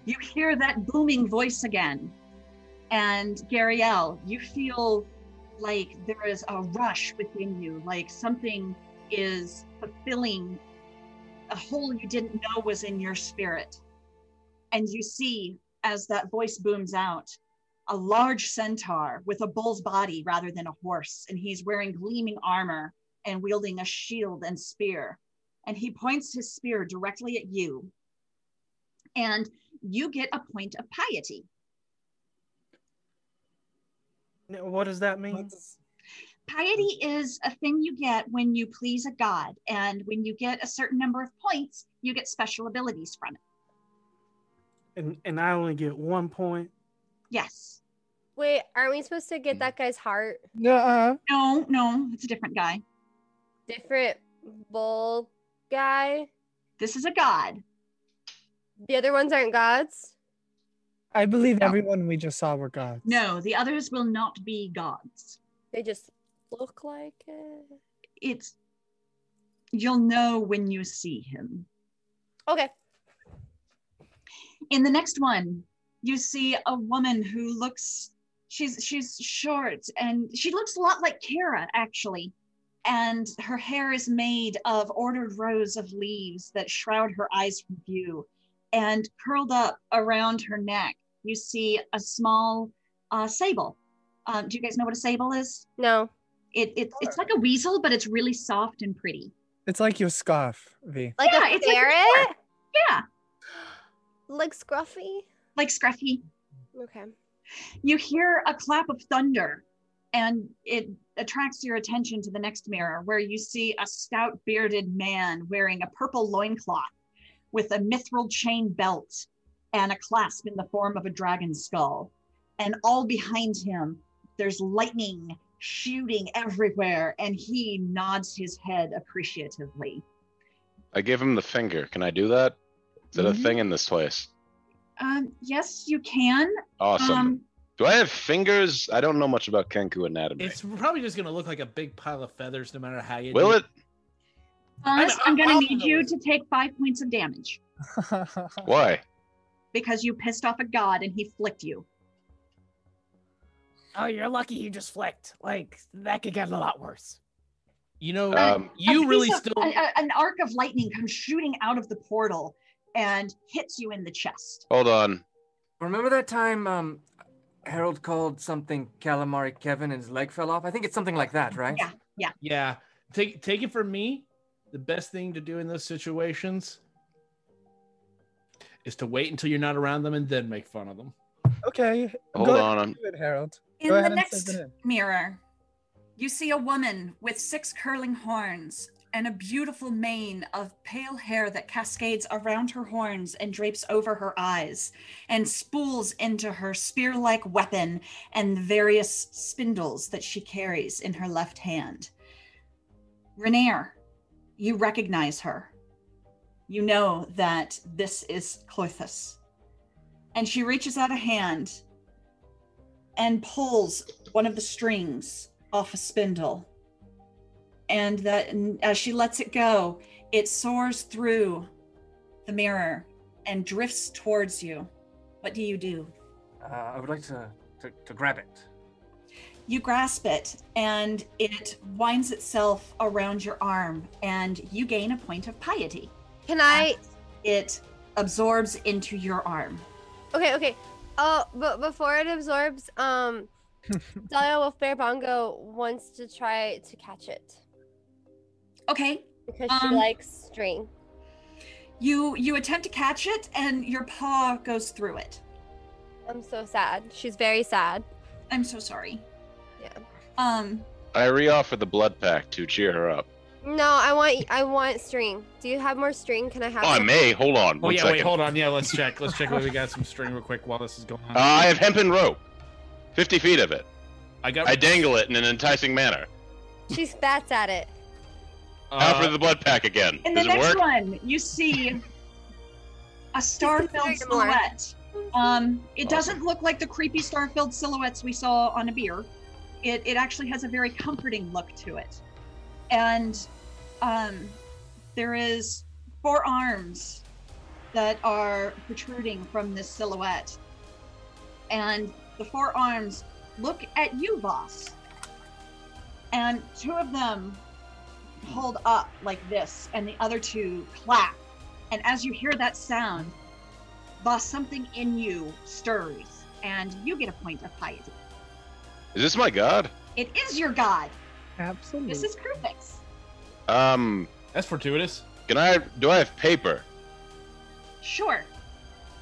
You hear that booming voice again. And Gariel, you feel like there is a rush within you, like something is fulfilling a hole you didn't know was in your spirit. And you see, as that voice booms out, a large centaur with a bull's body rather than a horse. And he's wearing gleaming armor and wielding a shield and spear. And he points his spear directly at you. And you get a point of piety. Now, What does that mean? Piety is a thing you get when you please a god, and when you get a certain number of points, you get special abilities from it. And and I only get one point. Yes. Wait, aren't we supposed to get that guy's heart? No. No, no, it's a different guy. Different bull guy. This is a god. The other ones aren't gods. I believe everyone we just saw were gods. No, the others will not be gods. They just look like it. It's you'll know when you see him. Okay. In the next one, you see a woman who looks she's she's short and she looks a lot like Kara actually. And her hair is made of ordered rows of leaves that shroud her eyes from view. And curled up around her neck, you see a small uh, sable. Um, do you guys know what a sable is? No. It, it, it's like a weasel, but it's really soft and pretty. It's like your scarf, V. Like Yeah, a it's like a ferret? Yeah. Like scruffy? Like Scruffy. Okay. you hear a clap of thunder and it attracts your attention to the next mirror where you see a stout bearded man wearing a purple loincloth with a mithril chain belt and a clasp in the form of a dragon skull and all behind him there's lightning shooting everywhere and he nods his head appreciatively I gave him the finger. Can I do that? Is that Mm-hmm. a thing in this place? um, yes you can Awesome. um, do I have fingers? I don't know much about Kenku anatomy. It's probably just gonna look like a big pile of feathers, no matter how you. Will do it? Thomas, I'm- i'm going I'll to do need the you to take five points of damage Why? because you pissed off a god and he flicked you Oh, you're lucky you just flicked. Like, that could get a lot worse. You know, Um, you a really piece of- still. a- a- an arc of lightning comes shooting out of the portal and hits you in the chest. Hold on. Remember that time um, Harold called something calamari Kevin and his leg fell off? I think it's something like that, right? Yeah, yeah. Yeah, take take it from me. The best thing to do in those situations is to wait until you're not around them and then make fun of them. Okay. Hold go on, I'm- Ahead and do it, Harold. In go the ahead and next save it in. mirror, you see a woman with six curling horns and a beautiful mane of pale hair that cascades around her horns and drapes over her eyes and spools into her spear like weapon and the various spindles that she carries in her left hand. Renair, you recognize her. You know that this is Clothis. And she reaches out a hand and pulls one of the strings off a spindle and that and as she lets it go, it soars through the mirror and drifts towards you. What do you do? Uh, I would like to, to, to grab it. You grasp it and it winds itself around your arm, and you gain a point of piety. Can I? It absorbs into your arm. Okay, okay. Oh, but before it absorbs, um, Dahlia Wolf Bear Bongo wants to try to catch it Okay. because Um, she likes string. You you attempt to catch it, and your paw goes through it. I'm so sad. She's very sad. I'm so sorry. Yeah. Um. I re-offer the blood pack to cheer her up. No, I want I want string. Do you have more string? Can I have? Oh, I some? may. Hold on. Oh one yeah, second. wait, hold on. Yeah, let's check. Let's check whether we got some string real quick while this is going on. Uh, I have hempen rope, fifty feet of it. I got. I dangle it in an enticing manner. She spats at it. Uh, Now for the blood pack again. In the Does it next work? one, you see a star-filled Sorry, Gamora. silhouette. Um, it doesn't look like the creepy star-filled silhouettes we saw on a beer. It it actually has a very comforting look to it, and um, there is four arms that are protruding from this silhouette, and the four arms look at you, boss. And two of them hold up like this, and the other two clap. And as you hear that sound, boss, something in you stirs, and you get a point of piety. Is this my god? It is your god. Absolutely. This is Krufix. Um, That's fortuitous. can I? Do I have paper? Sure.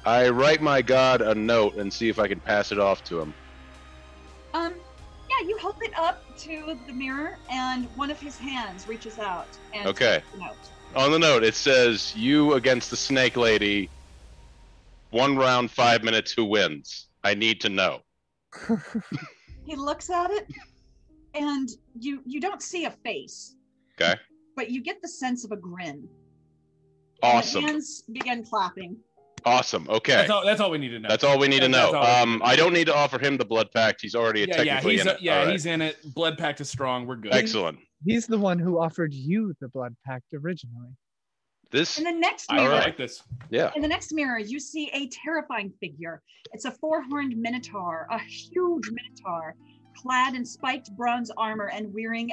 I write my god a note and see if I can pass it off to him. Um, yeah, you hold it up to the mirror, and one of his hands reaches out and Okay. takes the note. On the note, it says, "You against the snake lady. One round, five minutes. Who wins? I need to know." He looks at it, and you you don't see a face, Okay. but you get the sense of a grin. And The Awesome. hands begin clapping. Awesome. Okay. That's all. That's all we need to know. That's all we need to That's- know. that's all we Um, I don't need to offer him the blood pact. He's already Yeah, yeah, technically he's in uh it. yeah, All right. he's in it. Blood pact is strong. We're good. excellent. He's the one who offered you the blood pact originally. This, In the next I mirror, Alright. like this. yeah. In the next mirror, you see a terrifying figure. It's a four horned minotaur, a huge minotaur, clad in spiked bronze armor and wearing,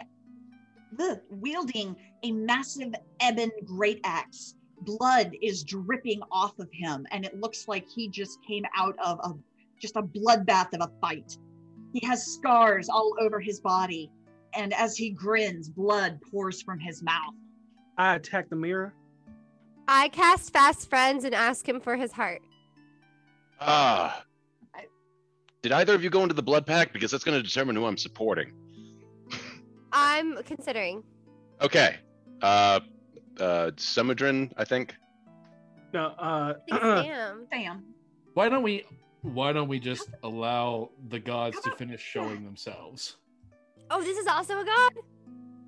ugh, wielding a massive ebon great axe. Blood is dripping off of him, and it looks like he just came out of a just a bloodbath of a fight. He has scars all over his body, and as he grins, blood pours from his mouth. I attack the mirror. I cast fast friends and ask him for his heart. Ah. Did either of you go into the blood pact? Because that's going to determine who I'm supporting. I'm considering. Okay. Uh, uh, Summadrin, I think. No, uh, I think Sam. Sam, Why don't we? Why don't we just allow the gods How to about- finish showing themselves? Oh, this is also a god.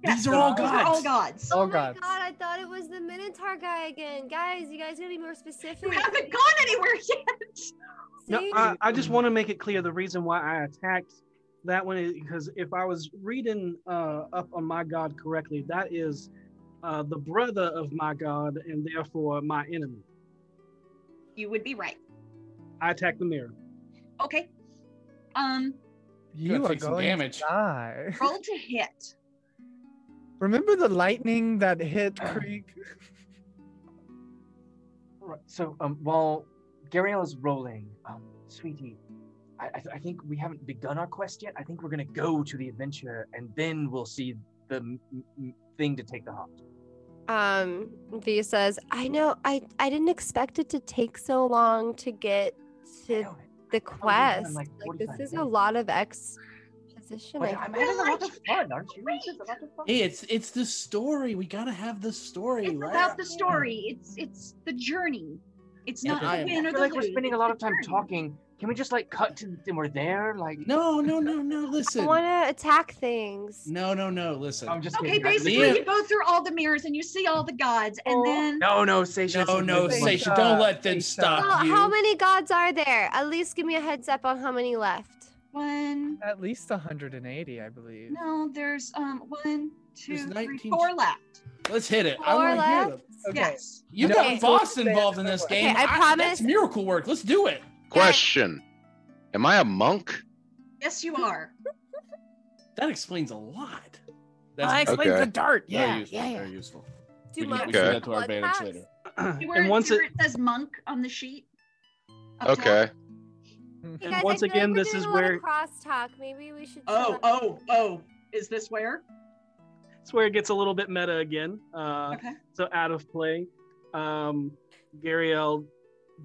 These are all these are gods. all gods. Oh, my God. god! I thought it was the Minotaur guy again. Guys, you guys gotta be more specific. You haven't gone anywhere yet. No, See? I, I just want to make it clear the reason why I attacked that one is because if I was reading uh, up on my god correctly, that is uh, the brother of my god and therefore my enemy. You would be right. I attack the mirror. Okay. Um, You Gonna are take some going damage. to die. roll to hit. Remember the lightning that hit Creek? All right. So um, while Gariel is rolling, um, sweetie, I, I, I think we haven't begun our quest yet. I think we're gonna go to the adventure, and then we'll see the m- m- thing to take the heart. Um, V says, "I know. I I didn't expect it to take so long to get to Damn it. the thought we were done in, quest. like, Like this 45 is a minutes. lot of exposition position. But I I'm feel having a lot like of fun, aren't you? This is a lot of fun. Hey, it's it's the story. We gotta have the story. It's right? about the story. It's it's the journey. It's not I the win or feel the like we're lose. spending a lot of time talking. Can we just like cut to and we're there? Like no, no, no, no. I Listen. want to attack things. No, no, no. Listen. I'm just Okay, basically you go through all the mirrors and you see all the gods, and then No, no, Seisha. No, no, Seisha, don't Uh, let them stop Well, you. how many gods are there? At least give me a heads up on how many left. One. At least 180, I believe. no, there's um one, two, There's three, 19 four left. Let's hit it. Four I want to hear left? them. Yes. You No, got it's- Voss involved in this Okay, game. I That's promise- miracle work. Let's do it. Question: Am I a monk? Yes, you are. That explains a lot. Well, that explains Okay. the dart. Very Yeah, useful, yeah, yeah. Very useful. Do we can monks use that have to our blood advantage packs? later. See where, and once see where again, it says monk on the sheet. Up top? Okay. You and guys, I once feel like again, we're this doing is a lot where of crosstalk. Maybe we should. Oh, oh, oh. Is this where? it's where it gets a little bit meta again. Uh, Okay. So out of play, um, Gariel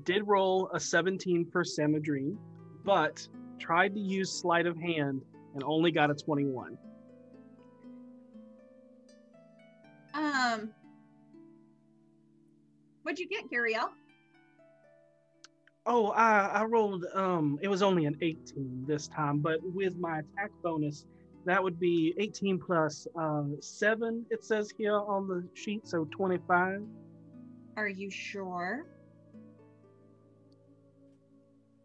did roll a 17 for Samadrine, but tried to use sleight of hand and only got a 21. Um. What'd you get, Gariel? Oh, I, I rolled. Um, it was only an 18 this time, but with my attack bonus, that would be 18 plus uh, seven. It says here on the sheet, so 25. Are you sure?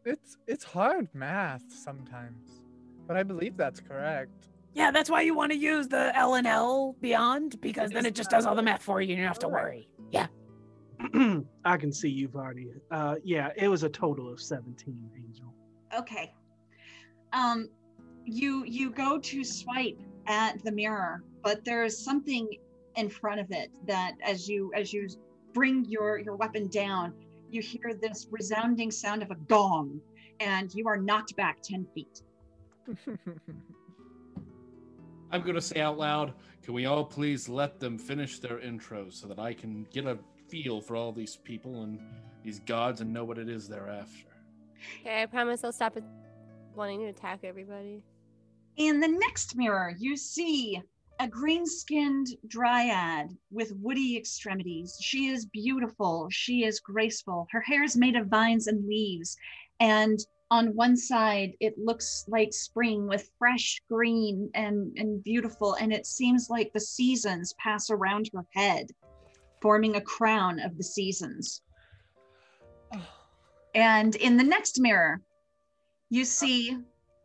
It's it's hard math sometimes, but I believe that's correct. Yeah, that's why you want to use the L and L beyond because then it just does all the math for you and you don't have to worry. I can see you've already. Uh, yeah, it was a total of 17, Angel. Okay. Um, you you go to swipe at the mirror, but there is something in front of it that, as you as you bring your your weapon down, you hear this resounding sound of a gong, and you are knocked back ten feet. I'm going to say out loud, can we all please let them finish their intros so that I can get a feel for all these people and these gods and know what it is they're after? Okay, I promise I'll stop at wanting to attack everybody. In the next mirror, you see a green skinned dryad with woody extremities. She is beautiful. She is graceful. Her hair is made of vines and leaves. And on one side, it looks like spring with fresh green and, and beautiful. And it seems like the seasons pass around her head, forming a crown of the seasons. And in the next mirror, you see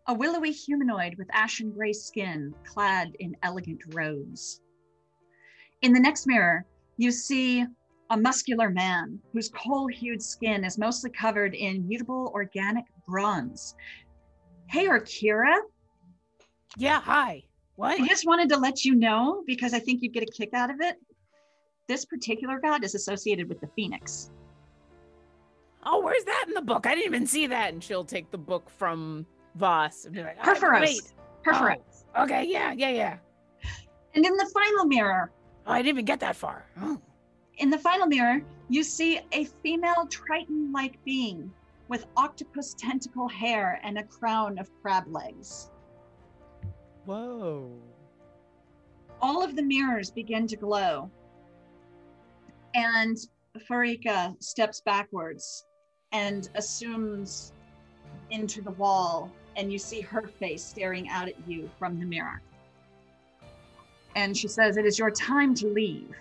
a willowy humanoid with ashen gray skin, clad in elegant robes. In the next mirror, you see a muscular man whose coal hued skin is mostly covered in mutable organic bronze. Hey, Akira, Yeah, hi. What? I just wanted to let you know because I think you'd get a kick out of it. This particular god is associated with the phoenix. Oh, where's that in the book? I didn't even see that. And she'll take the book from Voss and be like, "Oh, Perforos. wait. Perforos. Oh, okay, yeah, yeah, yeah. And in the final mirror, Oh, I didn't even get that far. Oh. In the final mirror, you see a female Triton like being with octopus tentacle hair and a crown of crab legs. Whoa. All of the mirrors begin to glow. And Farika steps backwards and assumes into the wall, and you see her face staring out at you from the mirror. And she says, It is your time to leave.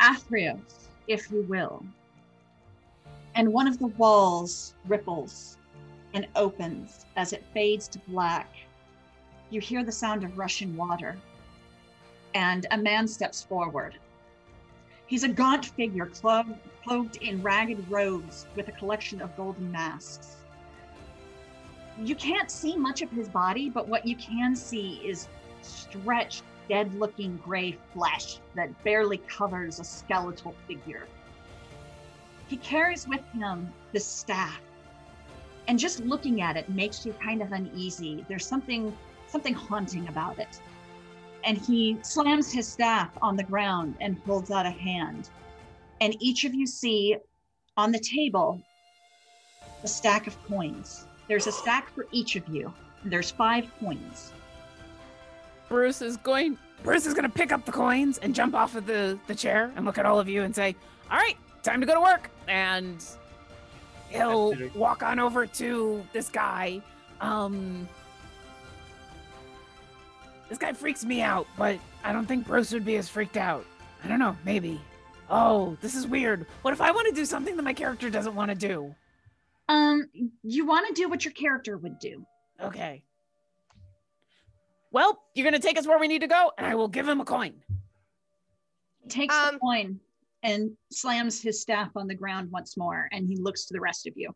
Athreos, if you will. And one of the walls ripples and opens as it fades to black. You hear the sound of rushing water, and a man steps forward. He's a gaunt figure clo- clothed in ragged robes with a collection of golden masks. You can't see much of his body, but what you can see is stretched, dead looking gray flesh that barely covers a skeletal figure. He carries with him the staff, and just looking at it makes you kind of uneasy. There's something something haunting about it. And he slams his staff on the ground and holds out a hand. And each of you see on the table a stack of coins. There's a stack for each of you. There's five coins. Bruce is going. Bruce is going to pick up the coins and jump off of the, the chair and look at all of you and say, All right, time to go to work. And he'll Absolutely. walk on over to this guy. Um, this guy freaks me out, but I don't think Bruce would be as freaked out. I don't know, maybe. Oh, this is weird. What if I want to do something that my character doesn't want to do? Um, you want to do what your character would do. Okay. Well, you're going to take us where we need to go, and I will give him a coin. He takes Um, the coin and slams his staff on the ground once more, and he looks to the rest of you.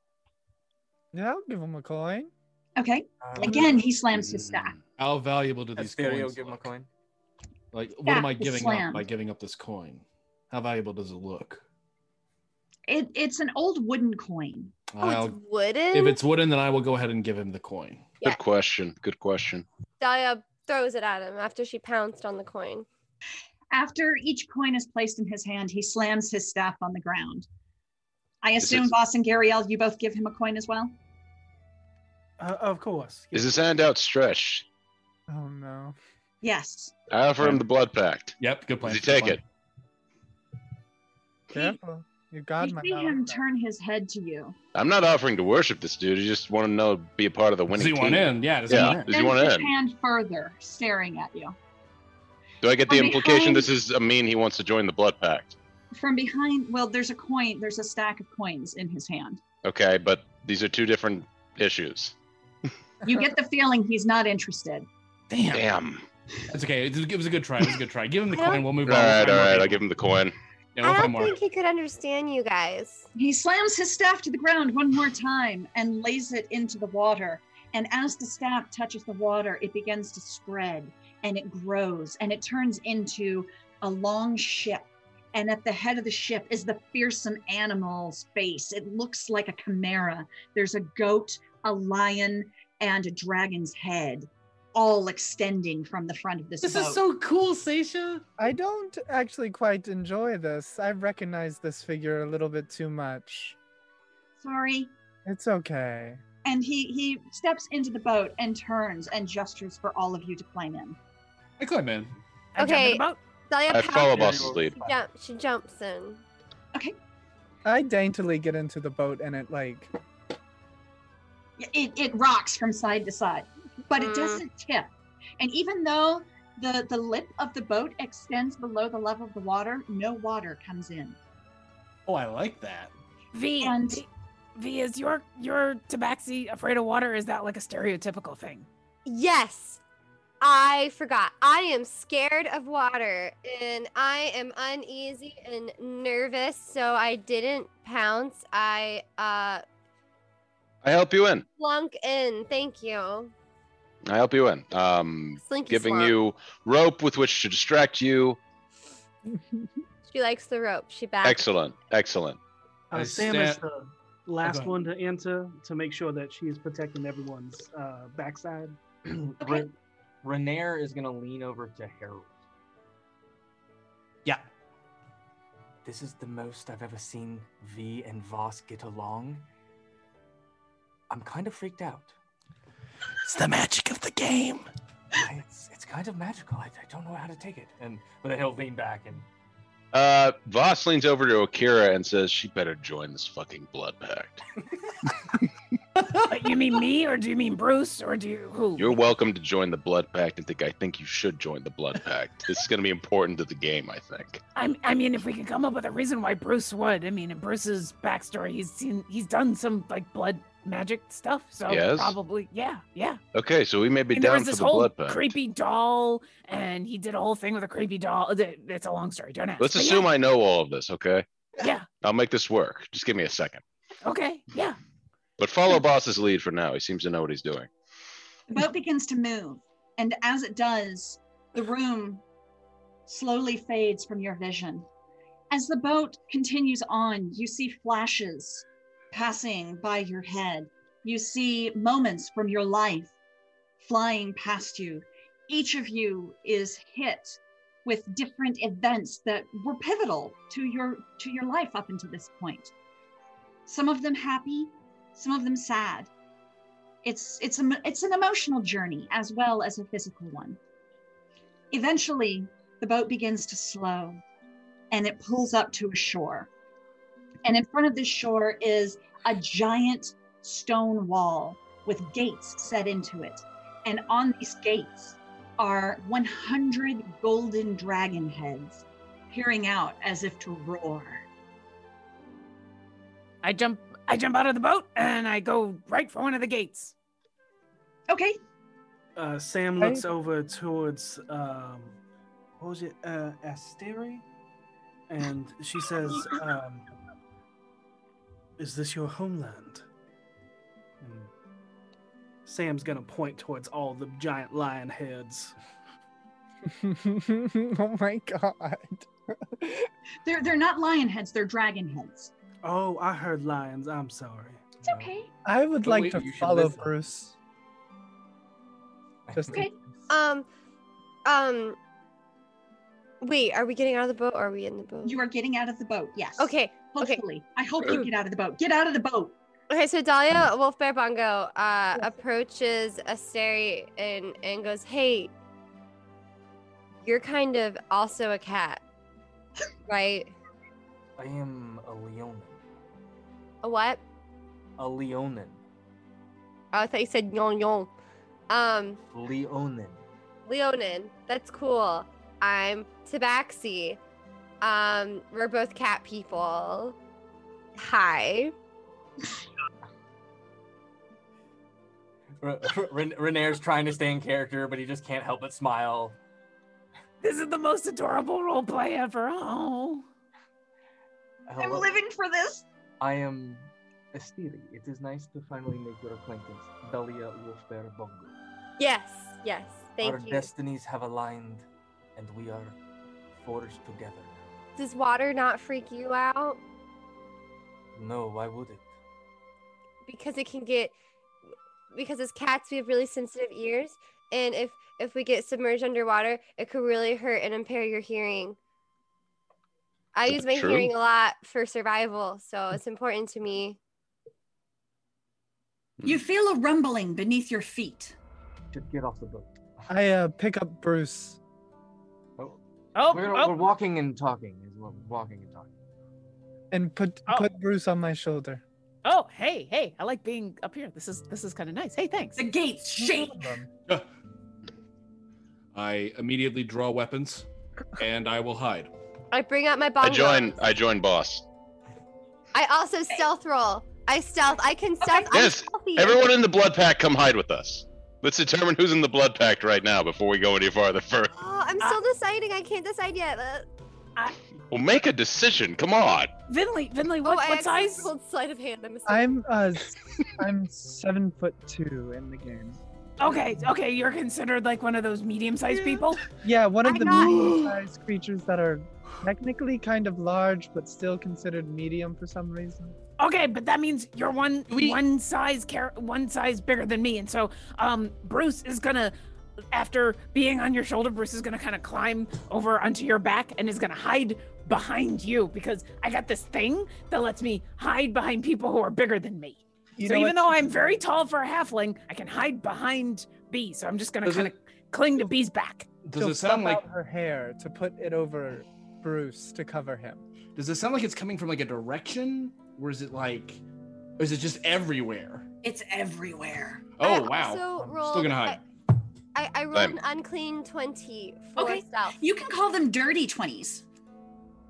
Yeah, I'll give him a coin. Um, Okay. Uh, Again, he slams his mm-hmm. staff. How valuable do these Asperio, coins give him a look? coin. Like, what am I Staff is giving up by slammed. giving up this coin? How valuable does it look? It, it's an old wooden coin. Oh, I'll- Oh, Wooden. if it's wooden, then I will go ahead and give him the coin. Yeah. Good question. Good question. Daya throws it at him after she pounced on the coin. After each coin is placed in his hand, he slams his staff on the ground. I Is assume, it- Voss and Gariel, you both give him a coin as well? Uh, of course. Is his hand outstretched? Oh no. Yes. I offer him the blood pact. Yep, good plan. Does he take it? Careful. You got you my see him turn his head to you. I'm not offering to worship this dude. I just want to know, be a part of the winning he team. want in? Yeah, does he want in? Does he want His in? hand further, staring at you. Do I get the From implication behind- this is a mean he wants to join the blood pact? From behind, well, there's a coin, there's a stack of coins in his hand. Okay, but these are two different issues. You get the feeling he's not interested. Damn. Damn. It's okay. It it was a good try. It was a good try. Give him the I don't- coin. We'll All move on. right, We'll find all more right. I'll people. give him the coin. Yeah, we'll I don't find more. think he could understand you guys. He slams his staff to the ground one more time and lays it into the water. And as the staff touches the water, it begins to spread and it grows and it turns into a long ship. And at the head of the ship is the fearsome animal's face. It looks like a chimera. There's a goat, a lion, and a dragon's head all extending from the front of this, This boat. is so cool, Seisha. I don't actually quite enjoy this. I recognize this figure a little bit too much. sorry. It's okay. And he he steps into the boat and turns and gestures for all of you to climb in. I climb in. I jump in Okay. the boat. Daya I follow pounces. Boss's lead. She, jump, she jumps in. I daintily get into the boat and it like It, it rocks from side to side, but it Mm. doesn't tip. And even though the, the lip of the boat extends below the level of the water, no water comes in. Oh, I like that. V, And- V- V, is your your tabaxi afraid of water? Is that like a stereotypical thing? Yes. I forgot. I am scared of water and I am uneasy and nervous, so I didn't pounce. I uh I help you in. slunk in. Thank you. I help you in. Um, Slinky giving slop. you rope with which to distract you. She likes the rope. She backs. Excellent. Excellent. Uh, I Sam is stand- the last Okay. one to enter to make sure that she is protecting everyone's uh, backside. Okay. Renair is gonna lean over to Harold. Yeah. This is the most I've ever seen V and Voss get along. I'm kind of freaked out. It's the magic of the game. I- it's, it's kind of magical. I, I don't know how to take it. And but then he'll lean back and Uh, Voss leans over to Akira and says, "She better join this fucking blood pact. But you mean me, or do you mean Bruce, or do you who? You're welcome to join the blood pact. And think I think you should join the blood pact. this is going to be important to the game. I think. I, I mean, if we could come up with a reason why Bruce would, I mean, in Bruce's backstory, he's seen he's done some like blood magic stuff, so Yes? probably yeah, yeah. Okay, so we may be And there down was for this the whole blood pact. creepy doll, and he did a whole thing with a creepy doll. Th- It's a long story. Don't ask. Let's But assume I know all of this. Okay, Yeah. I'll make this work. Just give me a second. yeah. Okay. Yeah. But follow Boss's lead for now. He seems to know what he's doing. The boat begins to move. And as it does, the room slowly fades from your vision. As the boat continues on, you see flashes passing by your head. You see moments from your life flying past you. Each of you is hit with different events that were pivotal to your to your life up until this point. Some of them happy, some of them sad It's it's a, it's an emotional journey as well as a physical one. Eventually, the boat begins to slow and it pulls up to a shore. And in front of this shore is a giant stone wall with gates set into it. And on these gates are 100 golden dragon heads peering out as if to roar. I jump I jump out of the boat and I go right for one of the gates. Okay. Uh, Sam looks over towards um, what was it, uh, Asteri, and she says, um, "Is this your homeland?" And Sam's gonna point towards all the giant lion heads. oh my god. They're they're not lion heads, they're dragon heads. Oh, I heard lions. I'm sorry. It's okay. I would But like wait, to you should follow listen. Bruce. Just Okay. Um, um. Wait, are we getting out of the boat? Or are we in the boat? You are getting out of the boat. Yes. Okay. Okay. Hopefully. I hope you get out of the boat. Get out of the boat. Okay. So Dahlia Wolfbear Bongo uh, approaches Asteri and and goes, "Hey, you're kind of also a cat, right? I am a Leonin. A what? A Leonin. Oh, I thought you said yon yon. Um, Leonin. Leonin, that's cool. I'm Tabaxi. Um, we're both cat people. Hi. R- R- Ren- Renair's trying to stay in character, but he just can't help but smile. This is the most adorable role play ever. Oh. I'm Hello. living for this. I am Estiri. It is nice to finally make your acquaintance, Dahlia Wolfbear Bongo. Yes, yes. Thank Our you. destinies have aligned, and we are forged together. Does water not freak you out? No, why would it? Because it can get because as cats we have really sensitive ears and if if we get submerged underwater, it could really hurt and impair your hearing. I Is use it my true? hearing a lot for survival, so it's important to me. You feel a rumbling beneath your feet. Just get off the boat. I uh, pick up Bruce. Oh, We're, oh. we're walking and talking. Is what we're walking and talking. and put Oh. put Bruce on my shoulder. Oh, hey, hey, I like being up here. This is this is kind of nice. Hey, thanks. The gates shake. I immediately draw weapons and I will hide. I bring out my I bongo. join. I join, boss. I also stealth roll. I stealth. I can stealth. I'm Yes, stealthy. Everyone in the blood pack, come hide with us. Let's determine who's in the blood pact right now before we go any farther. First, Oh, I'm still Ah. deciding. I can't decide yet. Uh, well, make a decision. Come on. Vinley, Vinley, oh, what, I what actually size? rolled sleight of hand. I'm a I'm uh s- I'm seven foot two in the game. Okay, okay, you're considered like one of those medium-sized people. Yeah, one of I the got- medium-sized creatures that are technically kind of large but still considered medium for some reason. Okay, but that means you're one We- one size car- one size bigger than me, and so um, Bruce is gonna, after being on your shoulder, Bruce is gonna kind of climb over onto your back and is gonna hide behind you because I got this thing that lets me hide behind people who are bigger than me. You so know even what? though I'm very tall for a halfling, I can hide behind B. So I'm just gonna Does it- kind of cling to B's back. Does She'll it sound fluff like out her hair to put it over Bruce to cover him? Does it sound like it's coming from like a direction, or is it like, or is it just everywhere? It's everywhere. I Oh wow! also I'm rolled still gonna hide. I, I rolled Same. an unclean 20 for Okay. stealth. You can call them dirty 20s.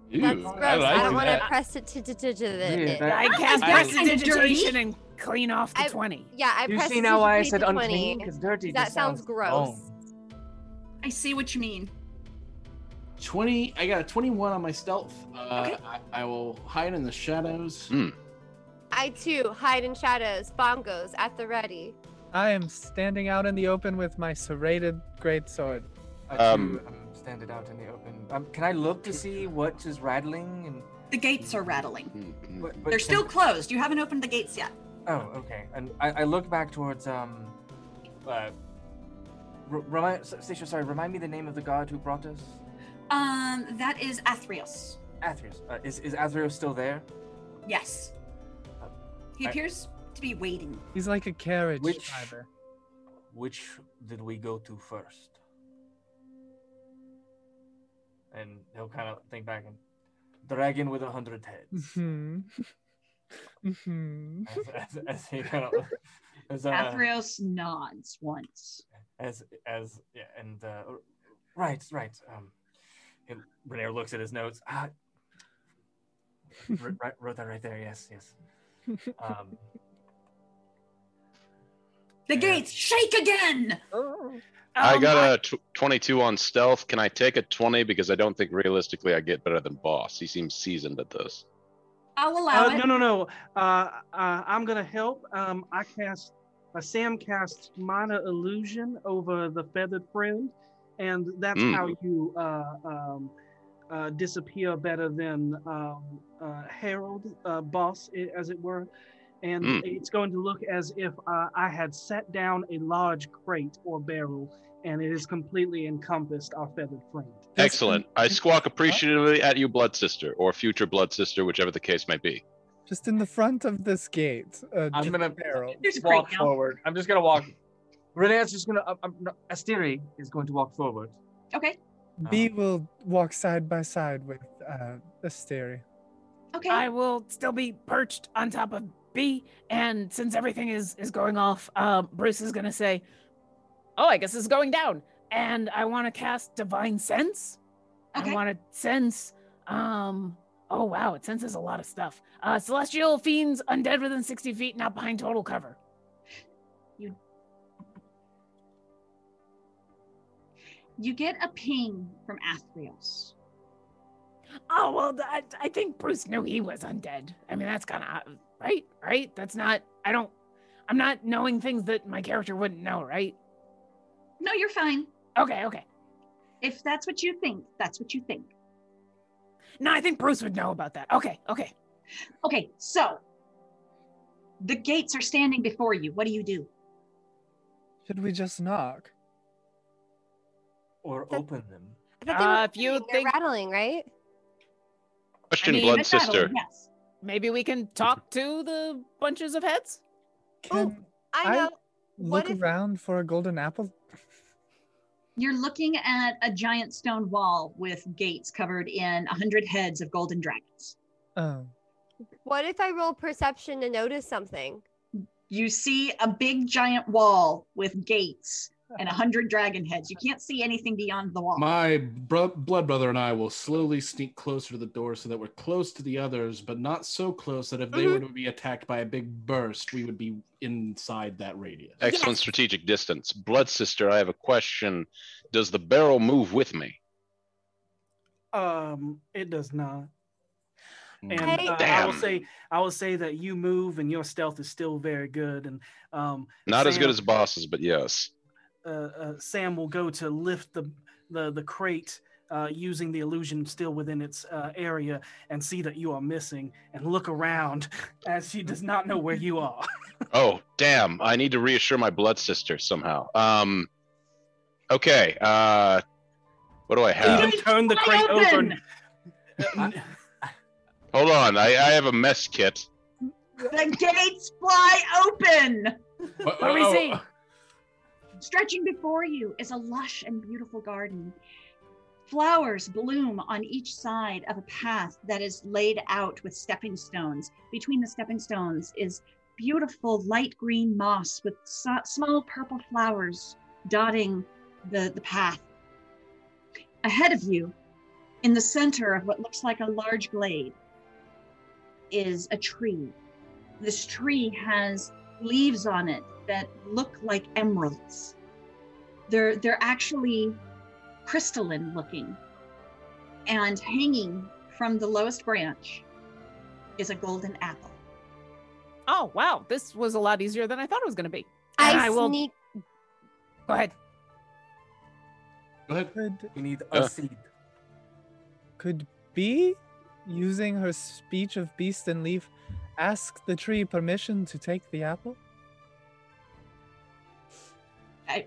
Ew, That's gross. I, like don't want to that. press it to, to, to, to Yeah, it. that- I cast I- prestidigitation and clean off the I- twenty. Yeah, I you pressed see now why I said 20. unclean? Because dirty. That just sounds gross. wrong. I see what you mean. Twenty. I got a twenty-one on my stealth. Uh, Okay. I, I will hide in the shadows. Hmm. I too hide in shadows, bongos at the ready. I am standing out in the open with my serrated greatsword. I Um, um, um, stand it out in the open. Um, can I look to see what is rattling and? The gates are rattling. What, what They're can- still closed. You haven't opened the gates yet. Oh, okay. And I, I look back towards um, uh, re- remind Stacia, sorry, remind me the name of the god who brought us. Um, that is Athreus. Athreus. Uh, is is Athreus still there? Yes. He I- appears to be waiting. He's like a carriage Which- driver. Which did we go to first? And he'll kind of think back and dragon with a hundred heads. Hmm. Hmm. as, as, as he kind of as, uh, Athreos nods once. as as yeah, and uh, right, right. Um, and Renair looks at his notes. Ah, wrote, wrote that right there. Yes, yes. Um, The gates shake again. Oh. Um, I got a tw- 22 on stealth. Can I take a 20 because I don't think realistically I get better than boss. He seems seasoned at this. I'll allow Uh, it. No, no, no. Uh, uh, I'm gonna help. Um, I cast. Uh, Sam casts minor illusion over the feathered friend, and that's Mm. how you uh, um, uh, disappear better than um, uh, Harold uh, Boss, i- as it were. And Mm. it's going to look as if uh, I had set down a large crate or barrel, and it has completely encompassed our feathered friend. Excellent. I squawk appreciatively at you, blood sister, or future blood sister, whichever the case may be. Just in the front of this gate. Uh, I'm just gonna barrel. There's a crate walk now. forward. I'm just gonna walk. Renair's just gonna. I'm, I'm, not- Asteri is going to walk forward. Okay. B will walk side by side with uh, Asteri. Okay. I will still be perched on top of B, and since everything is is going off, um, Bruce is gonna say, "Oh, I guess it's going down," and I want to cast Divine Sense. Okay. I want to sense. Um, oh wow, it senses a lot of stuff. Uh, celestial fiends, undead within sixty feet, not behind total cover. you get a ping from Athreos. Oh well, th- I, I think Bruce knew he was undead. I mean, that's kind of right, right. That's not. I don't. I'm not knowing things that my character wouldn't know, right? No, you're fine. Okay, okay. If that's what you think, that's what you think. No, I think Bruce would know about that. Okay, okay. Okay, so the gates are standing before you. What do you do? Should we just knock? Or open them. I thought they were Uh, if you rattling. think- they're rattling, right? Question, mean, blood That's not sister. a- Yes. Maybe we can talk to the bunches of heads. Oh, Can I I- know. what look if- around for a golden apple? You're looking at a giant stone wall with gates covered in 100 heads of golden dragons. Oh, What if I roll perception to notice something? You see a big giant wall with gates and 100 dragon heads. You can't see anything beyond the wall. My bro- blood brother and I will slowly sneak closer to the door so that we're close to the others, but not so close that if Mm-hmm. they were to be attacked by a big burst, we would be inside that radius. Excellent Yes. strategic distance. Blood sister, I have a question. Does the barrel move with me? Um, it does not. And Hey. uh, I will Hmm. Damn. say, I will say that you move and your stealth is still very good. And um, Not as good Sam- as bosses, but yes. uh, uh, Sam will go to lift the the, the crate uh, using the illusion still within its uh, area and see that you are missing and look around as she does not know where you are. Oh, damn. I need to reassure my blood sister somehow. Um Okay, uh what do I You have? can turn the crate over. and- Hold on. I, I have a mess kit. The gates fly open. What, do we see? Stretching before you is a lush and beautiful garden. Flowers bloom on each side of a path that is laid out with stepping stones. Between the stepping stones is beautiful light green moss with so- small purple flowers dotting the, the path. Ahead of you, in the center of what looks like a large glade, is a tree. This tree has leaves on it that look like emeralds. They're they're actually crystalline looking. And hanging from the lowest branch is a golden apple. Oh wow, this was a lot easier than I thought it was gonna be. And I, I will- sneak. Go ahead. Go ahead. could We need Uh. a seed. could B, using her speech of beast and leaf, ask the tree permission to take the apple? I,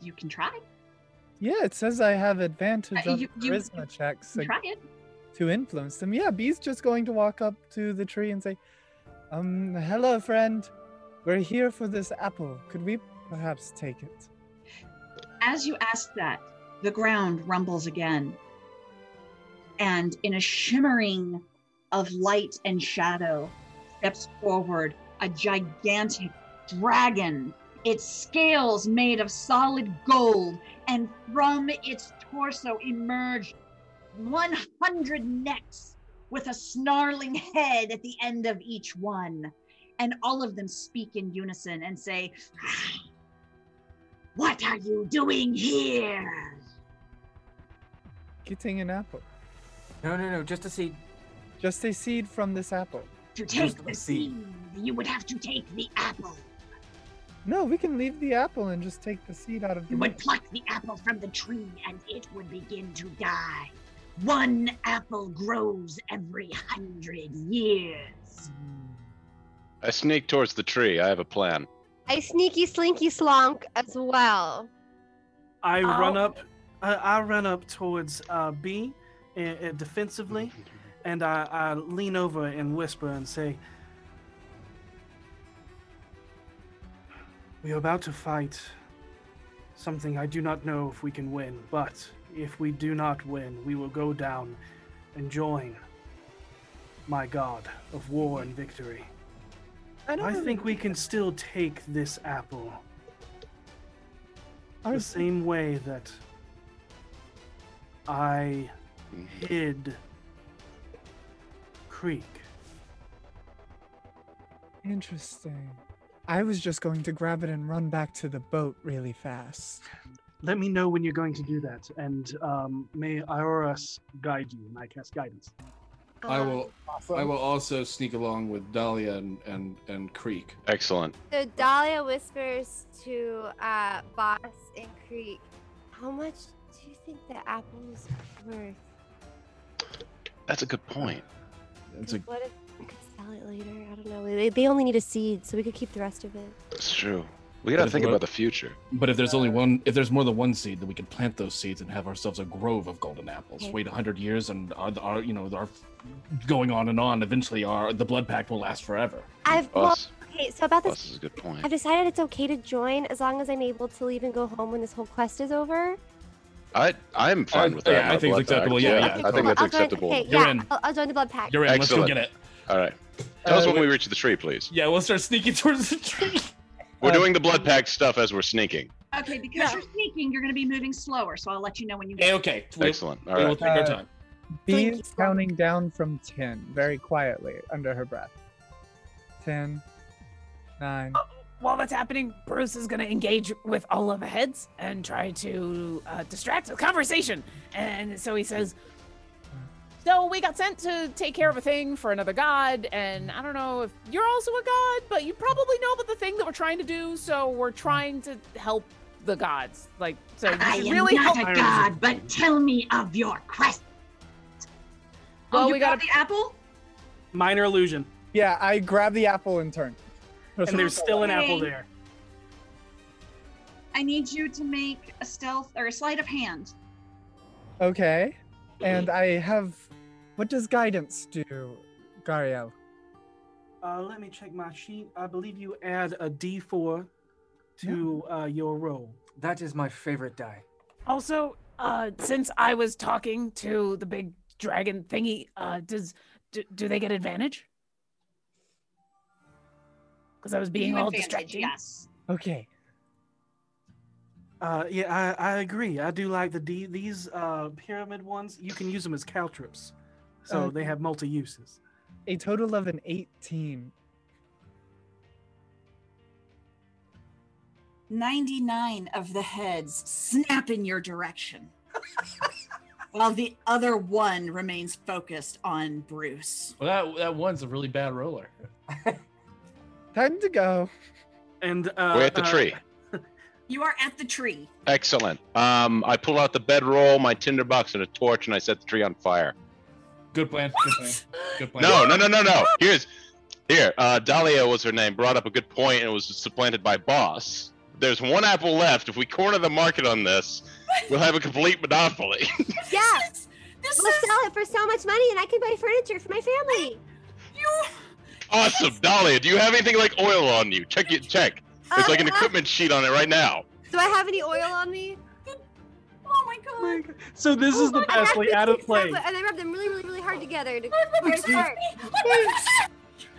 you can try. Yeah, it says I have advantage Uh, on you- you- charisma checks You can ag- try it. to influence them. Yeah, B's just going to walk up to the tree and say, "Um, hello, friend. We're here for this apple. Could we perhaps take it? As you ask that, the ground rumbles again. And in a shimmering of light and shadow, steps forward a gigantic dragon, its scales made of solid gold, and from its torso emerged 100 necks with a snarling head at the end of each one. And all of them speak in unison and say, "Ah, What are you doing here? Getting an apple. No, no, no. Just a seed. Just a seed from this apple. To take the seed, you would have to take the apple. No, we can leave the apple and just take the seed out of the You would nest. pluck the apple from the tree and it would begin to die. One apple grows every hundred years. I sneak towards the tree. I have a plan. I sneaky slinky slonk as well. I Oh. run up. I, I run up towards uh, B uh, uh, defensively, and I, I lean over and whisper and say, "We are about to fight something I do not know if we can win, but if we do not win, we will go down and join my god of war and victory. I, I think we can still take this apple." the same way that I hid Creek. Interesting. I was just going to grab it and run back to the boat really fast. Let me know when you're going to do that, and um, may Ioras guide you, and I cast guidance. Oh, I will. I will also sneak along with Dahlia and and, and Creek. Excellent. So Dahlia whispers to uh, Boss and Creek, "How much do you think the apple's worth? That's a good point. That's a, What if we could sell it later? I don't know. They, they only need a seed, so we could keep the rest of it. that's true. We gotta But if think we're- about the future. But if there's only one, if there's more than one seed, then we could plant those seeds and have ourselves a grove of golden apples. Okay. Wait a hundred years, and our, our you know our going on and on. Eventually, our the blood pact will last forever. I've well, Boss- okay. So about this, This is a good point. I've decided it's okay to join as long as I'm able to leave and go home when this whole quest is over. I I'm fine with that. yeah, I Not think it's blood acceptable. pact. Yeah, yeah, I cool. think that's I'll join- acceptable. okay, You're yeah, in. I'll, I'll join the blood pack. You're in. Let's go Excellent. get it. All right. Tell us when we reach the tree, please. Yeah, we'll start sneaking towards the tree. Uh, We're doing the blood pact stuff as we're sneaking. Okay, because you're sneaking, you're going to be moving slower, so I'll let you know when you Hey, get. okay. We'll, Excellent. All we will right. take our Uh, time. B is counting down from 10 very quietly under her breath. 10, 9. Oh. While that's happening, Bruce is going to engage with all of the heads and try to uh, distract the conversation. And so he says, So we got sent to take care of a thing for another god. And I don't know if you're also a god, but you probably know about the thing that we're trying to do. So we're trying to help the gods. Like, so you I should am really not help a god, but tell me of your quest. Well, Oh, you we got got the apple? Minor illusion, Yeah, I grab the apple and turn. and there's still an apple there. I need you to make a stealth or a sleight of hand. Okay. And I have. What does guidance do, Gariel? Uh, let me check my sheet. I believe you add a D4 to uh, your roll. That is my favorite die. Also, uh, since I was talking to the big dragon thingy, uh, does do, do they get advantage? Because I was being You all advantage, distracting. Yes. Okay. Uh, yeah, I, I agree. I do like the D. These uh, pyramid ones, you can use them as caltrips, so Uh, they have multi uses. A total of an 18. 99 of the heads snap in your direction while the other one remains focused on Bruce. Well, that that one's a really bad roller. Time to go. And uh, We're at the uh, tree. You are at the tree. Excellent. Um, I pull out the bedroll, my tinderbox, and a torch, and I set the tree on fire. Good plan. Good plan. Good plan. No, no, no, no, no. Here's here. Uh, Dahlia was her name. Brought up a good point, and it was supplanted by Boss. There's one apple left. If we corner the market on this, we'll have a complete monopoly. Yeah, This we'll is sell it for so much money, and I can buy furniture for my family. you Awesome, Dahlia. Do you have anything like oil on you? Check it. Check. It's like an equipment sheet on it right now. Do I have any oil on me? Oh my god! So this is the I best way wrapped out these of two play. separate- And I rubbed them really, really, really hard together to Excuse me.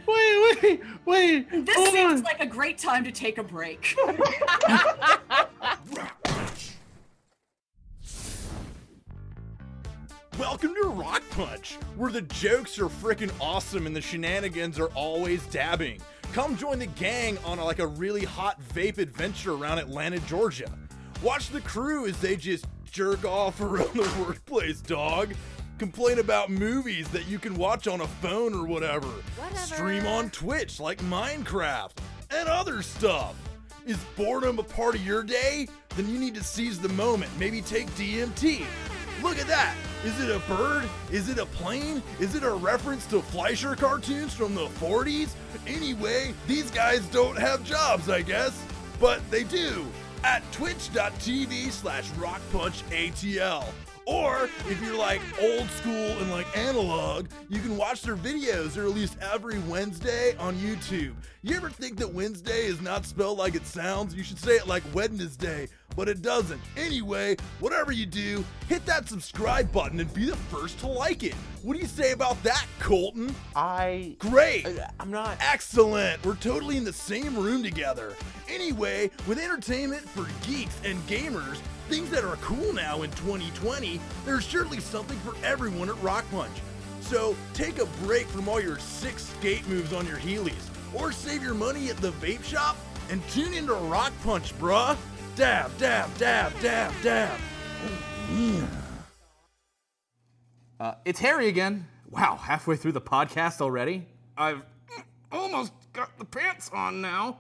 Wait, wait, wait. This seems like a great time to take a break. Welcome to Rock Punch, where the jokes are freaking awesome and the shenanigans are always dabbing. Come join the gang on like a really hot vape adventure around Atlanta, Georgia. Watch the crew as they just jerk off around the workplace, dog. Complain about movies that you can watch on a phone or whatever. Stream on Twitch like Minecraft and other stuff. Is boredom a part of your day? Then you need to seize the moment. Maybe take DMT. Look at that! Is it a bird? Is it a plane? Is it a reference to Fleischer cartoons from the 40s? Anyway, these guys don't have jobs, I guess. But they do at twitch.tv slash rockpunchatl. Or if you're like old school and like analog, you can watch their videos. They're released every Wednesday on YouTube. You ever think that Wednesday is not spelled like it sounds? You should say it like Wednesday, but it doesn't. Anyway, whatever you do, hit that subscribe button and be the first to like it. What do you say about that, Colton? I. Great! I'm not. Excellent! We're totally in the same room together. Anyway, with entertainment for geeks and gamers, things that are cool now in 2020, there's surely something for everyone at Rock Punch. So take a break from all your six skate moves on your Heelys, or save your money at the vape shop and tune into Rock Punch, bruh! Dab, dab, dab, dab, dab. Uh, it's Harry again. Wow, halfway through the podcast already? I've almost got the pants on now.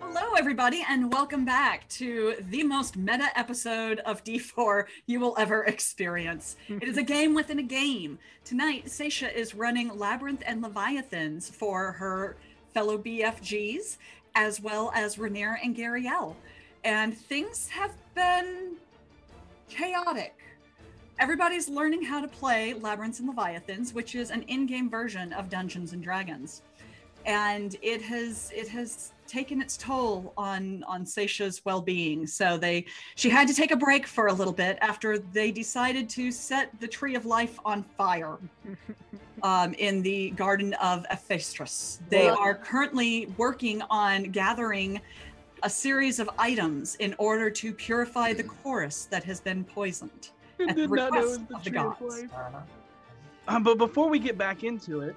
Hello, everybody, and welcome back to the most meta episode of D4 you will ever experience. it is a game within a game. Tonight, Seisha is running Labyrinth and Leviathans for her fellow BFGs, as well as Renair and Gariel. And things have been chaotic. Everybody's learning how to play Labyrinths and Leviathans, which is an in-game version of Dungeons and Dragons and it has it has taken its toll on on Seisha's well-being. So they she had to take a break for a little bit after they decided to set the tree of life on fire um, in the garden of Hephaestus. They Whoa. are currently working on gathering a series of items in order to purify the chorus that has been poisoned I at the request did not know Mm. it was the of the tree of gods. Um, but before we get back into it,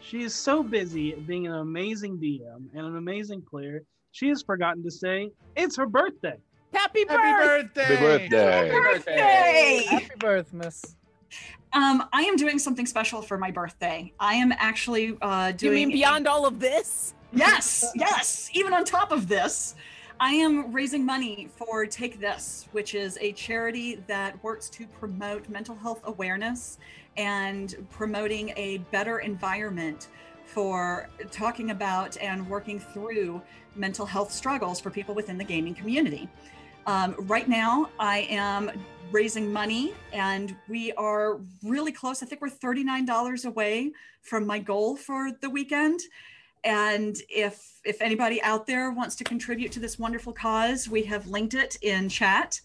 she is so busy being an amazing DM and an amazing player, she has forgotten to say it's her birthday. Happy, birthday! Happy birthday. birthday! Happy birth, miss. Um, I am doing something special for my birthday. I am actually uh, Do you doing. mean beyond all of this? Yes, yes. Even on top of this, I am raising money for Take This, which is a charity that works to promote mental health awareness and promoting a better environment for talking about and working through mental health struggles for people within the gaming community. Um, right now, I am raising money and we are really close. I think we're $39 away from my goal for the weekend. And if if anybody out there wants to contribute to this wonderful cause, we have linked it in chat.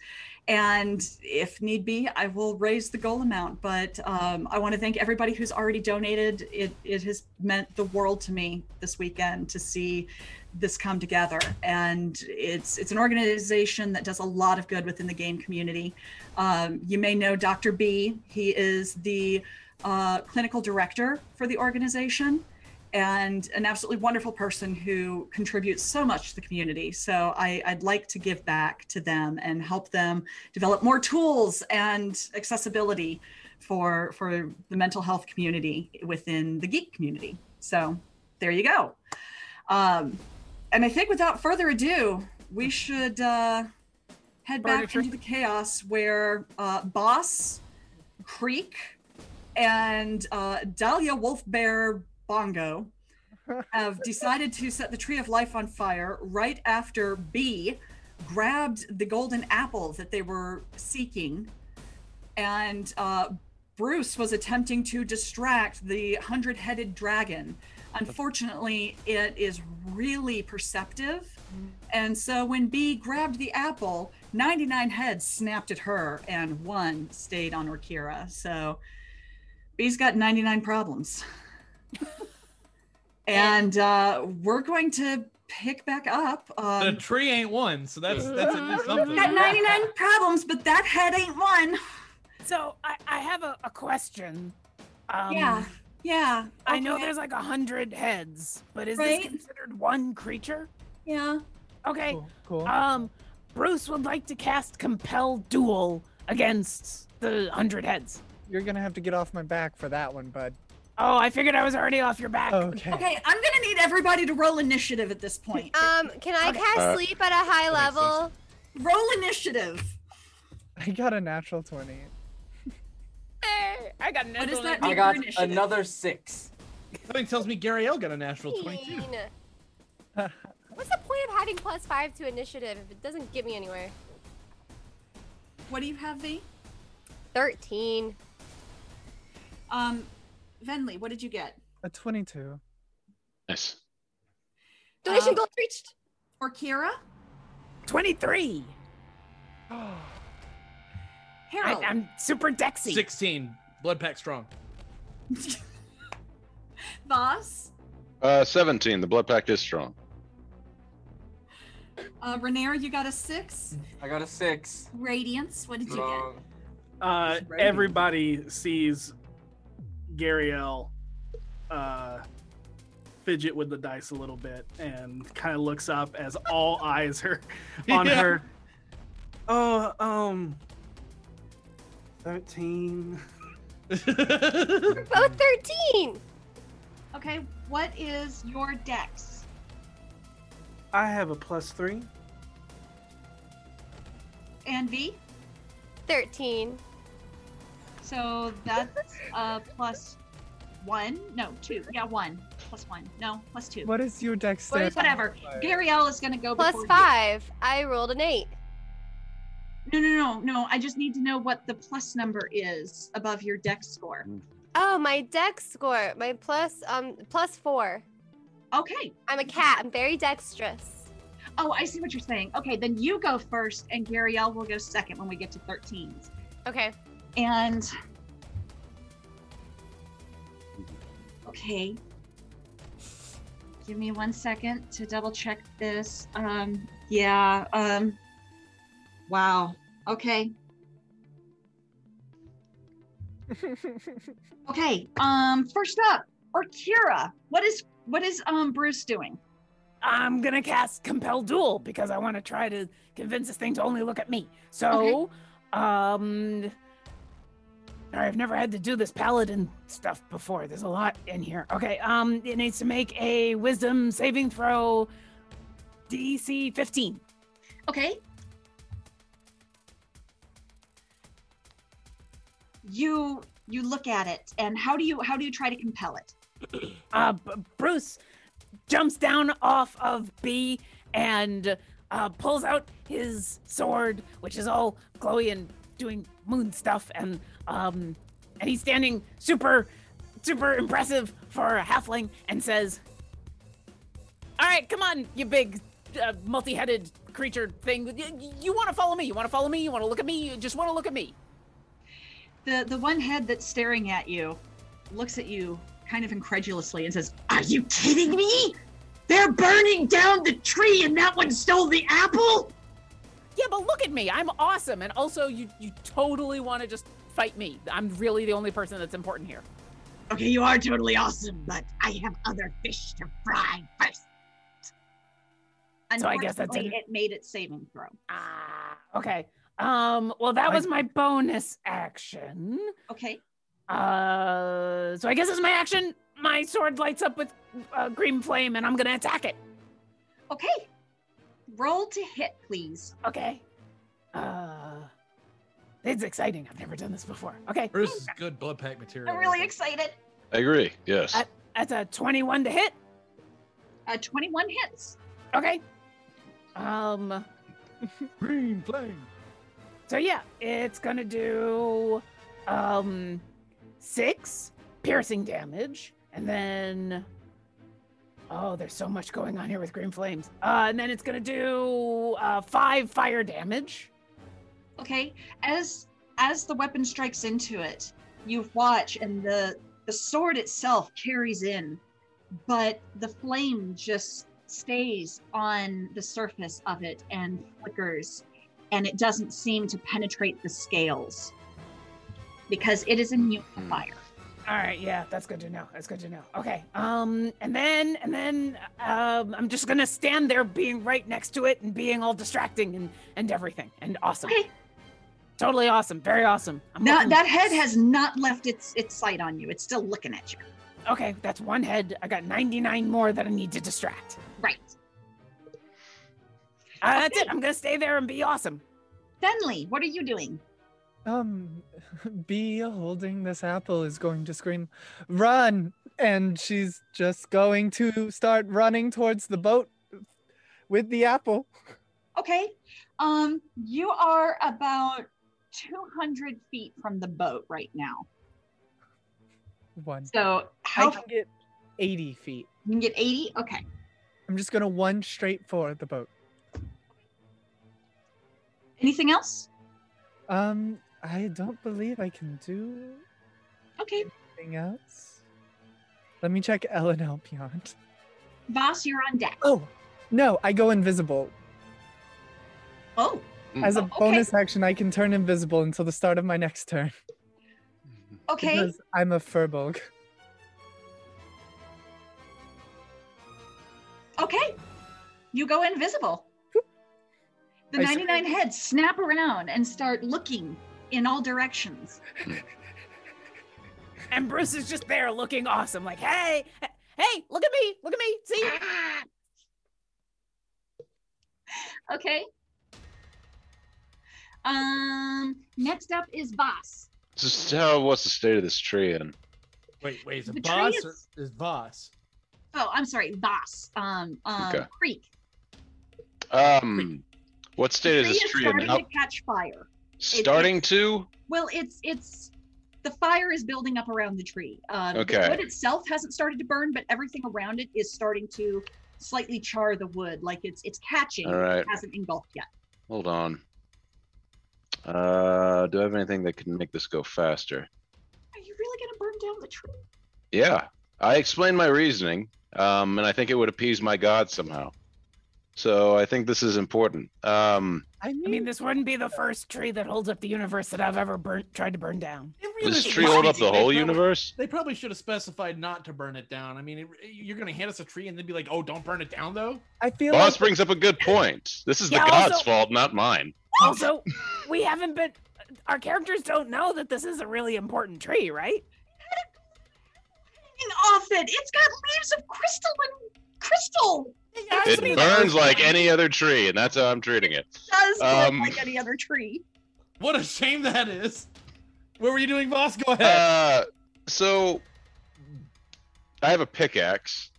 And if need be, I will raise the goal amount. But um, I want to thank everybody who's already donated. It it has meant the world to me this weekend to see this come together. And it's it's an organization that does a lot of good within the game community. Um, you may know Dr. B. He is the uh, clinical director for the organization and an absolutely wonderful person who contributes so much to the community. So I, I'd like to give back to them and help them develop more tools and accessibility for for the mental health community within the geek community. So there you go. Um, and I think without further ado, we should uh, head back into the chaos where uh, Boss Creek and uh, Dahlia Wolfbear Bongo have decided to set the Tree of Life on fire right after B grabbed the golden apple that they were seeking. And uh, Bruce was attempting to distract the hundred headed dragon. Unfortunately, it is really perceptive. And so when Bee grabbed the apple, 99 heads snapped at her and one stayed on Orkira. So Bee's got 99 problems. and uh, we're going to pick back up. The Um, tree ain't one, so that's Mm-hmm. that's at least something. got 99 problems, but that head ain't one. So I, I have a, a question. Um, Yeah, yeah. I know okay. there's like a hundred heads, but is Right? this considered one creature? Yeah. Okay. cool. Um, Bruce would like to cast Compel Duel against the hundred heads. You're gonna have to get off my back for that one, bud. Oh, I figured I was already off your back. Okay. Okay, I'm gonna need everybody to roll initiative at this point. Um, can I cast Uh, sleep at a high level? Roll initiative. I got a natural twenty. Eh, I got What does that mean I for got initiative? another six. Something tells me Gary L got a natural twenty-two. Mean. What's the point of having plus five to initiative if it doesn't get me anywhere? What do you have, V? Thirteen. Um, Venley, what did you get? A twenty-two. Nice. Donation goal reached. Or Kira? 23. Harold. I, am super dexy. Sixteen. Blood pack strong. Voss. Uh, 17. The blood pact is strong. Uh, Renair, you got a six. I got a six. Radiance, what did you get? Strong. Uh, Right. everybody sees Gariel uh, fidget with the dice a little bit and kind of looks up as all eyes are on Yeah. her. Oh, um, thirteen. We're both thirteen. Okay, what is your dex? I have a plus three. And V? Thirteen. So that's uh, plus one. No, two. Yeah, one. Plus one. No, plus two. What is your dexterity? Whatever. Gariel is gonna go Plus before you. five. I rolled an eight. No, no, no, no. I just need to know what the plus number is above your dex score. Oh, my dex score. My plus um plus four. Okay. I'm a cat. I'm very dexterous. Oh, I see what you're saying. Okay, then you go first, and Gariel will go second when we get to 13s. Okay. And okay, give me one second to double check this. Um, yeah. Um, wow. Okay. Okay. Um, first up, or Kira. What is what is um Bruce doing? I'm gonna cast Compel Duel because I want to try to convince this thing to only look at me. So, um, sorry, I've never had to do this paladin stuff before. There's a lot in here. Okay, um, it needs to make a Wisdom saving throw, DC 15. Okay. You you look at it, and how do you how do you try to compel it? Uh, B- Bruce jumps down off of B and uh, pulls out his sword, which is all glowy and doing moon stuff, and um, and he's standing super, super impressive for a halfling, and says, "All right, come on, you big." Uh, multi-headed creature thing. Y- y- You, want to follow me? You want to follow me? You want to look at me? You just want to look at me? The the one head that's staring at you looks at you kind of incredulously and says, "Are you kidding me? They're burning down the tree, and that one stole the apple." Yeah, but look at me. I'm awesome, and also you you totally want to just fight me. I'm really the only person that's important here. Okay, you are totally awesome, but I have other fish to fry first. So I guess that's Unfortunately, an- it made its saving throw. Ah, okay. Um, well, that was my bonus action. Okay. Uh, so I guess it's my action. My sword lights up with uh, green flame, and I'm gonna attack it. Okay. Roll to hit, please. Okay. Uh, it's exciting. I've never done this before. Okay. Bruce is good blood pack material. I'm really excited. I agree. Yes. That- that's a 21 to hit. Uh, 21 hits. Okay. Um. Green flame. So yeah, it's gonna do um six piercing damage, and then. Oh, there's so much going on here with green flames. Uh, and then it's gonna do uh, five fire damage. Okay, as as the weapon strikes into it, you watch and the the sword itself carries in, but the flame just stays on the surface of it and flickers, and it doesn't seem to penetrate the scales because it is immune to fire. All right, yeah, that's good to know. That's good to know. Okay, um, and then and then um, I'm just gonna stand there, being right next to it and being all distracting and and everything and awesome. Okay. Totally awesome. Very awesome. I'm Now looking- that head has not left its its sight on you. It's still looking at you. Okay, that's one head. I got 99 more that I need to distract. Right. Uh, that's it. I'm gonna stay there and be awesome. Fenley, what are you doing? Um, Bee holding this apple is going to scream, run! And she's just going to start running towards the boat with the apple. Okay. Um, you are about 200 feet from the boat right now. One. So how I can get 80 feet. You can get 80? Okay. I'm just going to one straight for the boat. Anything else? Um, I don't believe I can do Okay. anything else. Let me check L and L beyond. Voss, you're on deck. Oh, no, I go invisible. Oh. Mm. As a Oh, okay. bonus action, I can turn invisible until the start of my next turn. Okay. Because I'm a furbolg. Okay. You go invisible. The I see. 99 heads snap around and start looking in all directions. And Bruce is just there looking awesome, like, hey, he- hey, look at me, look at me, see? Okay. Um, next up is Voss. Just how what's the state of this tree in? Wait, wait, is The it tree Voss is- or is Voss? Oh, I'm sorry, Voss. Um, um, Okay. Creek. Um, what The state is tree this tree in? starting How, to catch fire. It- starting to? Well, it's it's the fire is building up around the tree. Um, Okay. The wood itself hasn't started to burn, but everything around it is starting to slightly char the wood, like it's it's catching. All but right. It hasn't engulfed yet. Hold on. Uh, do I have anything that can make this go faster? Are you really gonna burn down the tree? Yeah, I explained my reasoning, um, and I think it would appease my god somehow. So I think this is important. Um, I mean, this wouldn't be the first tree that holds up the universe that I've ever burnt, tried to burn down. does this tree hold up the whole universe? They probably should have specified not to burn it down. I mean, it, you're going to hand us a tree and then be like, oh, don't burn it down, though? I feel Boss brings up a good point. This is the Yeah, god's also- fault, not mine. Also, we haven't been, our characters don't know that this is a really important tree, right? Hang off it. It's got oh, leaves of crystal and crystal. It burns like any other tree, and that's how I'm treating it. does look Um, like any other tree. What a shame that is. What were you doing, Voss? Go ahead. Uh, so I have a pickaxe.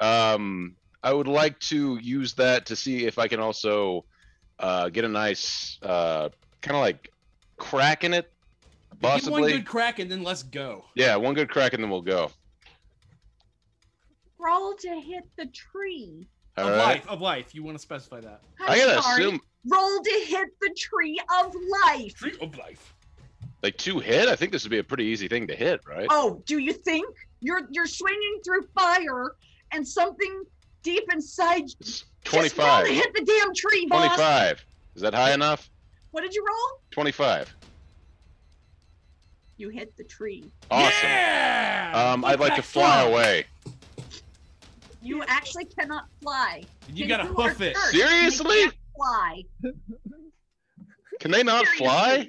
Um, I would like to use that to see if I can also uh, get a nice uh, kind of like crack in it, Give one possibly. good crack and then let's go. Yeah, one good crack and then we'll go. Roll to hit the tree. All of right. life, of life. You want to specify that. I gotta assume Roll to hit the tree of life. Tree of life. like two hit. I think this would be a pretty easy thing to hit, right? Oh, do you think you're you're swinging through fire and something deep inside just roll 25. to hit the damn tree, boss? 25. Is that high enough? What did you roll? 25. You hit the tree. Awesome. Um, I'd like to fly away. You actually cannot fly. You Can gotta are hoof it. cursed, and you Seriously? can't Fly. Can they not fly?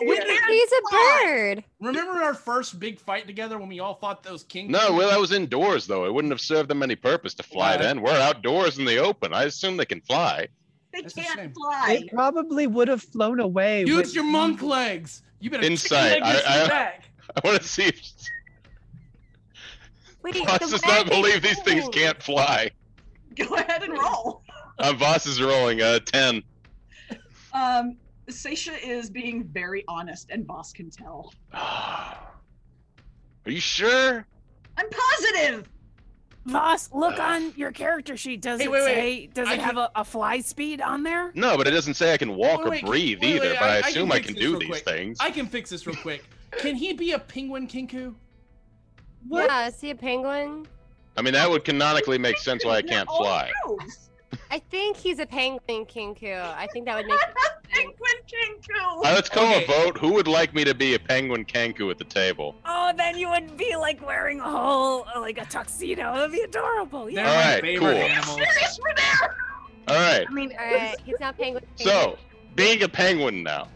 Wait, He's a bird. Remember our first big fight together when we all fought those king? No, well, that was indoors though. It wouldn't have served them any purpose to fly then. We're outdoors in the open. I assume they can fly. They can't fly. It probably would have flown away. Use with- your monk legs. You better Insight. chicken leg this I- I- back. I want to see if Wait, Voss does not believe these things can't fly. Go ahead and roll. Uh, Voss is rolling uh, ten. Um, Sasha is being very honest, and boss can tell. I Are you sure? I'm positive. Voss, look on your character sheet. Does Hey, it wait, wait. say? Does I it have can- a, a fly speed on there? No, but it doesn't say I can walk or breathe wait, either. wait, but I, assume I fix can this do real these quick. things. I can fix this real quick. Can he be a penguin kinku? Yeah, is he a penguin? I mean, that would canonically make sense why I can't fly. I think he's a penguin kinku. I think that would make penguin kinku. Uh, let's call a vote. Who would like me to be a penguin kanku at the table? Oh, then you would be like wearing a whole uh, like a tuxedo. It would be adorable. Yeah. All right, cool. All right. I mean, alright, he's not penguin. So, being a penguin now,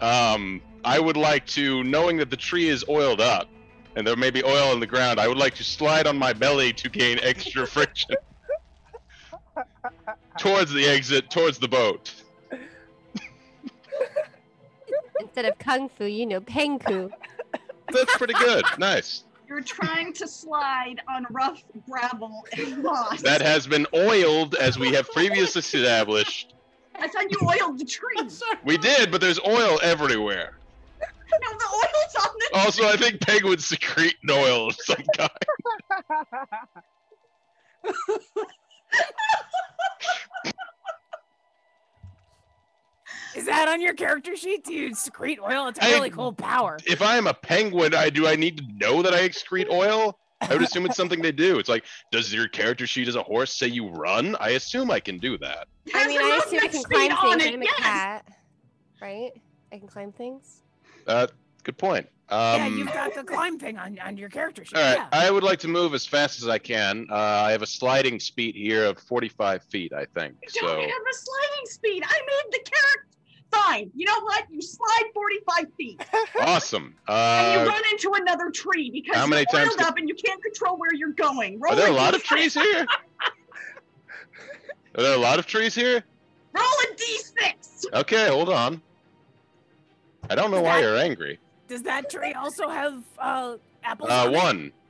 um, I would like to, knowing that the tree is oiled up and there may be oil in the ground, I would like to slide on my belly to gain extra friction towards the exit, towards the boat. instead of kung fu, you know, pengu. That's pretty good. Nice. You're trying to slide on rough gravel and moss. That has been oiled, as we have previously established. I thought you oiled the tree. We did, but there's oil everywhere. No, the oil's on the Also, I think penguins secrete an oil of some kind. Is that on your character sheet? Do you secrete oil? It's a really cool power. if I am a penguin, I do I need to know that I excrete oil? I would assume it's something they do. It's like, does your character sheet as a horse say you run? I assume I can do that. I mean, I assume I can movement speed climb on things. it, I'm a cat, right? I can climb things. Uh, good point. Um, yeah, you've got the climb thing on, on your character sheet. all right, Yeah. I would like to move as fast as I can. Uh, I have a sliding speed here of 45 feet, I think. So don't have a sliding speed. I made the character. Fine. You know what? You slide 45 feet awesome. and you Uh, run into another tree because how many you're times oiled can- up and you can't control where you're going. Roll are there a a lot D- of trees here? Are there a lot of trees here? Roll a d6. Okay, hold on. I don't know why you're angry. Does that tree also have uh, apples? Uh, on it? one.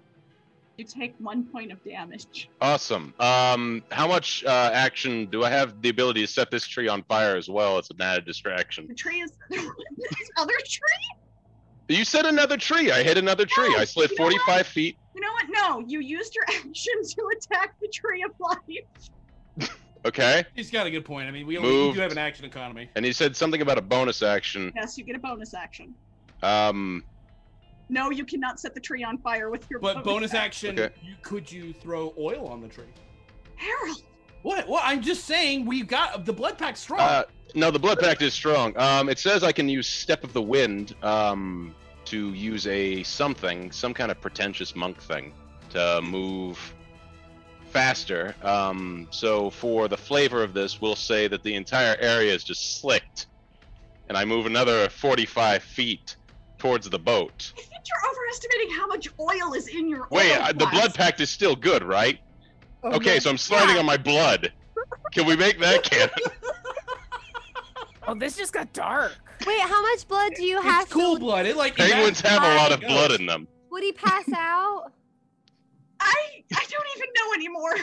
You take one point of damage. Awesome. Um, how much uh, action do I have the ability to set this tree on fire as well as an added distraction? The tree is this other tree. You said another tree. I hit another tree. I slid Oh, you know what? 45 feet. You know what? No, you used your action to attack the tree of life. Okay. He's got a good point. I mean, we, only, we Moved. do have an action economy. And you said something about a bonus action. Yes, you get a bonus action. Um, No, you cannot set the tree on fire with your. But bonus action, Okay. you, could you throw oil on the tree? Harold. What? Well, I'm just saying we've got the blood pack strong. uh, no, the blood pact is strong. Um, it says I can use Step of the Wind um, to use a something, some kind of pretentious monk thing to move faster. Um, so for the flavor of this, we'll say that the entire area is just slicked. And I move another 45 feet towards the boat. I think you're overestimating how much oil is in your. Wait, oil I, the flask. blood pact is still good, right? okay, so I'm sliding on my blood. Can we make that canon? Oh, this just got dark. Wait, how much blood do you have? it's cool blood. It like Penguins have a evaporates lot and of goes. blood in them. Would he pass out? I I don't even know anymore.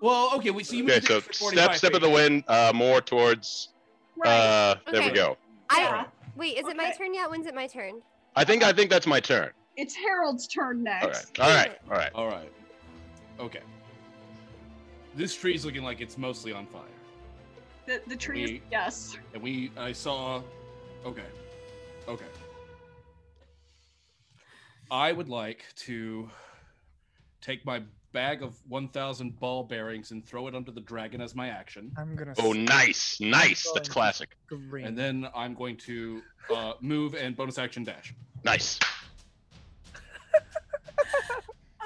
Well, okay. We so you Okay, moved so it for 45 step step of feet. the wind, uh, more towards. Uh, There we Okay. go. I wait. Is it my turn yet? When's it my turn? I think I think that's my turn. It's Harold's turn next. All right, all right, all All right. right. Okay. This tree's looking like it's mostly on fire. The, the tree is We- yes. And we, I saw. Okay. Okay. I would like to take my bag of 1,000 ball bearings and throw it under the dragon as my action. I'm gonna. Oh, nice, nice. That's classic. Great. And then I'm going to uh, move and bonus action dash. Nice.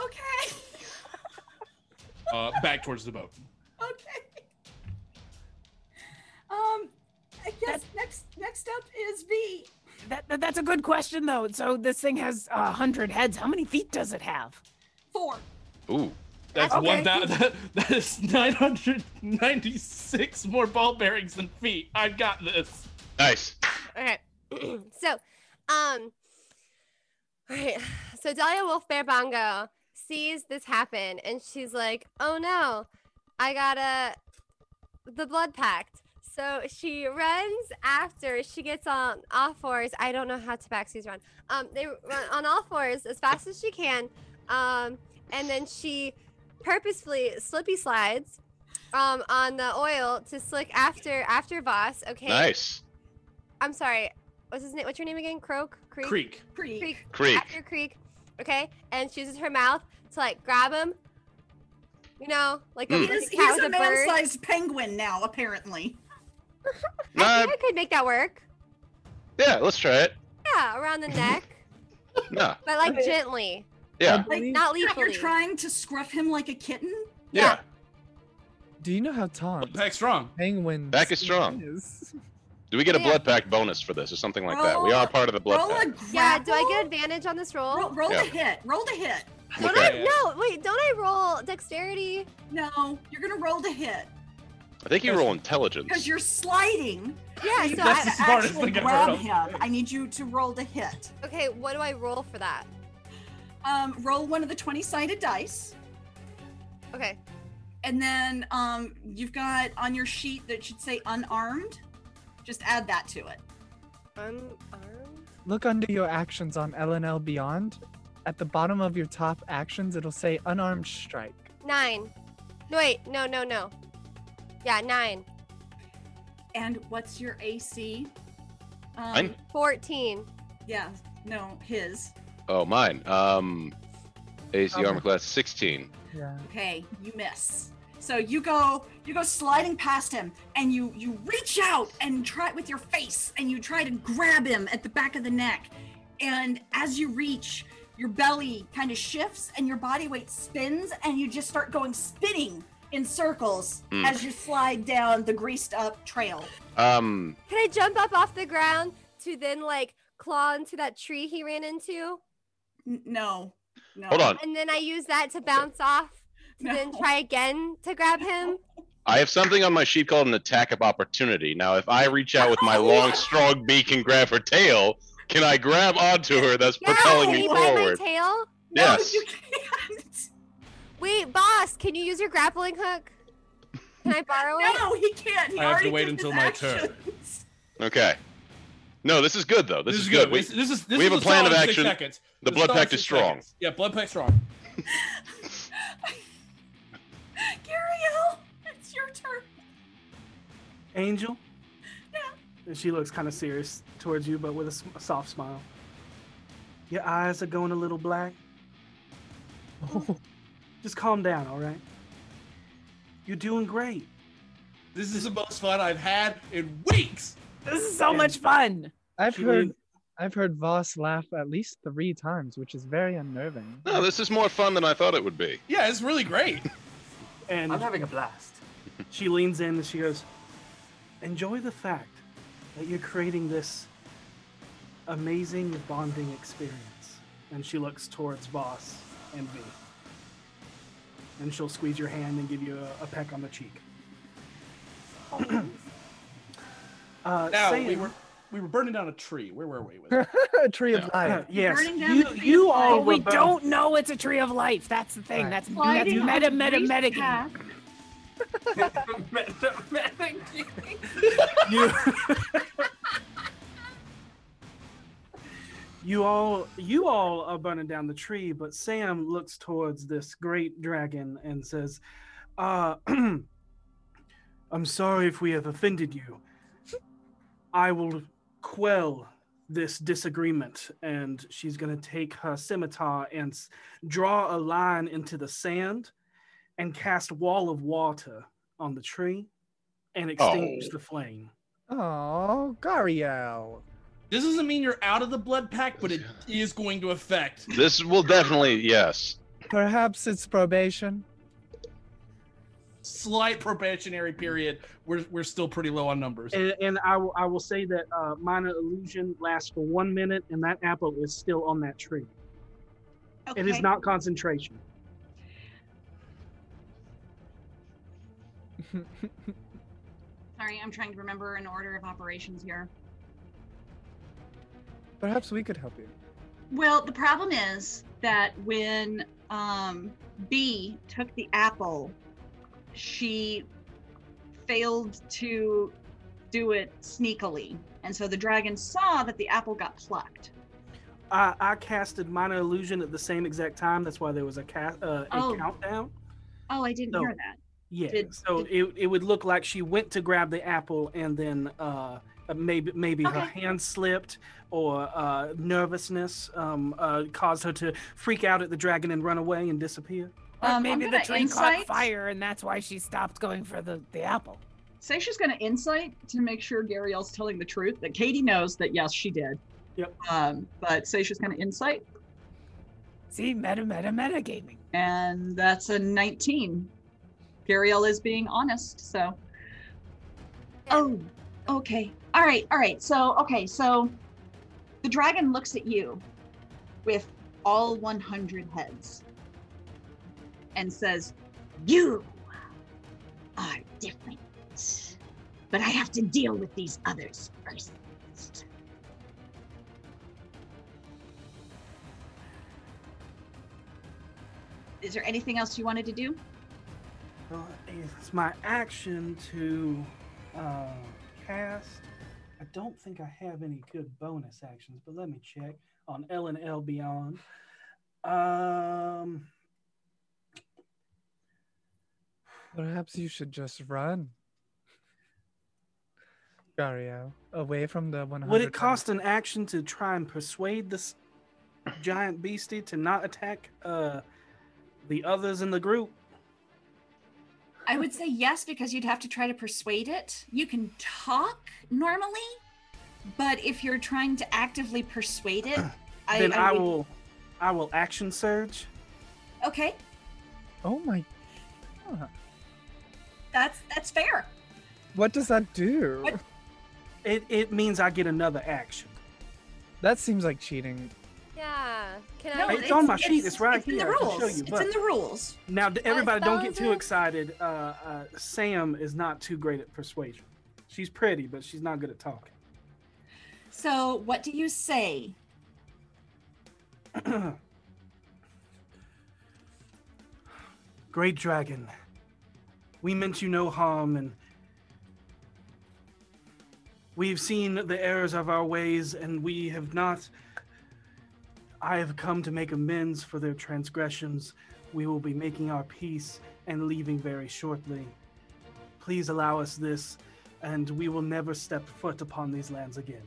Okay. Uh, back towards the boat. Okay. Um, I guess next next up is V. That, that- that's a good question though. So this thing has uh, hundred heads. How many feet does it have? Four. Ooh. That's Okay. one thou- that, that is 996 more ball bearings than feet. I've got this. Nice. Okay. so, um, all right. So Delia Wolf Bear Bongo sees this happen and she's like, oh no, I gotta, the blood pact. So she runs after she gets on all fours. I don't know how Tabaxi's run. Um, they run on all fours as fast as she can. Um, and then she purposefully slippy slides um, on the oil to slick after after Voss. Okay. Nice. I'm sorry. What's his name? What's your name again? Croak? Creek? Creek. Creek. Creek. Creek. After Creek. Okay. And she uses her mouth to like grab him. You know, like a, He Hmm. like a is- cat he's with a bird. man-sized penguin now, apparently. I think I could make that work. Yeah, let's try it. Yeah, around the neck, No. but like gently. Um, Yeah. Like, not You're lethally. trying to scruff him like a kitten. Yeah. Do you know how Tom Back strong. Penguin Back is strong. Do we get a blood pack bonus for this or something like that? Oh, We are part of the blood pack. Yeah, do I get advantage on this roll? Roll, roll a Yeah. hit. Roll to hit. Don't Okay. I, no, wait, don't I roll dexterity? No, you're gonna roll to hit I think you roll intelligence. because you're sliding. Yeah, you so gotta I- That's the smartest actually thing I've grab heard. him. I need you to roll to hit. Okay, what do I roll for that? Um, roll one of the twenty-sided dice, Okay. and then um, you've got on your sheet that should say unarmed. Just add that to it. Unarmed. Look under your actions on LNL Beyond. At the bottom of your top actions, it'll say unarmed strike. Nine. No, wait, no, no, no. Yeah, nine. And what's your AC? Um, Mine? 14. Yeah, no, his. Oh, mine. Um, AC Okay. armor class 16. Yeah. Okay, you miss. So you go, you go sliding past him, and you you reach out and try with your face, and you try to grab him at the back of the neck. And as you reach, your belly kind of shifts, and your body weight spins, and you just start going spinning in circles Hmm. as you slide down the greased up trail. Um, Can I jump up off the ground to then like claw into that tree he ran into? N- no, no. Hold on. And then I use that to bounce off to then try again to grab him. I have something on my sheet called an attack of opportunity. Now, if I reach out with my Oh, long, strong beak and grab her tail, can I grab onto her that's propelling can me you bite my forward? tail? Yes. Wait, boss, can you use your grappling hook? Can I borrow it? No, he can't. He I have already to wait did his until my action. turn. Okay. No, this is good Oh, though. This, is, good. We, This, this is this we have is a plan of solid six action. seconds. The This blood solid pact is six strong. seconds. Yeah, blood pact strong. Gariel, it's your turn. Angel? And she looks kind of serious towards you, but with a, s- a soft smile. Your eyes are going a little black. Oh. Just calm down, all right? You're doing great. This is the most fun I've had in weeks. This is so much fun. I've She heard is- I've heard Voss laugh at least three times, which is very unnerving. No, this is more fun than I thought it would be. Yeah, it's really great. And I'm having a blast. she leans in and she goes, Enjoy the fact that you're creating this amazing bonding experience. And she looks towards Boss and me. And she'll squeeze your hand and give you a, a peck on the cheek. uh, Now we Sam- were we were burning down a tree. Where were we? With tree of life. yes, Burning down you- the tree you of all But we were both- don't know it's a tree of life. That's the thing. That's, that's Sliding meta, on meta, greased meta. game. path. you you all you all are burning down the tree but sam looks towards this great dragon and says uh i'm sorry if we have offended you i will quell this disagreement and she's going to take her scimitar and s- draw a line into the sand and cast wall of water on the tree and extinguish Oh. the flame Oh, Gario. This doesn't mean you're out of the blood pact, but it is going to affect. This will definitely yes. Perhaps it's probation. Slight probationary period. We're we're still pretty low on numbers. And, and I will I will say that uh, minor illusion lasts for one minute, and that apple is still on that tree. It is Okay. not concentration. Sorry, I'm trying to remember an order of operations here. Perhaps we could help you. Well, the problem is that when um, B took the apple, she failed to do it sneakily. And so the dragon saw that the apple got plucked. I, I casted minor illusion at the same exact time. That's why there was a, ca- uh, a Oh. countdown. Oh, I didn't So- hear that. Yeah. Did- so it, it would look like she went to grab the apple and then uh, uh, maybe maybe her Okay. hand slipped or uh, nervousness um, uh, caused her to freak out at the dragon and run away and disappear. Or Um, I'm maybe the gonna tree insight. caught fire and that's why she stopped going for the, the apple. Seisha's going to insight to make sure Gariel's telling the truth. That Katie knows that yes, she did. Yep. Um, but Seisha's going to insight, See, meta, meta, metagaming. and that's a 19. Gariel is being honest, so. Oh, okay. All right, all right. So, okay, so the dragon looks at you with all 100 heads and says, You are different. But I have to deal with these others first. Is there anything else you wanted to do? Well, it's my action to uh, cast. I don't think I have any good bonus actions, but let me check on L and L Beyond. Um, Perhaps you should just run. Gario, away from the 100. would it cost an action to try and persuade this giant beastie to not attack uh, the others in the group? I would say yes because you'd have to try to persuade it. You can talk normally, but if you're trying to actively persuade it, I, then I, would- will, I will action surge. Okay, Oh my. God. that's that's fair. What does that do? It it means I get another action. That seems like cheating. Yeah. Can No, I? it's on my sheet. It's right it's in the here. I can show rules. you. It's but- in the rules. Now, d- everybody, don't get too Bonzo. excited. Uh, uh, Sam is not too great at persuasion. She's pretty, but she's not good at talking. So what do you say? Great dragon, we meant you no harm, and we've seen the errors of our ways, and we have not. I have come to make amends for their transgressions. We will be making our peace and leaving very shortly. Please allow us this, and we will never step foot upon these lands again.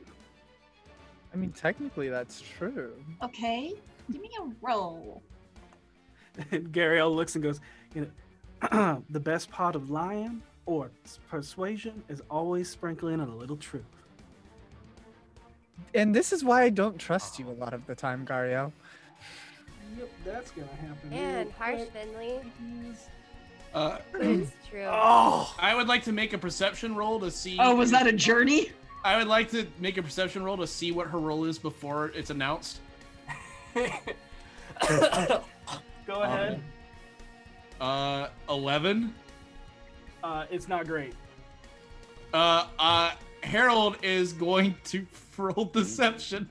I mean, technically, that's true. Okay, give me a roll. And Gariel looks and goes, you know, the best part of lying or s- persuasion is always sprinkling in a little truth. And this is why I don't trust you a lot of the time, Gario. Yep, that's gonna happen. And harsh, Finley. Uh, It's true. oh, I would like to make a perception roll to see. Oh, was that a journey? I would like to make a perception roll to see what her role is before it's announced. Go ahead. Uh, eleven. Uh, it's not great. Uh, uh, Harold is going to roll deception.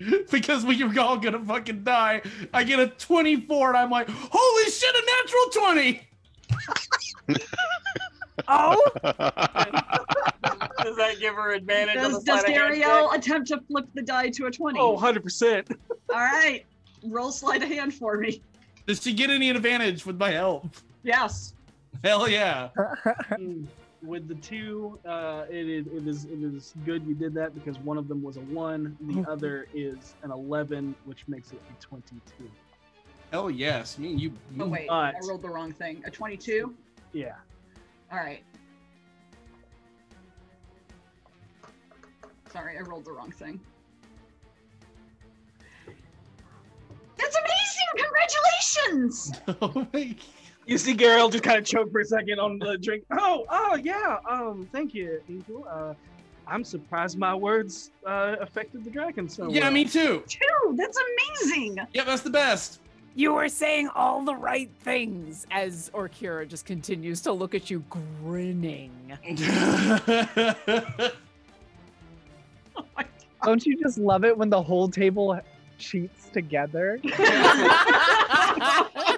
Because we are all gonna fucking die. I get a 24 and I'm like, holy shit, a natural 20! oh! Does that give her advantage? on Does, the does sleight of hand check? Gariel attempt to flip the die to a 20? Oh, 100%. All right, roll sleight of hand for me. Does she get any advantage with my help? Yes. Hell yeah. Mm, With the two, uh, it, is- it is it is good you did that because one of them was a one, the other is an eleven, which makes it a twenty-two. Hell yes. Me and you. Oh, wait, But- I rolled the wrong thing. A 22? Yeah. All right. Sorry, I rolled the wrong thing. That's amazing! Congratulations! You see Geralt just kind of choke for a second on the drink. Oh, oh yeah. Um, thank you, Angel. Uh, I'm surprised my words uh, affected the dragon so Yeah, well. me too. Two, that's amazing. Yep, that's the best. You were saying all the right things as Orkira just continues to look at you grinning. Don't you just love it when the whole table cheats together? team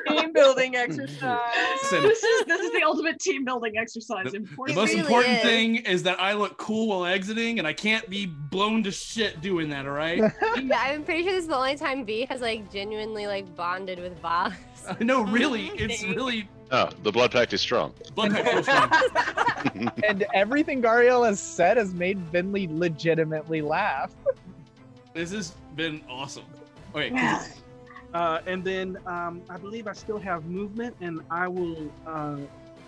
building building exercise. Send it. this is this is the ultimate team building exercise. The, Important. the most important thing is that I look cool while exiting, and I can't be blown to shit doing that. All right. Yeah, I'm pretty sure this is the only time V has like genuinely like bonded with Voss. no, Oh, really, it's really Oh, the blood pact is strong. blood pact and everything Gariel has said has made Vinley legitimately laugh. This has been awesome. Okay. Uh, and then um, I believe I still have movement, and I will uh,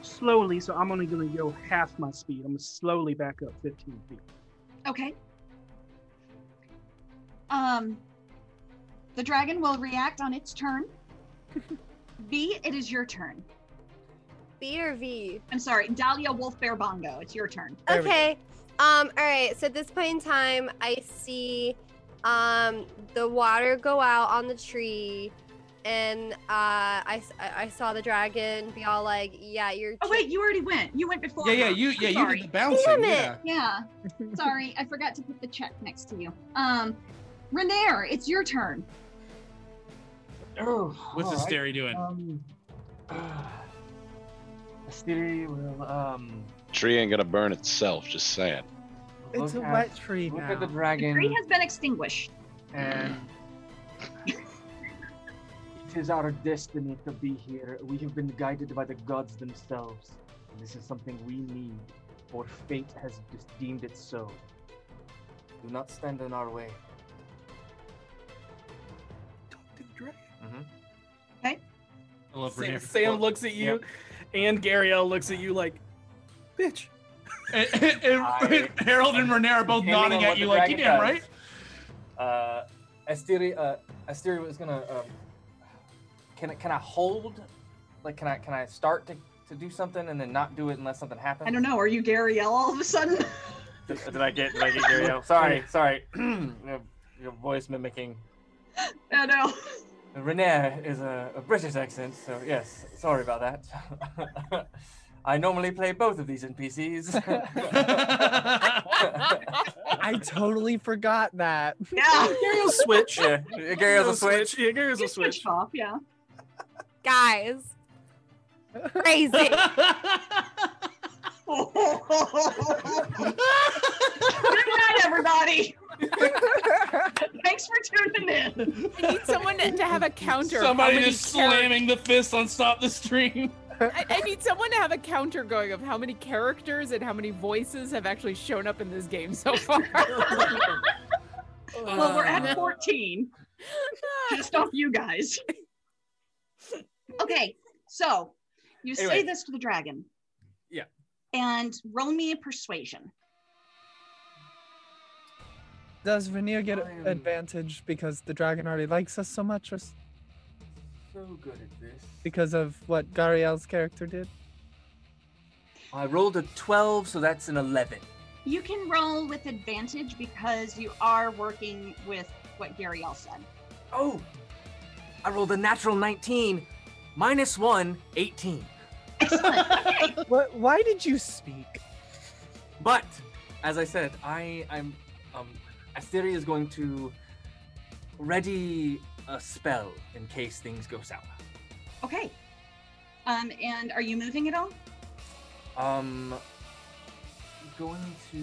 slowly. So I'm only going to go half my speed. I'm going to slowly back up 15 feet. Okay. Um, the dragon will react on its turn. V, it is your turn. B or V? I'm sorry, Dahlia Wolf Bear Bongo. It's your turn. Okay. Um, all right. So at this point in time, I see um, the water go out on the tree, and uh, I, s- I- I saw the dragon be all like, "Yeah, you're." Oh wait, you already went. You went before. Yeah, yeah, her. you- I'm yeah, you did sorry. the bouncing, Damn it. Yeah. Sorry, I forgot to put the check next to you. Um, Renair, it's your turn. Oh, What's all this dairy doing? Um, Asteri will um. Tree ain't gonna burn itself. Just saying. It's a wet tree Look at the The dragon. tree has been extinguished. and it is our destiny to be here. We have been guided by the gods themselves. And this is something we need, for fate has just deemed it so. Do not stand in our way. Mm-hmm. I love Sam, Rainier. Sam looks at you, and Gariel looks at you like, bitch. Harold and Renee are both Depending nodding on at what you the like, you dragon damn right. does. Uh, Asteri, uh, Asteri was gonna. Um, can I can I hold? Like, can I can I start to, to do something and then not do it unless something happens? I don't know. Are you Gariel all of a sudden? Did, did I get did I get Gariel? Sorry, sorry. your, your voice mimicking. I know. Renair is a, a British accent, so yes, sorry about that. I normally play both of these NPCs. I totally forgot that. Yeah. Gariel switch. Yeah, Gariel's a switch. Yeah, Gariel's a switch. Switch off. Yeah. Guys, crazy. Good night, everybody. Thanks for tuning in. I need someone to to have a counter. of how Somebody many just char- slamming the fist on stop the stream. I, I need someone to have a counter going of how many characters and how many voices have actually shown up in this game so far. Well, we're at 14. Pissed off you guys. Okay, so you say Anyway. this to the dragon yeah. and roll me a persuasion. Does Veneer get Um, advantage because the dragon already likes us so much, or s- so good at this. because of what Gariel's character did? I rolled a 12, so that's an 11. You can roll with advantage because you are working with what Gary L said. Oh, I rolled a natural 19, minus 1, 18. What? Why did you speak? But as I said, I I'm um Asteria is going to ready a spell in case things go sour. Okay. Um, and are you moving at all? Um going to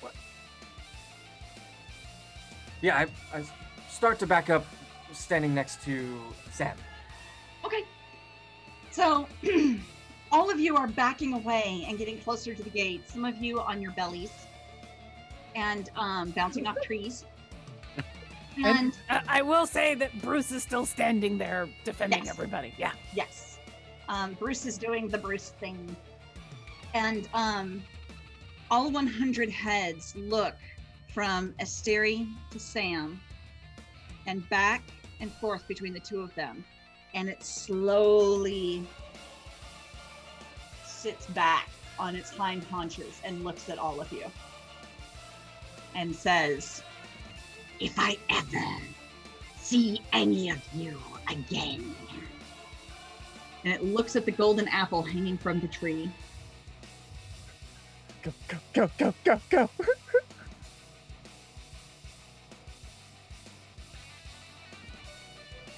What? Yeah, I, I start to back up standing next to Sam. Okay. So all of you are backing away and getting closer to the gate. Some of you on your bellies and um, bouncing off trees. And I, I will say that Bruce is still standing there defending Yes. everybody. Yeah. yes, um, Bruce is doing the Bruce thing. And um, all 100 heads look from Asteri to Sam and back and forth between the two of them. And it slowly sits back on its hind haunches and looks at all of you and says, If I ever see any of you again, and it looks at the golden apple hanging from the tree. Go, go, go, go, go.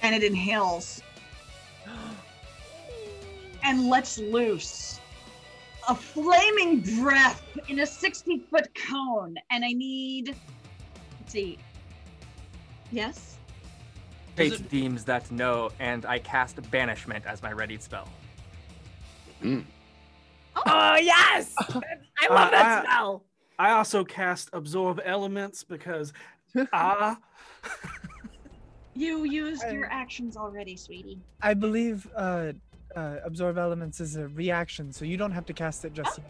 and it inhales and lets loose a flaming breath in a 60 foot cone. And I need, let's see. Yes? Fate deems that no, and I cast banishment as my ready spell. Oh yes! I love Uh, that I- smell. I also cast Absorb Elements because ah, You used your actions already, sweetie. I believe uh, uh, absorb elements is a reaction, so you don't have to cast it just yet.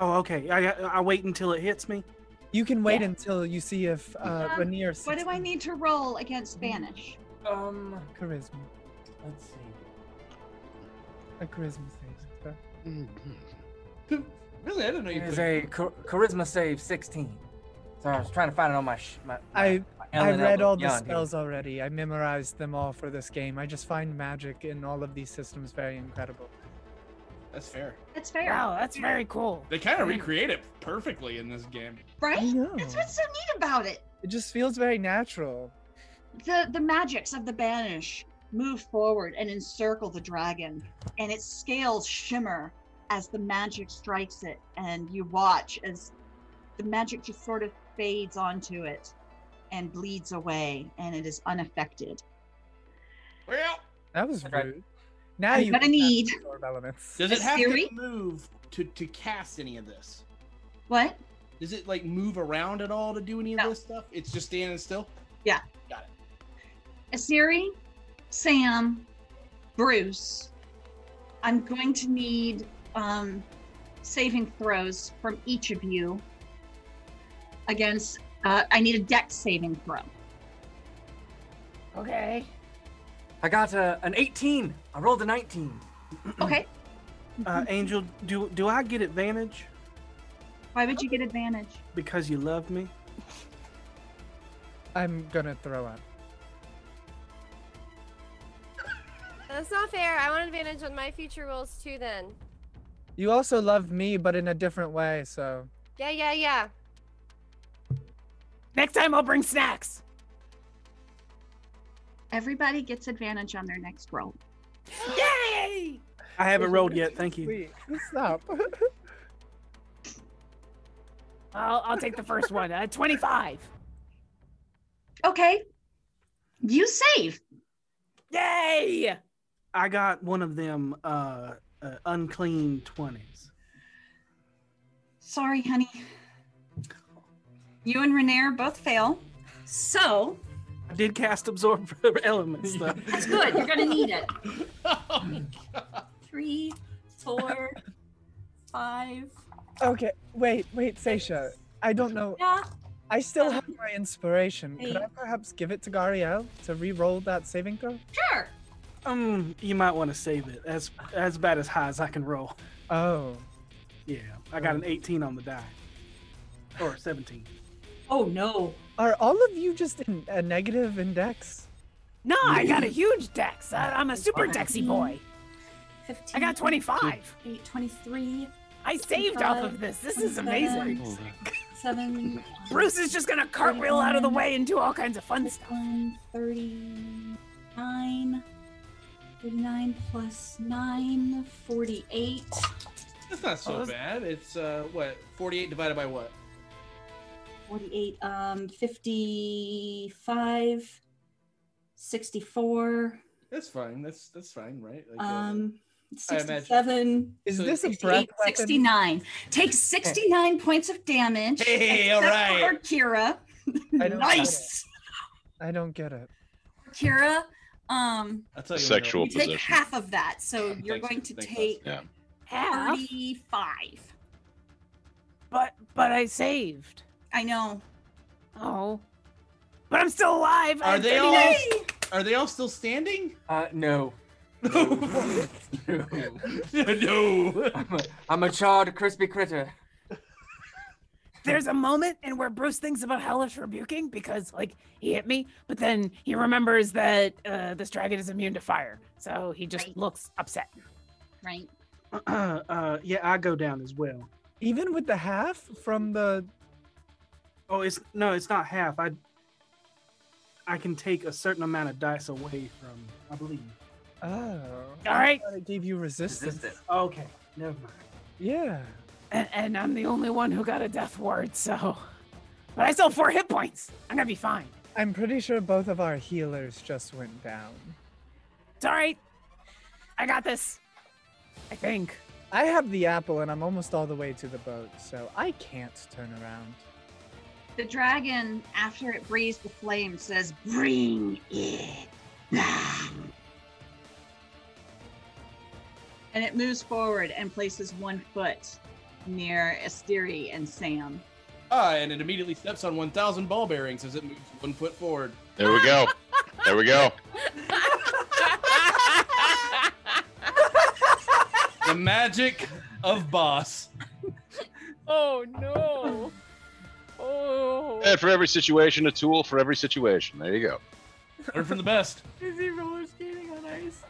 Oh, okay. I, I wait until it hits me. You can wait until you see if uh, Um, Rainier what sits do I need to roll against Banish? Um, charisma. Let's see. A charisma save. Mm-hmm. Really, I don't know you. There's could- a char- charisma save 16. So I was trying to find it on my. Sh- my, my I my I Ellen read Elbow all the Beyond here. spells already. I memorized them all Oh, for this game. I just find magic in all of these systems very incredible. That's fair. That's fair. Wow, that's very cool. They kind of recreate it perfectly in this game. Right? know. That's what's so neat about it. It just feels very natural. the the magics of the banish move forward and encircle the dragon and its scales shimmer as the magic strikes it and you watch as the magic just sort of fades onto it and bleeds away and it is unaffected Well, that was rude. Now I'm you gonna can cast need- absorb elements. Does it A have theory? to move to, to cast any of this? what Does it like move around at all to do any of this stuff? It's just standing still. yeah Got Asiri, Sam, Bruce, I'm going to need um, saving throws from each of you against. Uh, I need a dex saving throw. Okay. I got a, an 18. I rolled a 19. Okay. uh, Angel, do do I get advantage Why would you get advantage? because you love me? I'm gonna throw up. That's not fair. I want advantage on my future rolls too. Then. You also love me, but in a different way. So Yeah, yeah, yeah. Next time I'll bring snacks. Everybody gets advantage on their next roll. Yay! I haven't rolled yet. Thank you. stop. I'll, I'll take the first one. Uh, 25. Okay. You save. Yay! I got one of them uh, uh, unclean twenties. Sorry, honey. You and Renair both fail. So I did cast absorb elements though. That's good. You're gonna need it. Oh Three, four, five. Okay, wait, wait, Seisha. I don't know. Yeah. I still have my inspiration. Could I Hey. perhaps give it to Gariel to re-roll that saving throw? Sure. Um, you might want to save it. That's that's about as high as I can roll. Oh. Yeah, I got an 18 on the die, or 17. Oh no. Are all of you just in a negative index? No, I got a huge dex. I, I'm a super dexy boy. 15, I got 25. 8, 23. I saved off of this. This is amazing. 7, Bruce is just gonna cartwheel out of the way and do all kinds of fun stuff. 39, 39 plus 9, 48. That's not so Oh, that's- bad. It's uh what forty-eight divided by what? 48, um, 55, 64, That's fine. That's that's fine, right? Like, uh, um, I imagine- 67. Is this a breath 68, weapon? 69. Take 69 points of damage. Hey, all except for right. Kira. I don't get it. Nice. I don't get it. Kira, um, I'll tell you Sexual you take possession. half of that. So you're Thanks- going to thanks, take Yeah. Half? 35. But but I saved. I know. Oh. But I'm still alive. I Are have they 39. all are they all still standing? Uh, no. No. no. I'm a, I'm a charred, crispy critter. There's a moment in where Bruce thinks about hellish rebuking because like he hit me, but then he remembers that uh, this dragon is immune to fire, so he just looks upset. Right. uh, yeah, I go down as well. Even with the half from the Oh, it's no, it's not half. I I can take a certain amount of dice away from, I believe. Oh. All right. I gave you resistance. Okay, never mind. Yeah. And, and I'm the only one who got a death ward, so. But I still have four hit points. I'm gonna be fine. I'm pretty sure both of our healers just went down. It's all right. I got this. I think. I have the apple and I'm almost all the way to the boat, so I can't turn around. The dragon, after it breathes the flame, says, Bring it. and it moves forward and places one foot near Asteri and Sam. Ah, and it immediately steps on 1,000 ball bearings as it moves one foot forward. There we go. there we go. The magic of boss. Oh no. Oh. And for every situation, a tool for every situation. There you go. Learn from the best. Is he roller skating on ice?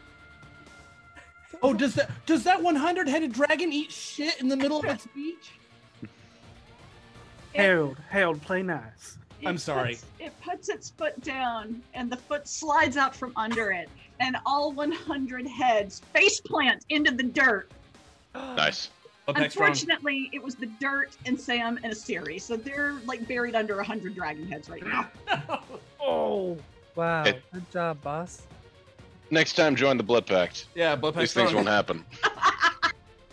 Oh, does that does that 100-headed dragon eat shit in the middle of its beach? Harold, Harold, play nice. I'm It sorry. puts- it puts its foot down, and the foot slides out from under it, and all 100 heads face plant into the dirt. Nice. Unfortunately, it was the dirt and Sam and a series, so they're like buried under 100 dragon heads right now. Oh. Wow. It- Good job, boss. Next time, join the Blood Pact. Yeah, Blood These things won't happen.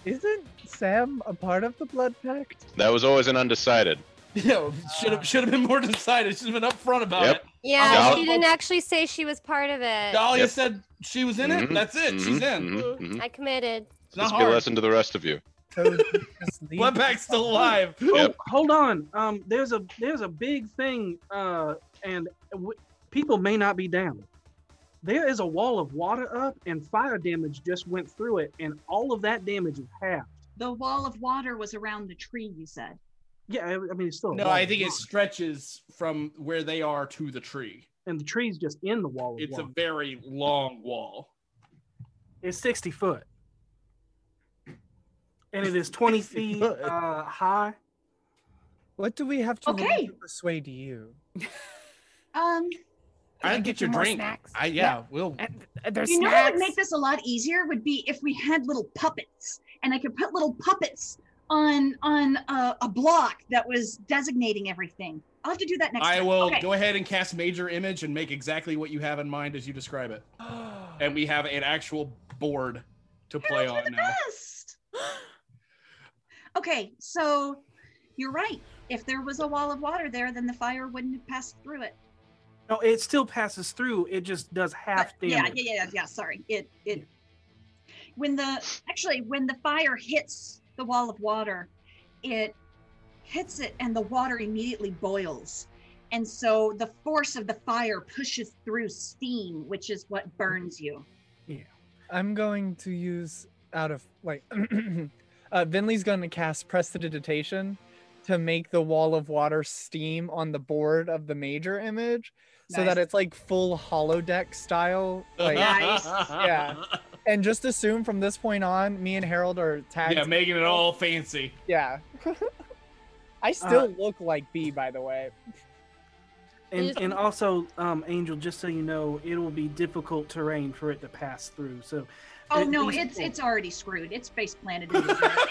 Isn't Sam a part of the Blood Pact? That was always an undecided. Yeah, should have should have been more decided. Should have been upfront about Yep. it. Yeah, Dahlia- she didn't actually say she was part of it. Dahlia Yep. said she was in it. Mhm, That's it. She's in. mhm, mhm. I committed. It's This not will be a hard. lesson to the rest of you. Blood Pack's still alive. Oh, hold on. Um, there's a there's a big thing. Uh, and w- people may not be down. There is a wall of water up, and fire damage just went through it, and all of that damage is halved. The wall of water was around the tree, you said. Yeah, I I mean it's still. a No, wall I of think it water, stretches from where they are to the tree. and the tree's just in the wall of It's a water. very long wall. It's sixty foot, and it is twenty feet uh, high. What do we have to roll Okay. to persuade you? Um, I Can I get get your some more drink. snacks? I yeah, Yeah. we'll And th- uh, there's you know what snacks. would make this a lot easier would be if we had little puppets, and I could put little puppets on on a, a block that was designating everything. I'll have to do that next I time. will Okay. go ahead and cast major image and make exactly what you have in mind as you describe it. and we have an actual board to play Harold, on you're the now. best. okay, so you're right. If there was a wall of water there, then the fire wouldn't have passed through it. No, it still passes through. It just does half But- yeah, damage. yeah, yeah, yeah. Sorry. It it when the actually when the fire hits the wall of water, it hits it and the water immediately boils. And so the force of the fire pushes through steam, which is what burns you. I'm going to use out of like uh Vinley's gonna cast Prestidigitation to make the wall of water steam on the board of the major image so that Nice. it's like full holodeck style. Like Nice. yeah. And just assume from this point on, me and Harold are tagged. Yeah, making it all fancy. Yeah. Uh, I still Uh, look like B by the way. And, and also, um, Angel, just so you know, it will be difficult terrain for it to pass through. So, Oh at no, least- it's it's already screwed. It's face planted in the dirt.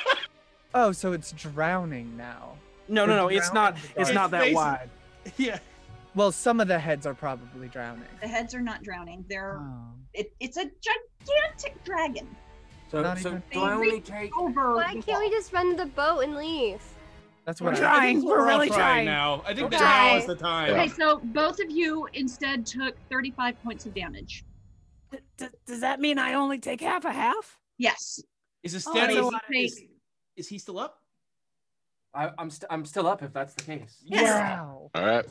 Oh, so it's drowning now. no, no, We're no. It's drowned not. in the It's dark. not that It's wide. Yeah. Well, some of the heads are probably drowning. The heads are not drowning. They're Oh. it, it's a gigantic dragon. So, Not so even- do I only reach take? over? Why can't we just run to the boat and leave? That's We're what I trying. We're all really trying. now. I think Okay. that now is the time. Okay, so both of you instead took 35 points of damage. D- does that mean I only take half a half? Yes. Is Oh, that's Estelle a lot of- is, is he still up? I, I'm st- I'm still up if that's the case. Wow. All right.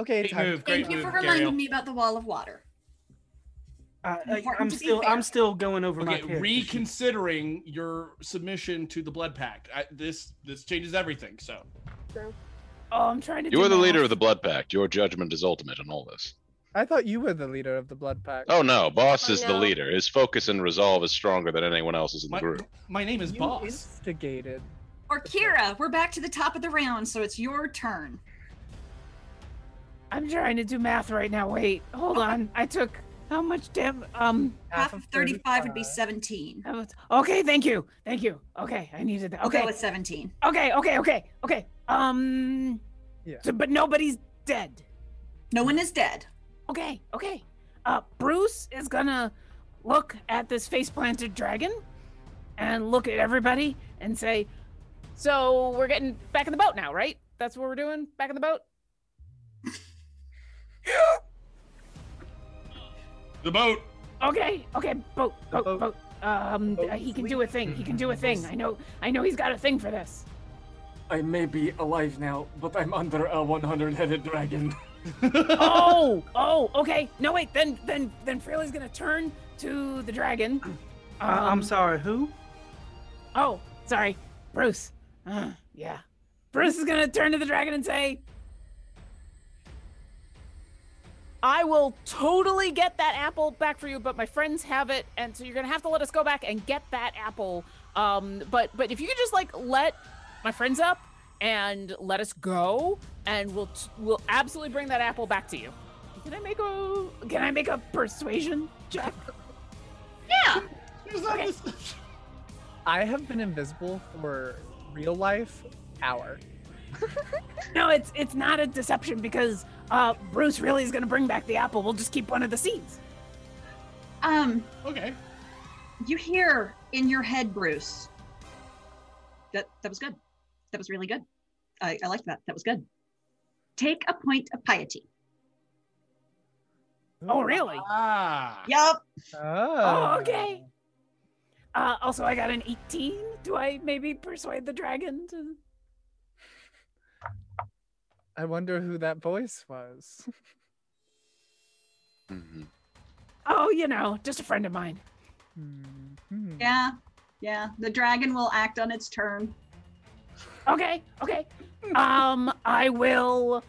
Okay, Great time. move. Great Thank you move, for Gariel. reminding me about the wall of water. I, I, Important I'm to be still. fair. I'm still going over my. Okay, character sheet. reconsidering your submission to the Blood Pact. I, this this changes everything. So Oh, I'm trying to. You do are the math. leader of the Blood Pact. Your judgment is ultimate in all this. I thought you were the leader of the Blood Pact. Oh no, Boss Oh, is the no. leader. His focus and resolve is stronger than anyone else's in the my, group. my name is You Boss. instigated. Or Kira, we're back to the top of the round, so it's your turn. I I'm trying to do math right now. Wait, hold on. I took how much damn um half of 35 would be 17. Okay, thank you. Thank you. Okay, I needed that. We'll Okay. go with 17. Okay, okay, okay, okay. Um Yeah. so- but nobody's dead. No one is dead. Okay, okay. Uh Bruce is gonna look at this face planted dragon and look at everybody and say, So we're getting back in the boat now, right? That's what we're doing? Back in the boat? The boat. Okay, okay, boat, boat, boat. Um, uh, he can do a thing. He can do a thing. I know, I know. He's got a thing for this. I may be alive now, but I'm under a 100-headed dragon. oh, oh, okay. No, wait. Then, then, then Freely's gonna turn to the dragon. I- Um, Uh, I'm sorry, who? Oh, sorry, Bruce. Uh, yeah, Bruce is gonna turn to the dragon and say, "I will totally get that apple back for you, but my friends have it, and so you're gonna have to let us go back and get that apple. Um, but but if you could just like let my friends up and let us go, and we'll t- we'll absolutely bring that apple back to you. Can I make a Can I make a persuasion check? yeah. Okay. I have been invisible for real life hour. No, it's it's not a deception because uh, Bruce really is going to bring back the apple. We'll just keep one of the seeds. Um. Okay. You hear in your head, Bruce. That that was good. That was really good. I, I liked that. That was good. Take a point of piety. Oh, really? Ah. Yup. Oh, okay. Uh, also, I got an 18. Do I maybe persuade the dragon to? I wonder who that voice was. Oh, you know, just a friend of mine. Hmm. Yeah. Yeah. The dragon will act on its turn. Okay. Okay. Um, I will.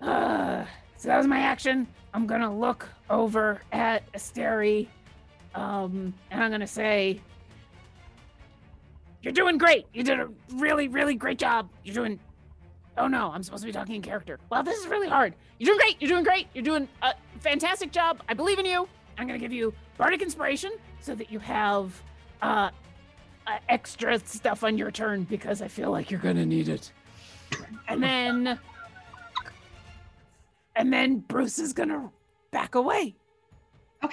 Uh, so that was my action. I'm gonna look over at Asteri, um, and I'm gonna say, "You're doing great. You did a really, really great job. You're doing." Oh no, I'm supposed to be talking in character. Well, this is really hard. You're doing great. You're doing great. You're doing a fantastic job. I believe in you. I'm gonna give you bardic inspiration so that you have uh, uh, extra stuff on your turn because I feel like you're gonna need it. And then, and then Bruce is gonna back away.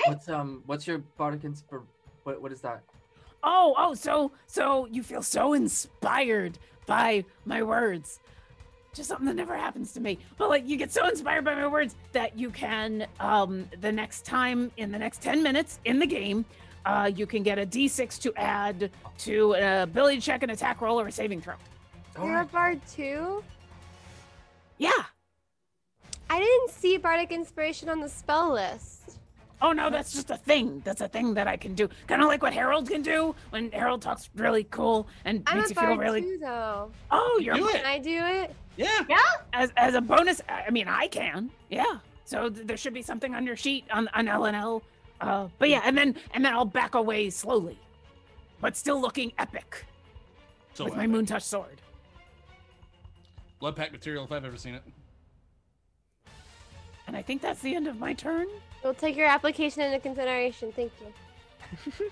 What's um? What's your bardic inspir? What what is that? Oh, oh, so so you feel so inspired by my words. Just something that never happens to me. But like you get so inspired by my words that you can um the next time in the next 10 minutes in the game, uh you can get a d6 to add to an ability check, an attack roll, or a saving throw. You're a bard too? Oh, Yeah. I didn't see bardic inspiration on the spell list. Oh no, that's just a thing. That's a thing that I can do. Kind of like what Harold can do when Harold talks really cool and I'm makes a you feel bard really too, though. Oh, you're Can a- I do it? Yeah. Yeah. As as a bonus, I I mean, I can. Yeah. So th- there should be something on your sheet on on L and L. Uh, but yeah, and then and then I'll back away slowly, but still looking epic So with my epic. moon touch sword. Blood pack material if I've ever seen it. And I think that's the end of my turn. We'll take your application into consideration. Thank you.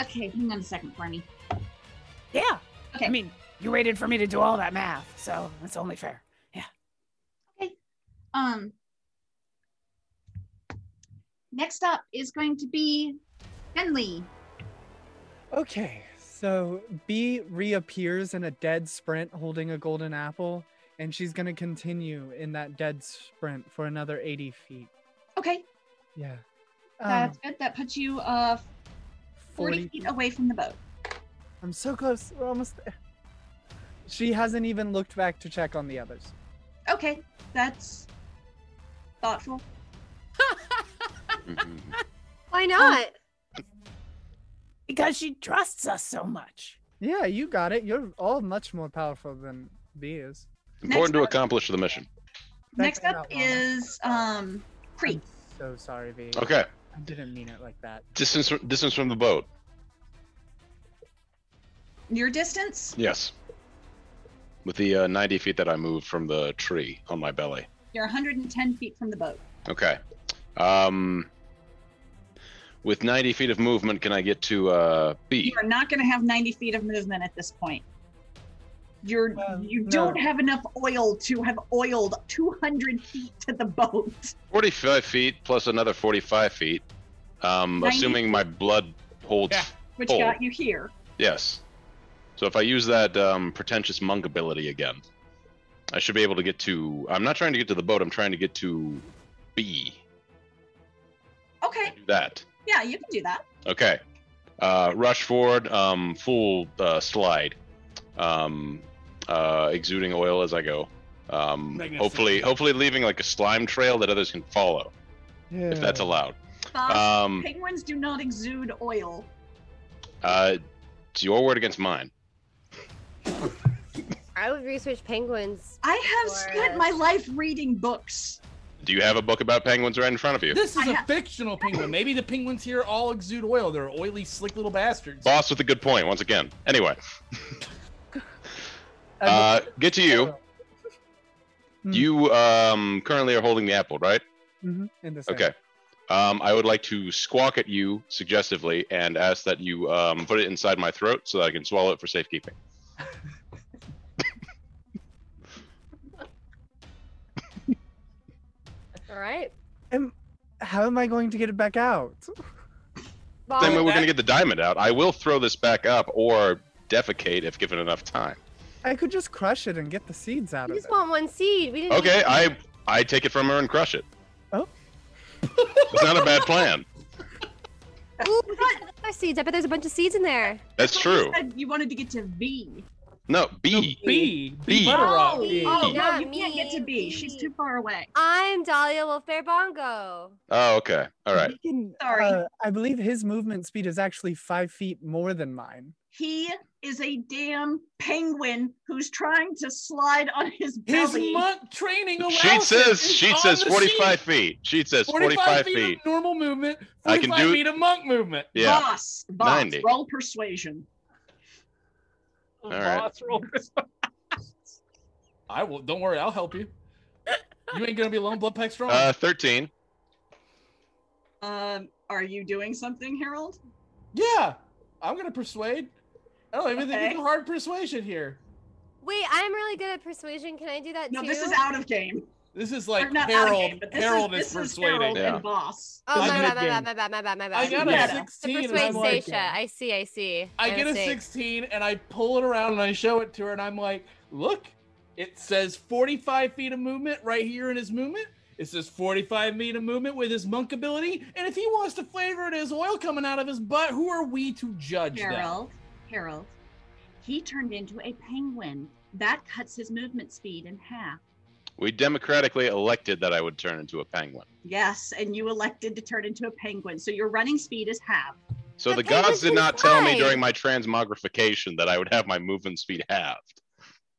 Okay, hang on a second for me. Yeah. Okay. I mean, you waited for me to do all that math, so that's only fair. Um next up is going to be Henley. Okay, so B reappears in a dead sprint holding a golden apple, and she's going to continue in that dead sprint for another 80 feet. Okay. Yeah. Um, That's good. That puts you uh 40 40 feet away from the boat. I'm so close. We're almost there. She hasn't even looked back to check on the others. Okay. That's thoughtful. Why not? Because she trusts us so much. Yeah, you got it. You're all much more powerful than B is. Important to accomplish the mission. Next up is um Creep. So sorry, V. Okay. I didn't mean it like that. Distance distance from the boat. Your distance? Yes. with the uh, 90 feet that I moved from the tree on my belly. You're 110 feet from the boat. Okay. Um, with 90 feet of movement, can I get to uh, B? You are not going to have 90 feet of movement at this point. You're you don't have enough oil to have oiled 200 feet to the boat. 45 feet plus another 45 feet, um, 90 assuming my blood holds Which full. got you here. Yes. So if I use that um, pretentious monk ability again, I should be able to get to. I'm not trying to get to the boat. I'm trying to get to B. Okay. Do that. Yeah, you can do that. Okay. Uh, rush forward, um, full uh, slide, um, uh, exuding oil as I go. Um, Magnificent. hopefully, hopefully leaving like a slime trail that others can follow, if that's allowed. Bob, Um, penguins do not exude oil. Uh, it's your word against mine. I would research penguins. I have spent my life reading books. Do you have a book about penguins right in front of you? This is a fictional penguin. Maybe the penguins here all exude oil. They're oily, slick little bastards. Boss with a good point once again. Anyway, uh, get to you. Hmm. You um, currently are holding the apple, right? Mm-hmm. Mhm, In this Okay. Um, I would like to squawk at you suggestively and ask that you um, put it inside my throat so that I can swallow it for safekeeping. All right. Am, how am I going to get it back out? Same way we're going to get the diamond out. I will throw this back up or defecate if given enough time. I could just crush it and get the seeds out We of it. just want one seed. We didn't. Okay, need- I I take it from her and crush it. Oh. it's not a bad plan. Ooh, we got another seeds. I bet there's a bunch of seeds in there. That's true. You said you wanted to get to V. No, B. B. B. Oh, oh, no, Not you can't get to B. She's too far away. I'm Dahlia Wolfair Bongo. Oh, okay. All right. He can- Sorry. uh, I believe his movement speed is actually five feet more than mine. He is a damn penguin who's trying to slide on his His belly. monk training allows Sheet him. says It's sheet on says the 45 sheet. feet. Sheet says 45, feet. of normal movement. I can 45 do- feet of monk movement. Yeah. Boss, boss, 90. roll persuasion. All right. I will. Don't worry. I'll help you. You ain't gonna be alone. Blood pack strong. Uh, 13. Um, are you doing something, Harold? yeah. I'm gonna persuade. Oh, I don't even think Okay. it's a hard persuasion here. Wait, I'm really good at persuasion. Can I do that No, too? this is out of game. This is Or like not out of Harold. game, but this is- Harold this is, is persuading. Harold and Yeah. Boss. Oh my I'm bad, good game. my bad, my bad, my bad, my bad. I got a Yeah. 16 The and persuade I'm like- Seisha. I see, I see. I get a see. 16 and I pull it around and I show it to her and I'm like, look, it says 45 feet of movement right here in his movement. It says 45 feet of movement with his monk ability. And if he wants to flavor it as oil coming out of his butt, who are we to judge that? Harold, Harold, he turned into a penguin. That cuts his movement speed in half. We democratically elected that I would turn into a penguin. Yes, and you elected to turn into a penguin, so your running speed is half. So the, penguins gods did can not tell me fly. during my transmogrification that I would have my movement speed halved.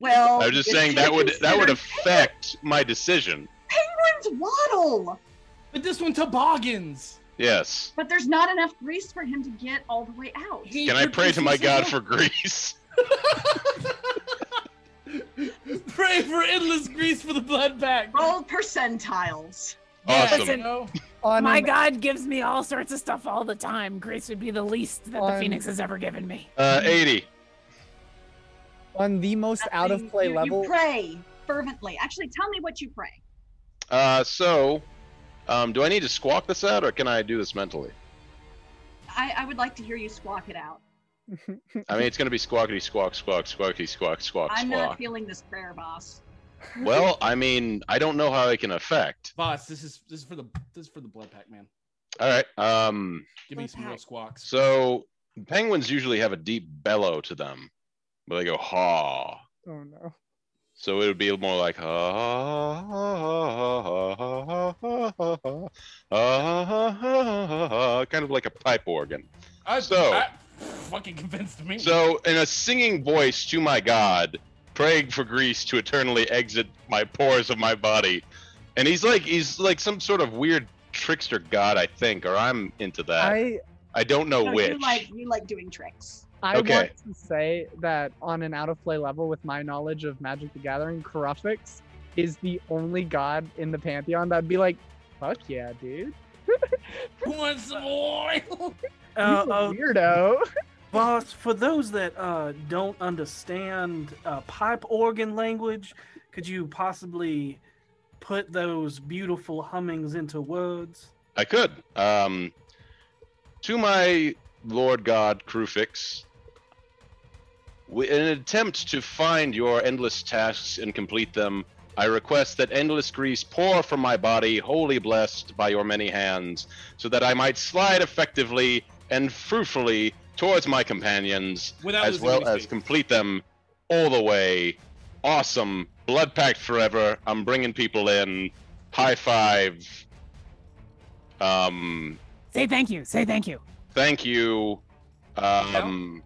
Well, I was just you saying should that would that would consider- affect my decision. penguins waddle, But this one toboggans. Yes. but there's not enough grease for him to get all the way out. Can I pray to my god for Greece? Pray for endless grease for the blood pack. roll percentiles? Awesome. On My an- god gives me all sorts of stuff all the time. Grace would be the least that the On- Phoenix has ever given me. Uh, 80. On the most out of play You- you level. pray fervently. Actually, tell me what you pray. Uh, so, um, do I need to squawk this out, or can I do this mentally? I, I would like to hear you squawk it out. I mean, it's going to be squawkety squawk squawk squawkety squawk squawk I'm not Oh, squawk. feeling this prayer, boss. Well, I mean, I don't know how it can affect. Boss, this is this is for the this is for the blood pack, man. All right. Um, Give me some real squawks. so penguins usually have a deep bellow to them, where they go haw. Oh no. So it would be more like ha ha ha ha ha ha ha ha ha ha ha ha, kind of like a pipe organ. I, So- I- fucking convinced me. So, in a singing voice to my God, praying for Greece to eternally exit my pores of my body, and he's like he's like some sort of weird trickster god, I think, or I'm into that. I, I don't know So which. You like you like doing tricks. I Okay. want to say that on an out of play level, with my knowledge of Magic the Gathering, Corruptix is the only god in the pantheon that'd be like, fuck yeah, dude. Who wants some more? He's a weirdo. Uh, oh. Boss, for those that uh, don't understand uh, pipe organ language, could you possibly put those beautiful hummings into words? I could. Um, to my Lord God, Crufix, wi- in an attempt to find your endless tasks and complete them, I request that endless grease pour from my body, wholly blessed by your many hands, so that I might slide effectively and fruitfully towards my companions, Without as losing well any as complete them all the way. Awesome. Blood packed forever. I'm bringing people in. High five. Um, Say thank you. Say thank you. thank you. Um,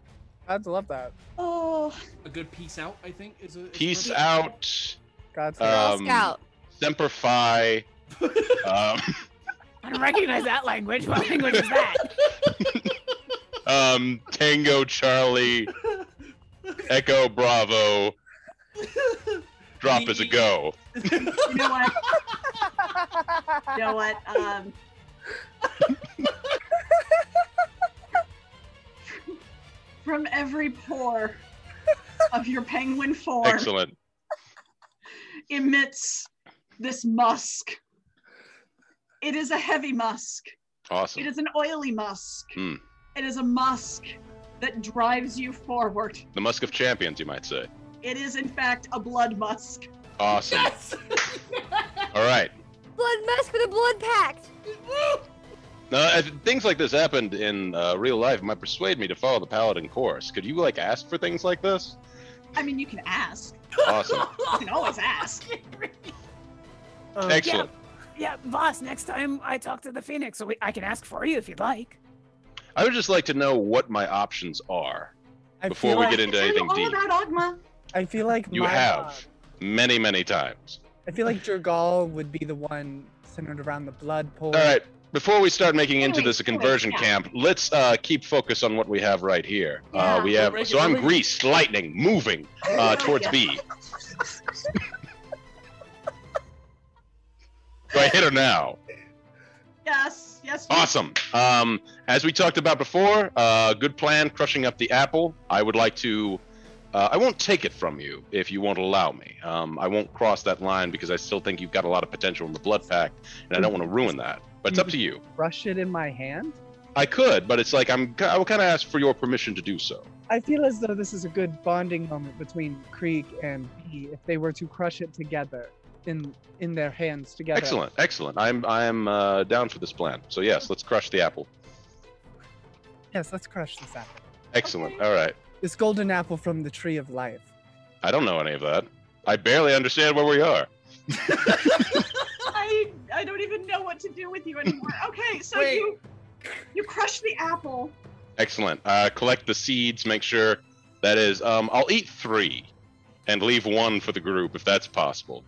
I'd love that. Oh. A good peace out, I think, is a is peace perfect. out. God's Um, Semper Fi. um, I don't recognize that language. What language is that? um, Tango Charlie. Echo Bravo. Drop is a go. You know what? you know what? Um, from every pore of your penguin form Excellent. emits this musk. It is a heavy musk. Awesome. It is an oily musk. Hmm. It is a musk that drives you forward. The Musk of Champions, you might say. It is, in fact, a blood musk. Awesome. All right. Blood musk with a blood pact. Now, if things like this happened in uh, real life, it might persuade me to follow the Paladin course. Could you like ask for things like this? I mean, you can ask. Awesome. You can always ask. Um, Excellent. Yeah, boss. Next time I talk to the Phoenix, so we, I can ask for you if you'd like. I would just like to know what my options are I before feel we like- get into anything deep. Ogma. I feel like You my- have many, many times. I feel like Jergal would be the one centered around the blood pool. All right. Before we start making into this a wait, conversion yeah. camp, let's uh, keep focus on what we have right here. Uh, Yeah. we We're have making- so I'm we're making- greased, lightning, moving uh, towards Yeah. B. Do I hit her now? Yes, yes. you- Awesome. Um, as we talked about before, uh, good plan, crushing up the apple. I would like to. Uh, I won't take it from you if you won't allow me. Um, I won't cross that line because I still think you've got a lot of potential in the Blood Pact, and I don't want to ruin that. But it's up to you. Brush it in my hand. I could, but it's like I'm. I will kind of ask for your permission to do so. I feel as though this is a good bonding moment between Creek and B if they were to crush it together in in their hands together. Excellent, excellent. I'm I'm uh, down for this plan. So yes, let's crush the apple. Yes, let's crush this apple. Excellent. All right. This golden apple from the tree of life. I don't know any of that. I barely understand where we are. I I don't even know what to do with you anymore. Okay, so you you crush the apple. Excellent. Uh, collect the seeds. Make sure that is. Um, I'll eat three, and leave one for the group if that's possible.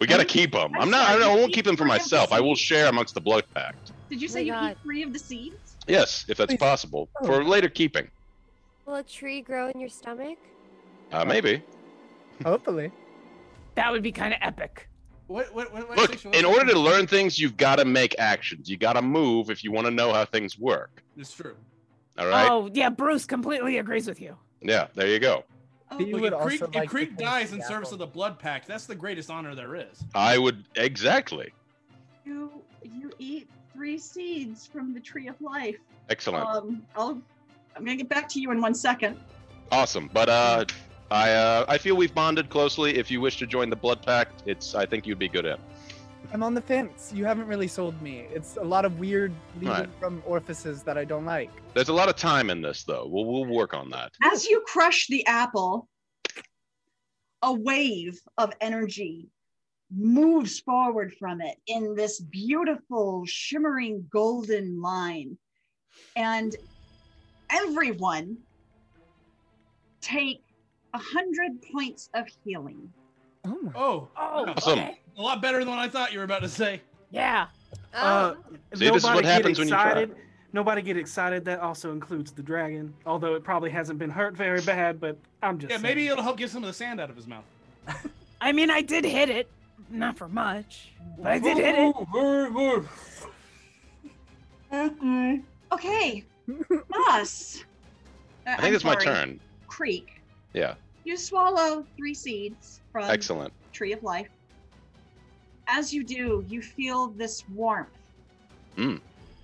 We gotta keep them. I'm not. I, don't, I won't keep them for myself. I will share amongst the blood pact. Did Oh you say you eat three of the seeds? Yes, if that's possible for later keeping. Will a tree grow in your stomach? Uh, maybe. Hopefully. That would be kind of epic. What? What? What? what Look, in order to learn things, you've got to make actions. You got to move if you want to know how things work. It's true. All right. Oh yeah, Bruce completely agrees with you. Yeah. There you go. Oh, Look, if Creek, if Creek dies in service of the Blood Pact, that's the greatest honor there is. I would exactly. You you eat three seeds from the tree of life. Excellent. Um, I'll I'm gonna get back to you in one second. Awesome, but uh, I uh, I feel we've bonded closely. If you wish to join the Blood Pact, it's I think you'd be good at. I'm on the fence. You haven't really sold me. It's a lot of weird leading Right. from orifices that I don't like. There's a lot of time in this though. We'll we'll work on that. As you crush the apple, a wave of energy moves forward from it in this beautiful, shimmering golden line. And everyone take 100 points of healing. Oh, oh, Awesome. A lot better than what I thought you were about to say. Yeah. Uh, Oh. See, this is what nobody get happens when you try. excited. Nobody get excited. That also includes the dragon, although it probably hasn't been hurt very bad. But I'm just Yeah, maybe it'll help get some of the sand out of his mouth. I mean, I did hit it. Not for much, but I did hit it. Very good. Okay. Okay. Us. I think it's my turn. Creek. Yeah. You swallow three seeds from Excellent. Tree of Life. As you do, you feel this warmth Mm.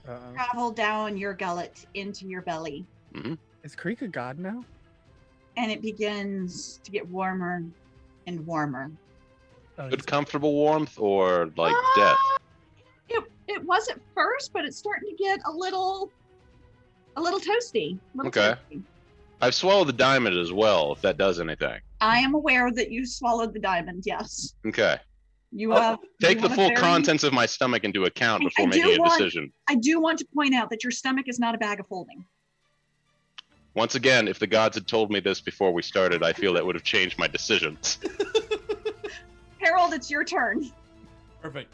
Uh, travel down your gullet into your belly, Mm-hmm. Is Creek a god now? and it begins to get warmer and warmer. Good comfortable warmth or like Ah, death? It, it was at first, but it's starting to get a little, a little toasty. a little Okay. I've swallowed the diamond as well, if that does anything. I am aware that you swallowed the diamond. Yes, Okay. you have. you Oh, Take the have a full very- contents of my stomach into account before making a want, decision. I do want to point out that your stomach is not a bag of holding. Once again, if the gods had told me this before we started, I feel that would have changed my decisions. Harold, it's your turn. Perfect.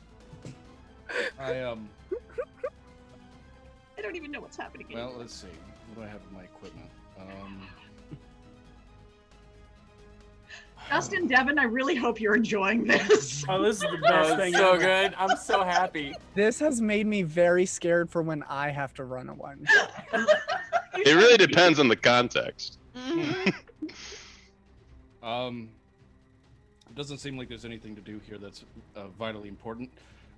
I um. I don't even know what's happening. Well, anymore. let's see. What do I have in my equipment? Um, Dustin, Devin, I really hope you're enjoying this. Oh, this is the best Oh, thing so ever. good. I'm so happy. This has made me very scared for when I have to run a one. it really depends on the context. Mm-hmm. um, doesn't seem like there's anything to do here that's uh, vitally important.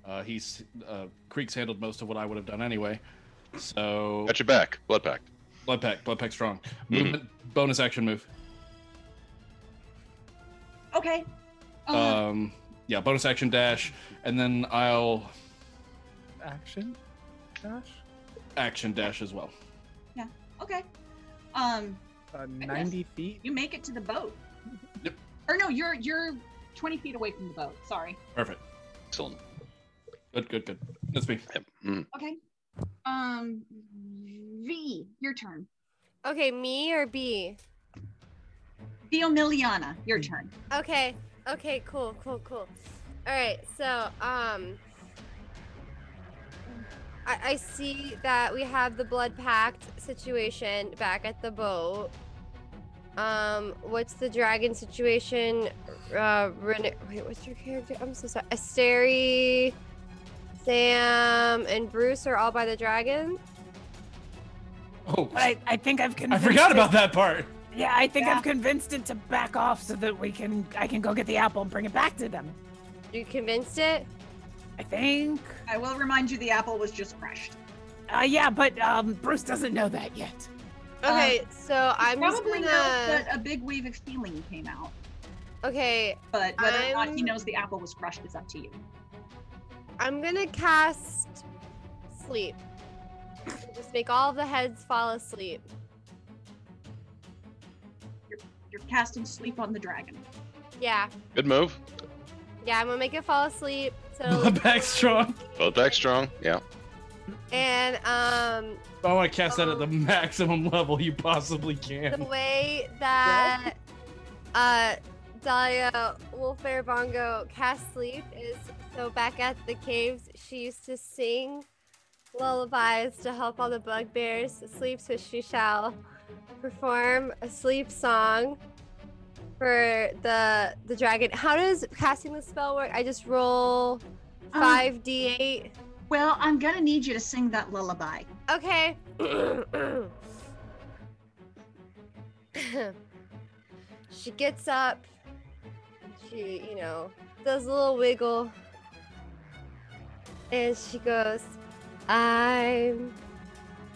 Uh, he's uh, Creek's handled most of what I would have done anyway. So Got your back. Blood pact. Mm-hmm. blood pack, blood pack strong. Movement, bonus action move. Okay. Uh, Um, yeah, bonus action dash, and then I'll Action? Gosh. action dash as well. yeah. Okay. Um, Uh, guess. 90 feet? you make it to the boat. Yep. Or no, you're you're 20 feet away from the boat. Sorry. Perfect. Excellent. Good, good, good. That's me. Mm-hmm. Okay. Um, V, your turn. Okay, me or B? Diomiliana, your turn. Okay. Okay, cool, cool, cool. All right, so um I, I see that we have the blood pact situation back at the boat. Um, what's the dragon situation? Uh, Ren- wait, what's your character? I'm so sorry. Asteri, Sam, and Bruce are all by the dragon. Oh, I, I think I've I convinced. forgot it- about that part. Yeah, I think I've convinced it to back off so that we can. I can go get the apple and bring it back to them. You convinced it? I think. I will remind you the apple was just crushed. Uh, yeah, but um, Bruce doesn't know that yet. Okay, so I'm just Um, Probably gonna. knows that a big wave of feeling came out, okay, but whether or not he I'm- knows the apple was crushed is up to you. I'm gonna cast sleep. Just make all the heads fall asleep. You're casting sleep on the dragon. Yeah, Good move. yeah, I'm gonna make it fall asleep. So Blood pack strong. Blood pact strong. Yeah. and um I want to cast that at the maximum level you possibly the can. way that uh Dahlia Wolfair Bongo cast sleep is so back at the caves she used to sing lullabies to help all the bugbears sleep so she shall perform a sleep song for the the dragon. How does casting the spell work? I just roll Um, five D eight. Well, I'm gonna need you to sing that lullaby. Okay. she gets up. She, you know, does a little wiggle. And she goes, I'm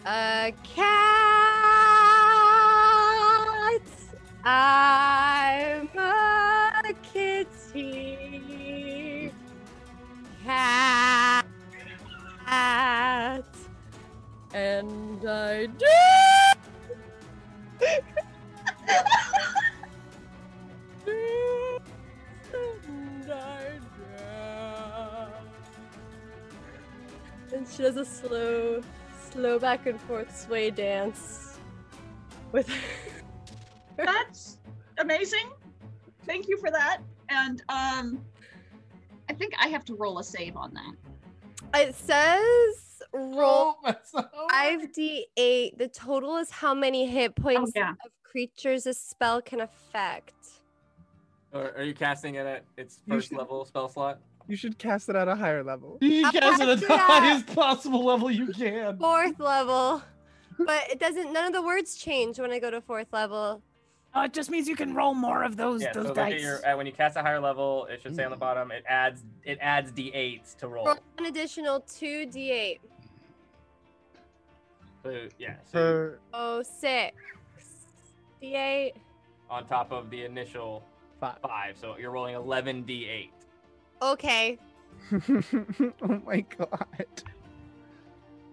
a cat. I'm a kitty. Cat. And I do. and I do. And she does a slow, slow back and forth sway dance with That's amazing. Thank you for that. And um, I think I have to roll a save on that. It says roll five d eight. The total is how many Oh, hit points of creatures a spell can affect. Or are you casting it at its first level spell slot? You should cast it at a higher level. You cast it at the highest possible level you can. Fourth level, but it doesn't. None of the words change when I go to fourth level. Oh, it just means you can roll more of those Yeah, so those look at dice. Mm. your uh, when you cast a higher level, it should say on the bottom it adds it adds d8s to roll. Roll an additional two d eight. So, yeah, so For Oh six d eight. on top of the initial five. so you're rolling 11 d8. Okay. oh my god.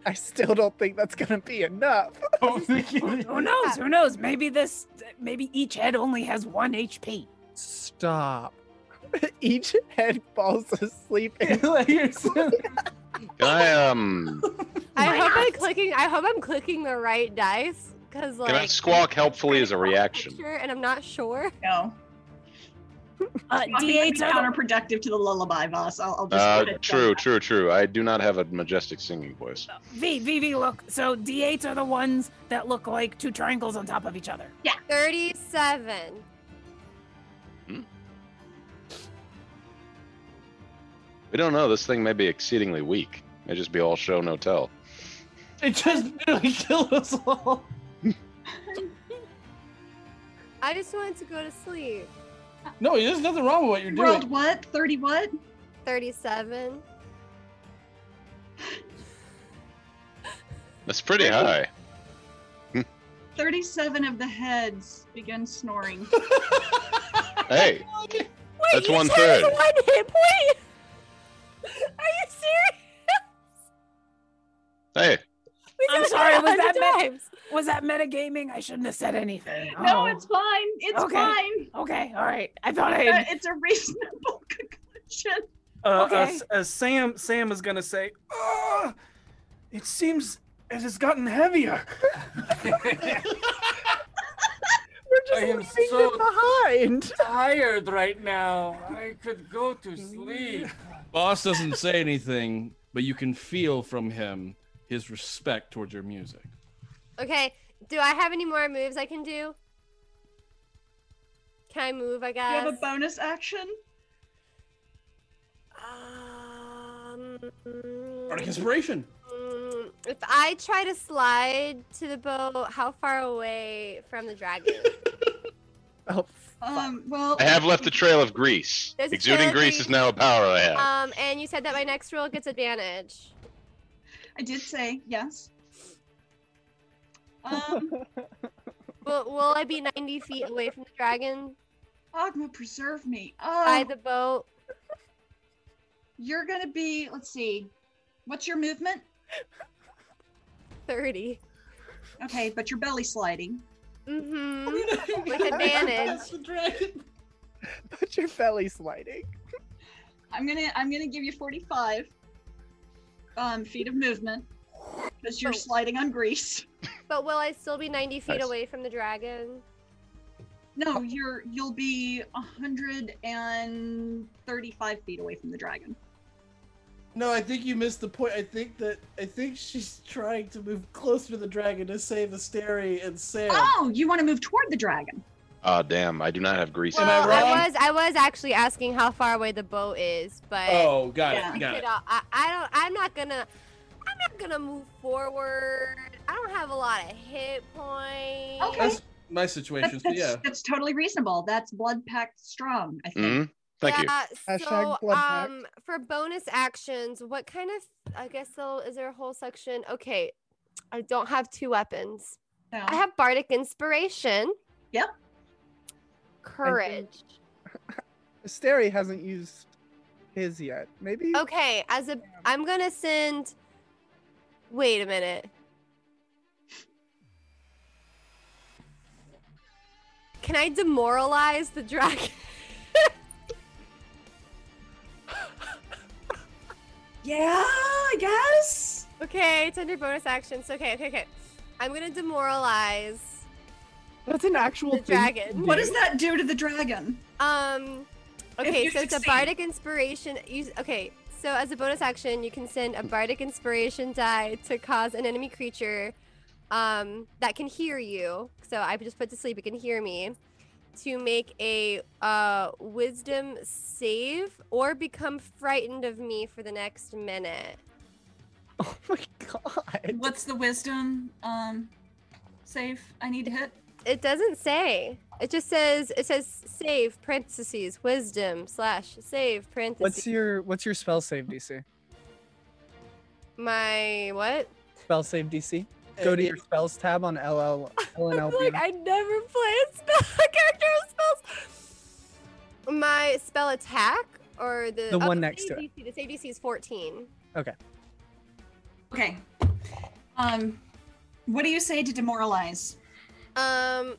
I still don't think that's gonna be enough. Oh, Who knows? Who knows? Maybe this. Maybe each head only has one HP. Stop. Each head falls asleep. And- Can I um? I hope I'm clicking. I hope I'm clicking the right dice, cause like Can I squawk helpfully as a reaction? sure, and I'm not sure. No. Uh, D8 counterproductive to the lullaby, Voss. I'll, I'll just. Uh, put it true, true, true. I do not have a majestic singing voice. V V V. Look. So D8s are the ones that look like two triangles on top of each other. Yeah. Thirty-seven. We don't know. This thing may be exceedingly weak. May just be all show no tell. It just nearly killed us all. I just wanted to go to sleep. No, there's nothing wrong with what you're World doing. what? 30 what? Thirty-seven. That's pretty high. 37 of the heads begin snoring. Hey, That's you one said it third. was One hit point. Are you serious? hey. We I'm said it sorry. Was 100 that meta- times. was that metagaming? I shouldn't have said anything. No, Oh. it's fine. It's Okay. fine. Okay. All right. I thought I. Uh, It's a reasonable conclusion. Uh, uh, Okay. S- uh, Sam Sam is gonna say, "Ah, "It seems it has gotten heavier." We're just I am leaving so- them behind. Tired right now. I could go to sleep. Boss doesn't say anything, but you can feel from him his respect towards your music. Okay. Do I have any more moves I can do? Can I move? I You guess. have a bonus action? Um, Bardic inspiration. mm, if I try to slide to the boat, how far away from the dragon? Oh, Um, well, I have left the trail of grease. There's a trail Exuding of grease grease. is now a power I have. um, and you said that my next roll gets advantage. I did say yes. Um, Will, will I be 90 feet away from the dragon Ogma, preserve me. by Oh, the boat? you're gonna be. Let's see. What's your movement? 30. Okay, but you're belly sliding. Mm-hmm. With advantage. But your belly sliding. I'm gonna. I'm gonna give you 45 um, feet of movement because you're Oh. sliding on grease. But will I still be 90 feet Nice. away from the dragon? No, you're. You'll be 135 feet away from the dragon. No, I think you missed the point. I think that I think she's trying to move closer to the dragon to save Asteri and Sam. Oh, you want to move toward the dragon? Ah, damn. I do not have grease. Am I Well, I, wrong? was I was actually asking how far away the boat is, but Oh, got Yeah. it, I, got could, it. uh, I, I don't. I'm not gonna. I'm not gonna move forward. I don't have a lot of hit points. Okay. That's my That- situation. That's, So yeah, that's totally reasonable. That's blood packed strong. I think. hmm Thank you. yeah, Uh, Hashtag So, blood pact. um, for bonus actions, what kind of? I guess though, is there a whole section? Okay, I don't have two weapons. No. I have bardic inspiration. Yep. Courage. Asteri hasn't used his yet. Maybe Okay, as a I'm gonna send wait a minute. Can I demoralize the dragon? Yeah, I guess. okay, it's under bonus actions. Okay, okay, okay. I'm gonna demoralize that's an actual the thing. dragon. What does that do to the dragon? Um If Okay, you so it's a succeed. bardic inspiration. You, okay, So, as a bonus action, you can send a bardic inspiration die to cause an enemy creature um, that can hear you. So, I just put to sleep, it can hear me. To make a uh, wisdom save or become frightened of me for the next minute. What's the wisdom um save I need to hit? It doesn't say. It just says it says save parentheses wisdom slash save parentheses. What's your what's your spell save DC? My what? Spell save DC. Go to your spells tab on LL LNLB. Like I never play a spell a character with spells. My spell attack or the The one one next to it. DC, The save DC is fourteen. Okay. Okay. Um what do you say to demoralize? Um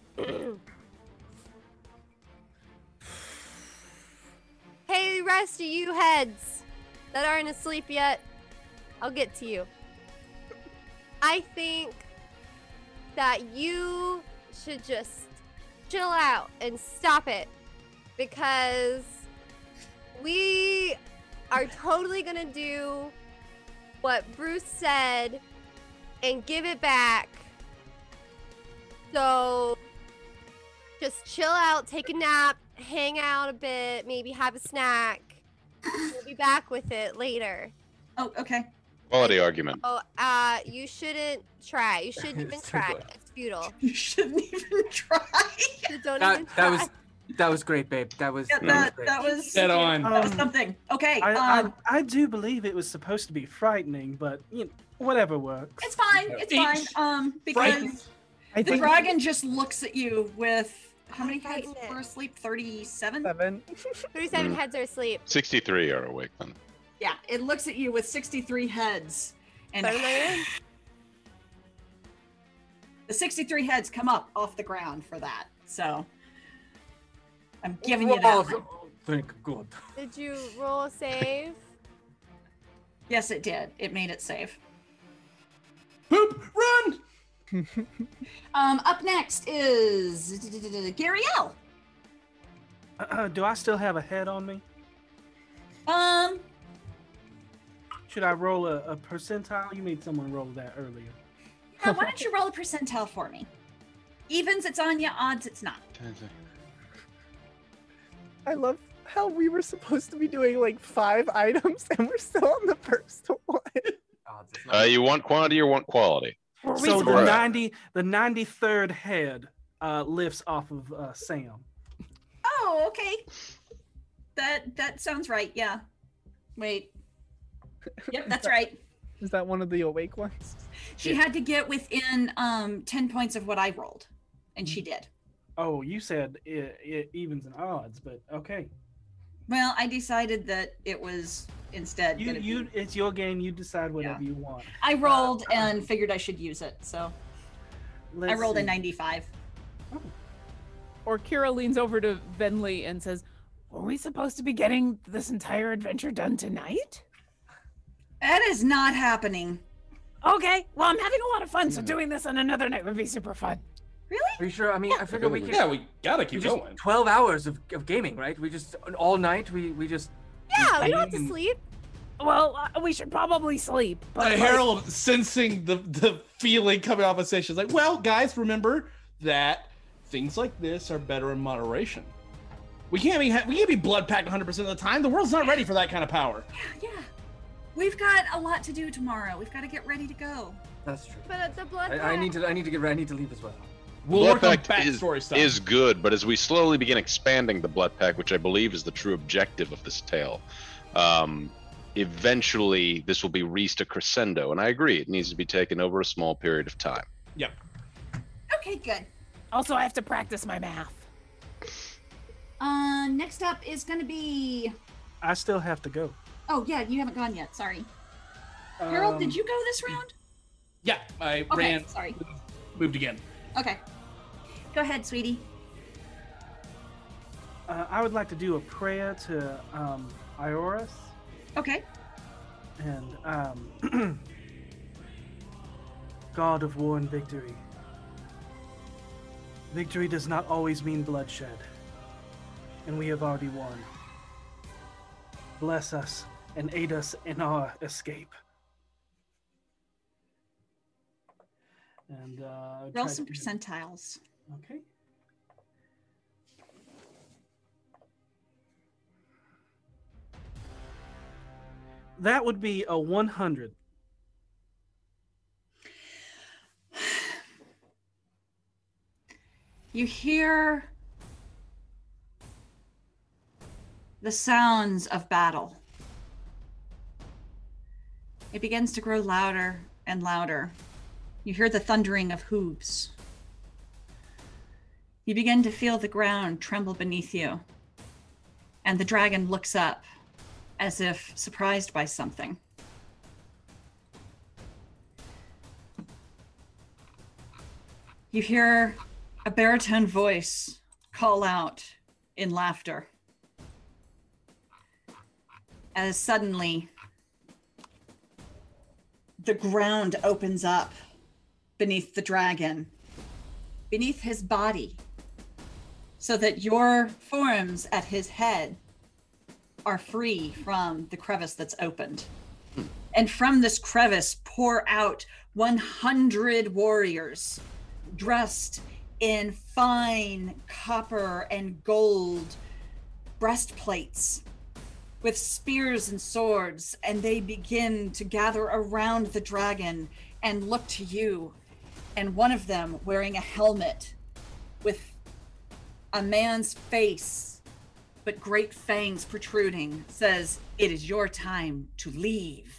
Hey, the rest of you heads that aren't asleep yet, I'll get to you. I think that you should just chill out and stop it because we are totally gonna do what Bruce said and give it back. So just chill out, take a nap, hang out a bit, maybe have a snack. We'll be back with it later. Oh, okay. Quality argument. Oh, uh, you shouldn't try. You shouldn't even try. It's futile. You shouldn't even try. don't even That, try. that was that was great, babe. That was Yeah, that, that was Dead on. That Um, was something. Okay. I, um, I, I do believe it was supposed to be frightening, but you know, whatever works. It's fine. It's fine. Um, because I the think- dragon just looks at you with how many heads were asleep? Thirty-seven. Seven. Mm. Thirty-seven heads are asleep. 63 are awake then. Yeah, it looks at you with sixty-three heads, and Better than the sixty-three heads come up off the ground for that. So I'm giving you Well, that. one. Thank God. Did you roll a save? Yes, it did. It made it safe. Poop, run! Um, up next is Gary L. Uh, do I still have a head on me? Um, Should I roll a, a percentile? You made someone roll that earlier. yeah, why don't you roll a percentile for me? Evens, it's on you. Odds, it's not. I love how we were supposed to be doing like five items and we're still on the first one. Uh, you want quantity or want quality? So the Correct. ninety, the ninety-third head uh, lifts off of uh, Sam. Oh, okay. That that sounds right. Yeah. Wait. Yep, that's right. Is that one of the awake ones? She had to get within um ten points of what I rolled, and Hmm. she did. Oh, you said it, it evens and odds, but okay. Well, I decided that it was instead. You, gonna be- you, uh, it's your game. You decide whatever Yeah. you want. I rolled and figured I should use it, so I Let's rolled a see. ninety-five. Or Kira leans over to Venley and says, Were we supposed to be getting this entire adventure done tonight? That is not happening. Okay, well, I'm having a lot of fun, so doing this on another night would be super fun. Are you sure? I mean, I figured we could. Yeah, we gotta we keep just- going. Twelve hours of, of gaming, right? We just all night. We we just. Yeah, we don't have to sleep. Well, uh, we should probably sleep. Uh, But Harold, sensing the the feeling coming off of station, is like, well, guys, remember that things like this are better in moderation. We can't be ha- we can't be blood packed 100 percent of the time. The world's not ready for that kind of power. We've got a lot to do tomorrow. We've got to get ready to go. That's true. But at the blood I, I need to I need to get I need to leave as well. We'll blood work on pact is, backstory stuff. is good, but as we slowly begin expanding the blood pack, which I believe is the true objective of this tale, um, eventually this will be reached a crescendo. And I agree, it needs to be taken over a small period of time. Yep. Okay, good. also, I have to practice my math. Uh, next up is going to be. I still have to go. Oh yeah, you haven't gone yet. Sorry, Harold. Um, Did you go this round? Yeah, I Okay, ran, sorry. moved again. Okay, go ahead, sweetie. Uh, I would like to do a prayer to um, Ioris, Okay. and um, God of War and Victory. Victory does not always mean bloodshed, and we have already won. Bless us and aid us in our escape. And uh, Roll try some to- percentiles. Okay. That would be a 100. You hear the sounds of battle. It begins to grow louder and louder. You hear the thundering of hooves. You begin to feel the ground tremble beneath you. And the dragon looks up as if surprised by something. You hear a baritone voice call out in laughter as suddenly the ground opens up beneath the dragon, beneath his body, so that your forms at his head are free from the crevice that's opened. And from this crevice pour out 100 warriors dressed in fine copper and gold breastplates with spears and swords, and they begin to gather around the dragon and look to you. And one of them, wearing a helmet with a man's face but great fangs protruding, says, It is your time to leave.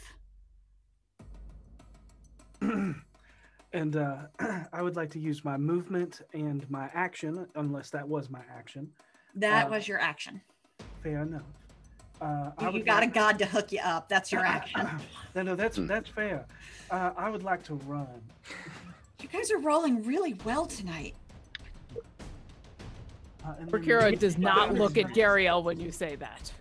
And uh, I would like to use my movement and my action, unless that was my action. That Uh, was your action. Fair enough. Uh, I You would got a like- god to hook you up. That's your action. No, no, that's that's fair. Uh, I would like to run. You guys are rolling really well tonight. Uh, and then- Prakira does not look at Gariel when you say that.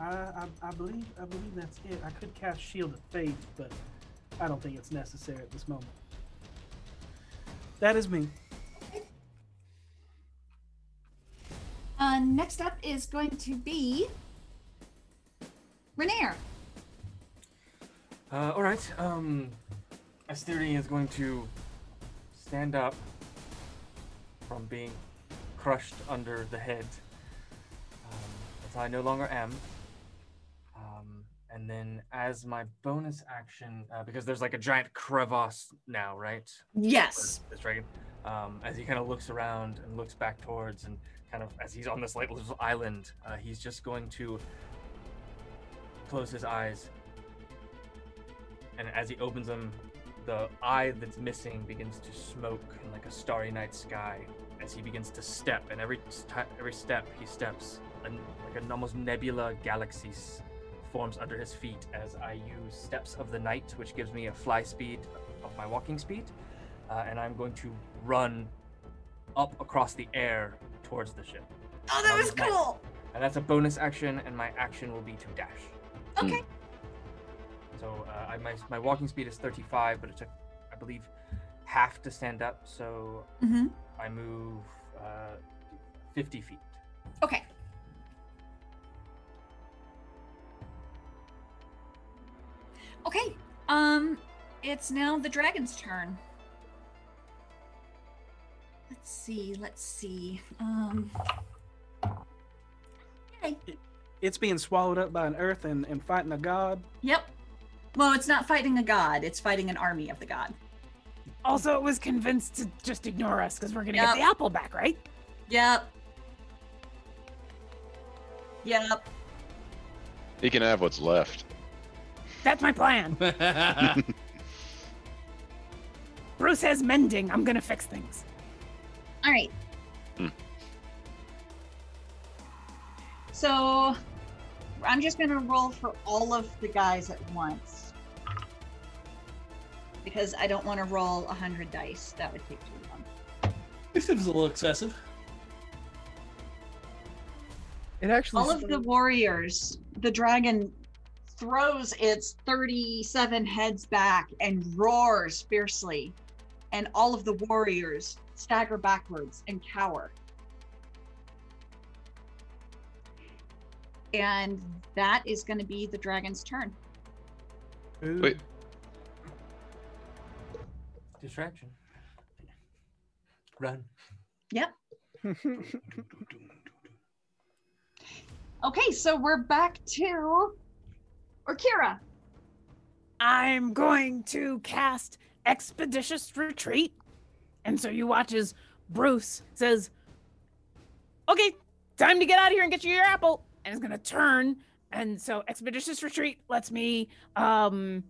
I, I, I believe I believe that's it. I could cast Shield of Faith, but I don't think it's necessary at this moment. That is me. Uh, next up is going to be Renair. Uh, all right. Um, Asteri is going to stand up from being crushed under the head, um, as I no longer am. Um, and then, as my bonus action, uh, because there's like a giant crevasse now, right? Yes. This dragon. Um, as he kind of looks around and looks back towards, and kind of as he's on this like little island, uh, he's just going to close his eyes and as he opens them, the eye that's missing begins to smoke in like a starry night sky. As he begins to step, and every st- every step he steps, an, like an almost nebula galaxy s- forms under his feet. As I use steps of the night, which gives me a fly speed of my walking speed, uh, and I'm going to run up across the air towards the ship. Oh, that was cool. And that's a bonus action, and my action will be to dash. Okay. So uh, I, my my walking speed is 35, but it took, I believe, half to stand up. So Mhm. I move uh, 50 feet. Okay. Okay. Um, it's now the dragon's turn. Let's see. Let's see. Um. Okay. It's being swallowed up by an earth and, and fighting a god. Yep. Well, it's not fighting a god. It's fighting an army of the god. Also, it was convinced to just ignore us because we're gonna Yep. get the apple back, right? Yep. Yep. He can have what's left. That's my plan. Ah. Bruce has mending. I'm gonna fix things. All right. Hmm. So I'm just going to roll for all of the guys at once because I don't want to roll 100 dice. That would take too long. This seems a little excessive. It actually all of the warriors, the dragon throws its 37 heads back and roars fiercely, and all of the warriors stagger backwards and cower. And that is going to be the dragon's turn. Wait. Distraction. Run. Yep. Okay, so we're back to Orkira. I'm going to cast Expeditious Retreat. And so you watch as Bruce says, Okay, time to get out of here and get you your apple. And it's going to turn. And so Expeditious Retreat lets me um,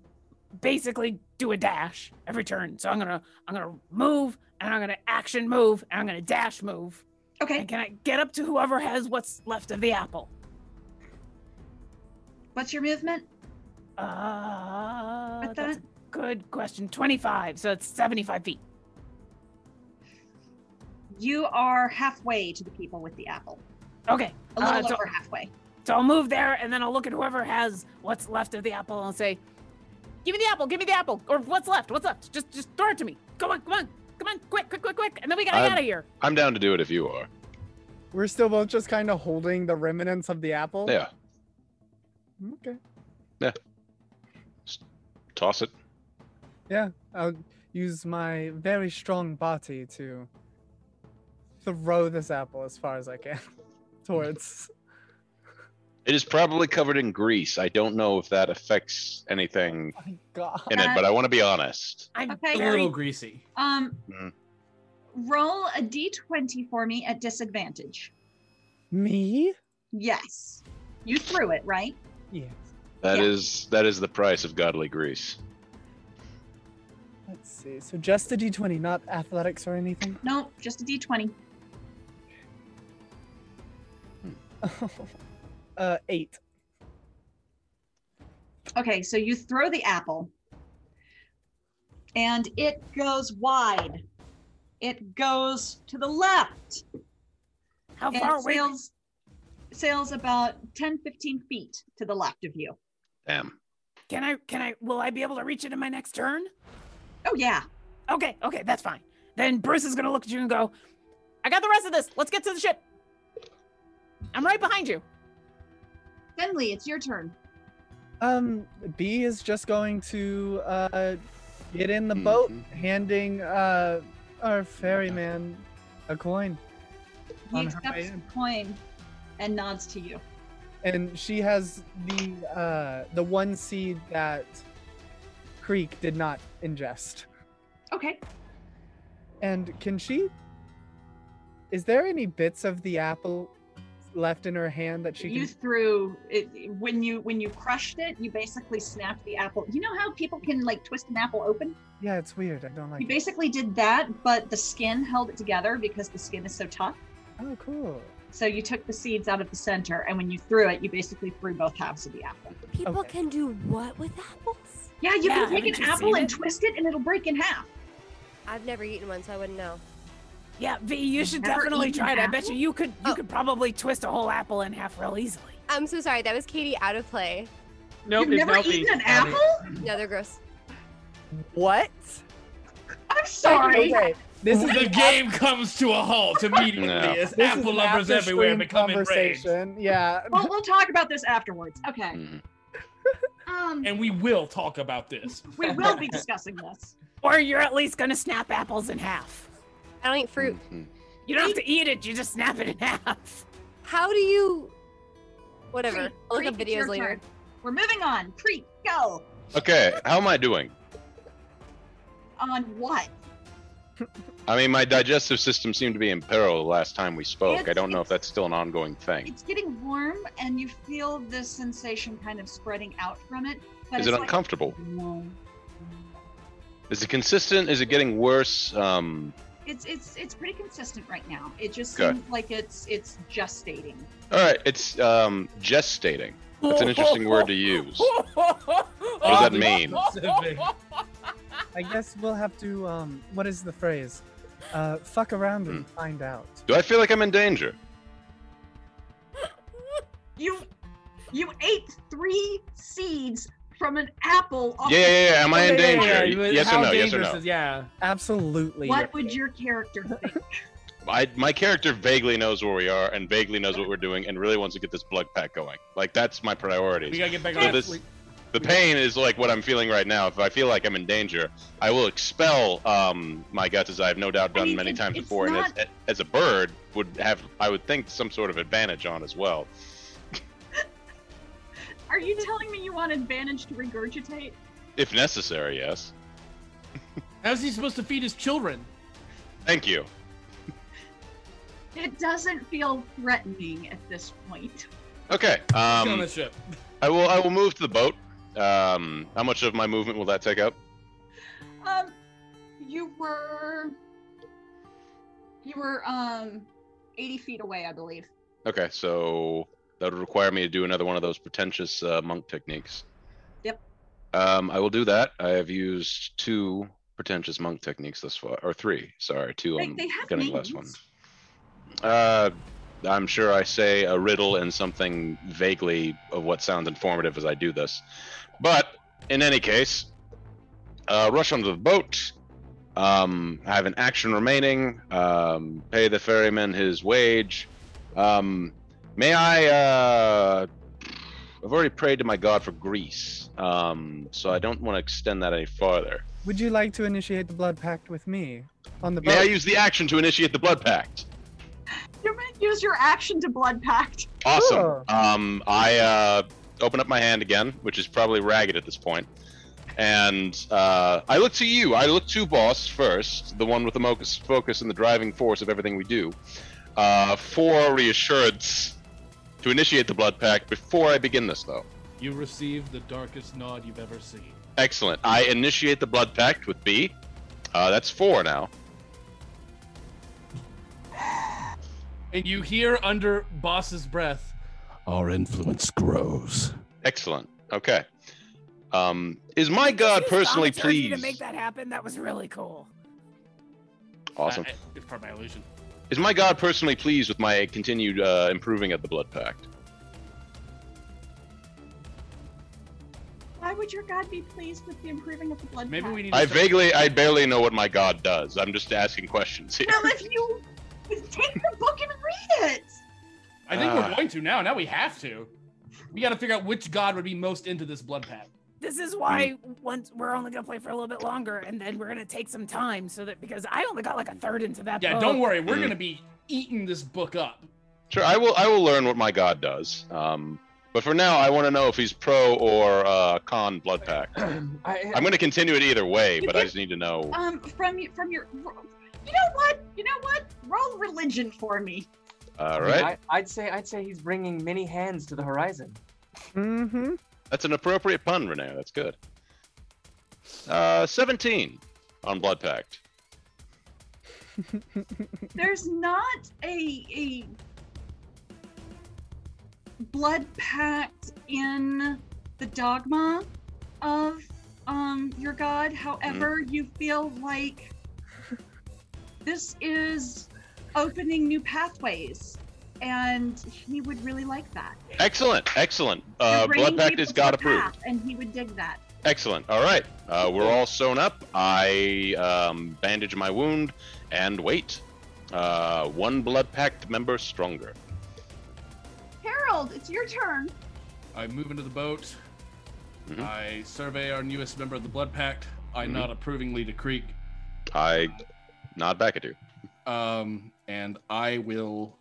basically do a dash every turn. So I'm going to I'm going to move and I'm going to action move and I'm going to dash move. Okay. And can I get up to whoever has what's left of the apple? What's your movement? Uh, With that's that? a good question. 25, so it's 75 feet. You are halfway to the people with the apple. Okay. A little uh, so, over halfway. so I'll move there and then I'll look at whoever has what's left of the apple and I'll say, Give me the apple, give me the apple. Or what's left? What's left? Just just throw it to me. Come on, come on, come on, quick, quick, quick, quick. And then we gotta get I'm- out of here. I'm down to do it if you are. We're still both just kind of holding the remnants of the apple. Yeah. Okay. Yeah. Just toss it. Yeah. I'll use my very strong body to throw this apple as far as I can towards. It is probably covered in grease. I don't know if that affects anything God. in it, but I want to be honest. I'm okay. a little greasy. Um, Mm. roll a d20 for me at disadvantage. Me? Yes. You threw it, right? Yeah. That is that is the price of godly grease. Let's see. So just a d20, not athletics or anything. No, just a d20. uh, eight. Okay, so you throw the apple and it goes wide. It goes to the left. How And far it away? Sails, sails about 10, 15 feet to the left of you. Damn. Can I can I will I be able to reach it in my next turn? Oh yeah. Okay, okay, that's fine. Then Bruce is gonna look at you and go, I got the rest of this. Let's get to the ship. I'm right behind you. Finley, it's your turn. Um, B is just going to uh, get in the boat, handing uh, our ferryman a coin, He On her way accepts the coin and nods to you. and she has the uh, the one seed that Creek did not ingest. Okay. And can she? Is there any bits of the apple left in her hand that she you can? threw it when you when you crushed it, you basically snapped the apple. You know how people can like twist an apple open? Yeah, it's weird. I don't like. You it. basically did that, but the skin held it together because the skin is so tough. Oh, cool. So you took the seeds out of the center, and when you threw it, you basically threw both halves of the apple. People can do what with apples? Yeah, you Yeah, can take haven't an you apple seen and it? twist it, and it'll break in half. I've never eaten one, so I wouldn't know. Yeah, V, you should Never definitely eaten try it. I bet apple? you you could you Oh. could probably twist a whole apple in half real easily. I'm so sorry. That was Katie out of play. Nope, You've it's never not beef. eaten an Not it. apple? No, they're gross. What? I'm sorry. Okay. This is the game comes to a halt immediately No. as This is apple an lovers after everywhere stream become enraged. conversation. Yeah. Well, we'll talk about this afterwards. Okay. Mhm. Um, And we will talk about this. we will be discussing this. Or you're at least gonna snap apples in half. I don't eat fruit. Mhm. You don't have to eat it, you just snap it in half. How do you? Whatever. Creep, I'll look creep, up it's your videos later. turn. We're moving on. Creep, go. Okay, how am I doing? On what? I mean, my digestive system seemed to be in peril the last time we spoke. I It's- don't know if that's still an ongoing thing. It's getting warm, and you feel this sensation kind of spreading out from it. But Is it's it like, uncomfortable? no. Is it consistent? Is it getting worse? Um, It's it's it's pretty consistent right now. It just Okay. seems like it's it's gestating. all right, it's um, gestating. That's an interesting word to use. does that mean? I guess we'll have to. Um, what is the phrase? Uh, fuck around and Hmm. find out. Do I feel like I'm in danger? You you ate three seeds from an apple. off Yeah, the- yeah, yeah. Am I Yeah, in yeah, danger? yeah, Yes or how no? Yes or dangerous no? is- yeah. Absolutely. What would your character think? I, my character vaguely knows where we are and vaguely knows what we're doing and really wants to get this blood pack going. Like that's my priority. We gotta get back So on this- sleep. the pain is like what I'm feeling right now. If I feel like I'm in danger, I will expel um, my guts, as I have no doubt done mean, many it's- times it's before. And as, not- as a bird would have, I would think some sort of advantage on as well. Are you telling me you want advantage to regurgitate? If necessary, yes. How's he supposed to feed his children? Thank you. It doesn't feel threatening at this point. Okay. Get on Um, the ship. I will. I will move to the boat. Um, how much of my movement will that take up? Um, you were You were um 80 feet away, I believe. Okay, so that would require me to do another one of those pretentious uh, monk techniques. Yep. Um, I will do that. I have used two pretentious monk techniques thus far, or three. Sorry, two. They- I'm they have getting the last one. names. Uh, I'm sure I say a riddle and something vaguely of what sounds informative as I do this, but in any case, uh, rush onto the boat. Um, I have an action remaining. Um, pay the ferryman his wage. Um, may I? Uh, I've already prayed to my god for Greece, um, so I don't want to extend that any farther. Would you like to initiate the blood pact with me on the boat? May I use the action to initiate the blood pact? You may use your action to blood pact. Awesome. Sure. Um, I uh, open up my hand again, which is probably ragged at this point, and uh, I look to you. I look to Boss first, the one with the mocus focus and the driving force of everything we do, uh, for reassurance to initiate the blood pact. Before I begin this, though. You receive the darkest nod you've ever seen. Excellent. I initiate the blood pact with B. Uh, that's four now. And you hear under Boss's breath, Our influence grows. Excellent. Okay. Um, is my god personally Volunteered you to pleased? make that happen. That was really cool. Awesome. I- I- it's part of my illusion. Is my god personally pleased with my continued uh, improving of the blood pact? Why would your god be pleased with the improving of the blood Maybe pact? we need to I start- vaguely, I barely know what my god does. I'm just asking questions here. Well, if you take the book and read it. I think Ah. we're going to now. Now we have to. We got to figure out which god would be most into this blood pact. This is why once we're only gonna play for a little bit longer, and then we're gonna take some time so that because I only got like a third into that. Yeah, book. don't worry. We're Mm. gonna be eating this book up. Sure, I will. I will learn what my god does. Um, but for now, I want to know if he's pro or uh, con blood pact. I, I'm going to continue it either way, You but I get- just need to know. Um, from your, from your, you know what? You know what? Roll religion for me. All I mean, uh, right, I, I'd say I'd say he's bringing many hands to the horizon. Mm-hmm. that's an appropriate pun, Renee. That's good. Uh, 17 on blood pact. There's not a a blood pact in the dogma of um your god. However, Mm. you feel like this is opening new pathways, and he would really like that. Excellent, excellent. You're Uh, bringing blood pact people is to god the approved. path, and he would dig that. Excellent. All right. Uh, we're all sewn up. I um, bandage my wound and wait. Uh, one blood pact member stronger. Harold, it's your turn. I move into the boat. Mhm. I survey our newest member of the blood pact. I Mhm. nod approvingly to Creek, I nod back at you. um, and I will.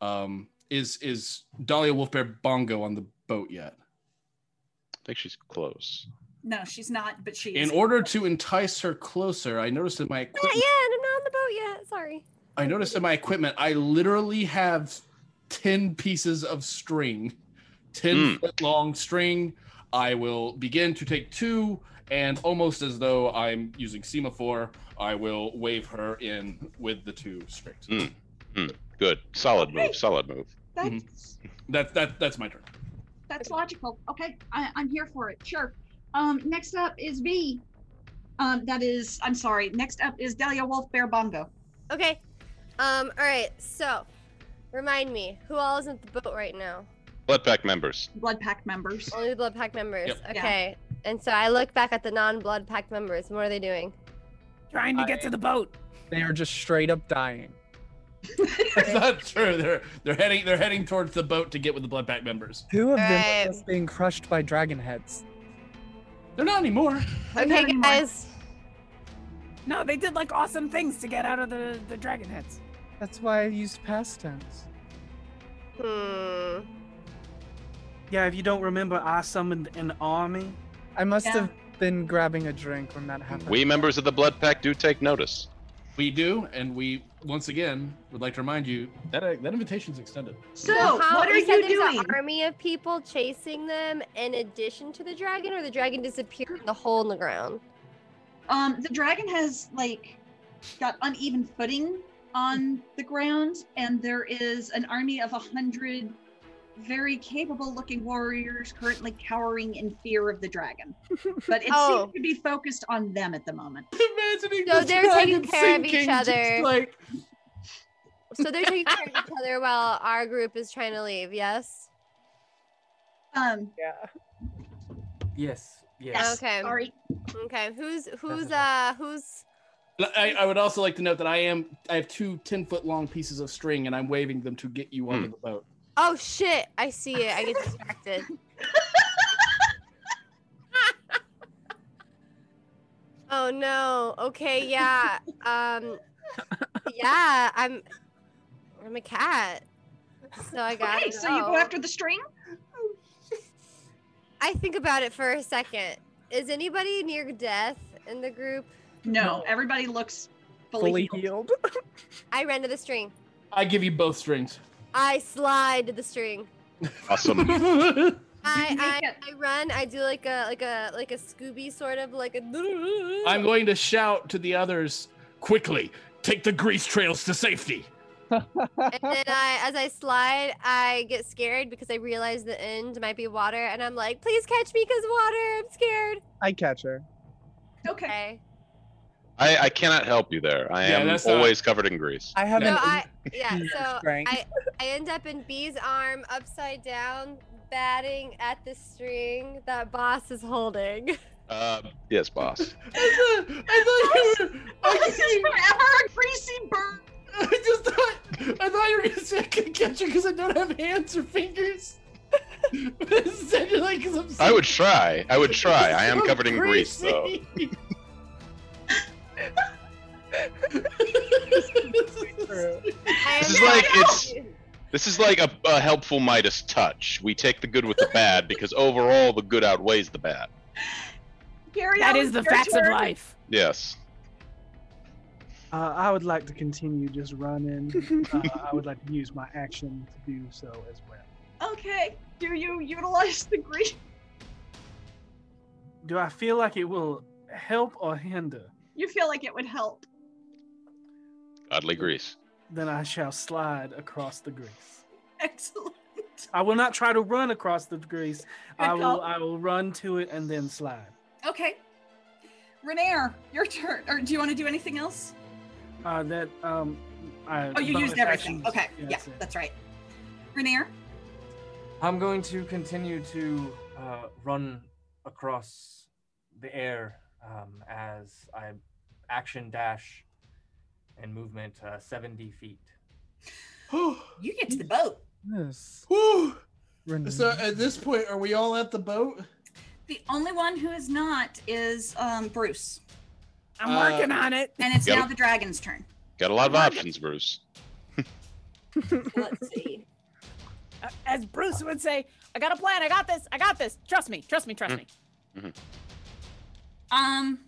Um, is is Dahlia Wolfbear Bongo on the boat yet? I think she's close. no, she's not, but she In is. order to entice her closer, I noticed in my Not equipment. yet. I'm not on the boat yet. Sorry. I noticed in my equipment, I literally have 10 pieces of string, 10 Hmm. foot long string. I will begin to take two, and almost as though I'm using semaphore, I will wave her in with the two strings. Mm. Mm. Good. Solid move. Solid move. That's Mm-hmm. That, that, that's my turn. That's logical. Okay, I, I'm here for it. Sure. Um, next up is B. Um, that is, I'm sorry. Next up is Dahlia Wolf Bear Bongo. Okay. Um. All right. So, remind me who all is in the boat right now? Blood pact members. Blood Pack members. Only the blood pack members. Yep. Yeah. Okay. And so I look back at the non-blood pack members. and What are they doing? Trying to get to the boat. They are just straight up dying. It's not true. They're they're heading they're heading towards the boat to get with the Bloodpack members. Two of them are just being crushed by dragon heads. They're not anymore. Okay, guys. No, they did like awesome things to get out of the, the dragon heads. That's why I used past tense. Hmm. Yeah, if you don't remember, I summoned an army. I must have been grabbing a drink when that happened. We members of the Blood Pack do take notice. We do, and we once again would like to remind you that uh, that invitation's extended. So, Well, how- what are said you there's doing? An army of people chasing them in addition to the dragon, or the dragon disappeared in the hole in the ground. Um, the dragon has like got uneven footing on the ground, and there is an army of a hundred very capable looking warriors currently cowering in fear of the dragon. But it Oh. seems to be focused on them at the moment. Imagining So the they're dragon taking care of each sinking, just other. Like, So they're taking care of each other while our group is trying to leave. Yes. Um. Yeah. Yes. Yes. Okay. Sorry. Okay. Who's who's uh who's I, I would also like to note that I am I have two 10 foot long pieces of string and I'm waving them to get you Hmm. onto the boat. Oh shit! I see it. I get distracted. oh no. Okay. Yeah. Um. Yeah. I'm. I'm a cat. So I got. Okay, so you go after the string? I think about it for a second. Is anybody near death in the group? No, everybody looks fully, healed. I ran to the string. I give you both strings. I slide to the string. Awesome. I, I, I run. I do like a like a like a Scooby sort of like a. I'm going to shout to the others quickly. Take the grease trails to safety. and then I, as I slide, I get scared because I realize the end might be water, and I'm like, "Please catch me, cause water! I'm scared." I catch her. Okay. I, I cannot help you there. I Yeah, am that's not- always covered in grease. I have So an I, yeah. Huge So strength. I, I end up in B's arm, upside down, batting at the string that boss is holding. Uh, yes, boss. I thought, I thought you were. I This is forever a greasy bird. I just thought I thought you were gonna say I couldn't catch her because I don't have hands or fingers. But Instead, you're like, "'Cause I'm so- I would try. I would try. I am so covered in grease, though. greasy." I This am is not- like it's. This is like a, a helpful Midas touch. We take the good with the bad because overall the good outweighs the bad. Gary, That was is the your facts of turn. life. Yes. Uh, I would like to continue just running. uh, I would like to use my action to do so as well. Okay. Do you utilize the grease? Do I feel like it will help or hinder? You feel like it would help. Godly grease. Then I shall slide across the grease. Excellent. I will not try to run across the grease. I Good will. call. I will run to it and then slide. Okay. Renair, your turn. Or do you want to do anything else? Uh, that um. I, Oh, you bonus used everything. actions. Okay. Yeah, yeah, that's it. that's right. Renair? I'm going to continue to uh, run across the air um, as I action dash and movement uh, 70 feet. You get to the boat. Yes. Whew. Renee. So at this point, are we all at the boat? The only one who is not is um, Bruce. I'm Uh, working on it. And it's Yep. now the dragon's turn. Got a lot of options, Bruce. Let's see. Uh, As Bruce would say, I got a plan. I got this. I got this. Trust me. Trust me. Trust me. Um,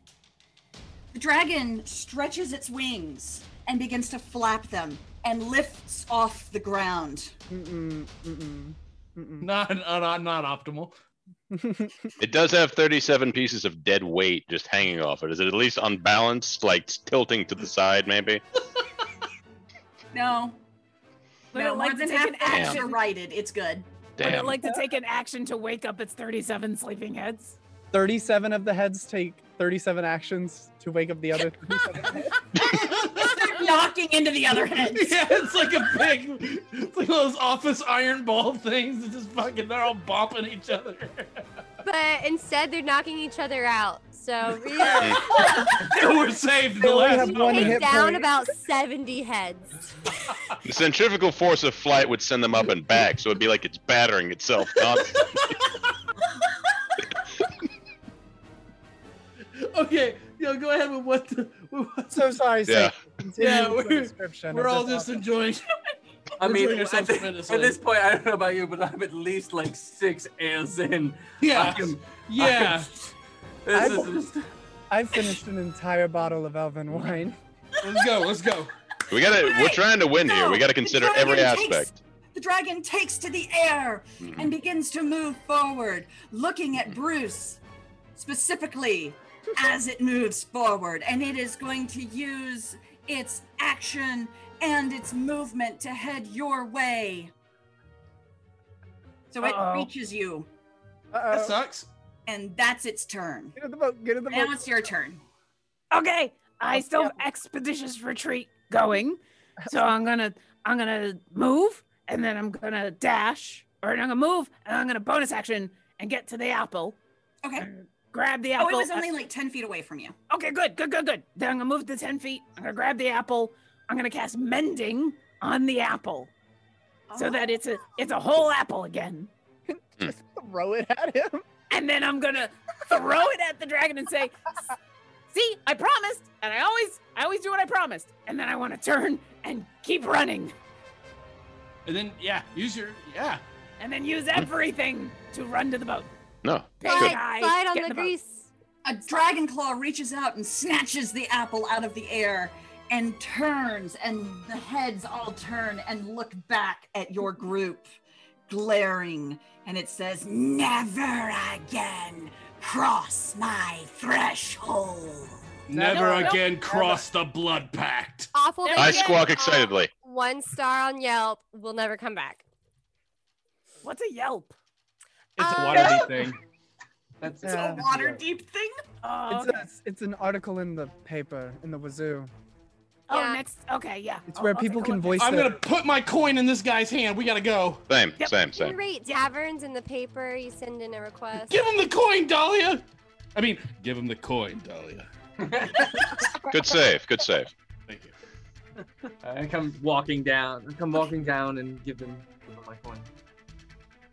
the dragon stretches its wings and begins to flap them and lifts off the ground. Mm-mm, mm-mm, mm-mm. Not uh, not, not optimal. It does have 37 pieces of dead weight just hanging off it. Is it at least unbalanced, like tilting to the side, maybe? No, Would no, more it like to than take half an the action? action are righted. It's good. Would it Damn. like to take an action to wake up its 37 sleeping heads? 37 of the heads take 37 actions to wake up the other 37 heads. Start knocking into the other head. Yeah, it's like a big, it's like those office iron ball things. It's just fucking, they're all bopping each other. But instead, they're knocking each other out. So yeah. We're saved. The last moment. Take down about 70 heads. The centrifugal force of flight would send them up and back, so it'd be like it's battering itself constantly. Okay, yo, go ahead with what. The, with what so sorry. Yeah. Yeah, Continue with the we're, description. we're It's all just just enjoying. I mean, enjoying at, ourselves thi- tremendously. at this point, I don't know about you, but I'm at least like six ales in. Yeah. I am- Yeah. I am- this I've- is just. I've finished an entire bottle of Elven wine. Let's go. Let's go. We gotta. We're trying to win here. We gotta consider every dragon takes- aspect. The dragon takes to the air and begins to move forward, looking at Bruce specifically as it moves forward. And it is going to use its action and its movement to head your way. So it Uh-oh. reaches you, That sucks. and that's its turn. Get in the boat. Get in the Now it's your turn. Okay, I still have expeditious retreat going, so I'm gonna I'm gonna move and then I'm gonna dash, or I'm gonna move and I'm gonna bonus action and get to the apple. Okay. Uh, Grab the Oh, apple. Uh, it was only like 10 feet away from you. Okay, good, good, good, good. Then I'm gonna move to ten feet. I'm gonna grab the apple. I'm gonna cast mending on the apple, Oh. so that it's a it's a whole apple again. Hmm. Throw it at him. And then I'm gonna throw it at the dragon and say, "S- "See, I promised, and I always I always do what I promised." And then I want to turn and keep running, And then yeah, use your yeah. and then use everything to run to the boat. No. Slide, slide on the grease. A dragon claw reaches out and snatches the apple out of the air and turns, and the heads all turn and look back at your group, glaring. And it says, Never again cross my threshold. Never No, no, again no. cross the blood pact. Awful. I Vegan, squawk uh, excitedly. one star on Yelp. Will never come back. What's a yelp? It's a Uh, water deep thing. That's It's a water deep thing. Oh, It's, a, it's an article in the paper in the Wazoo. oh, next. Okay, yeah. It's I'll- where I'll people take a can look. voice. I'm their- gonna put my coin in this guy's hand. We gotta go. Same. Same. You can Same. rate taverns in the paper. You send in a request. Give him the coin, Dahlia. I mean, give him the coin, Dahlia. Good save. Good save. Thank you. I come walking down. I come walking down and give them, give them my coin.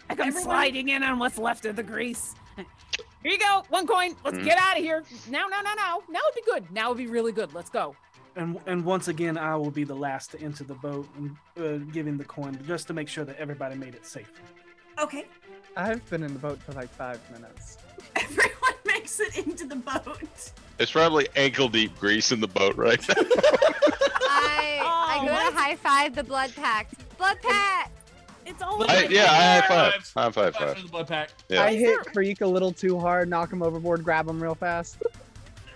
I come Everyone- sliding in on what's left of the grease. Here you go, one coin. Let's Mm. get out of here. Now, no, no, no. Now would be good. Now would be really good. Let's go. And and once again, I will be the last to enter the boat and uh, giving the coin just to make sure that everybody made it safe. Okay, I've been in the boat for like five minutes. everyone makes it into the boat. It's probably ankle deep grease in the boat right now. I I Oh, go to high five the blood pact. Blood pact. It's all. I, yeah. I high High five. High five. Five Five. for the blood pact. Yeah. I hit Creek a little too hard, knock him overboard, grab him real fast.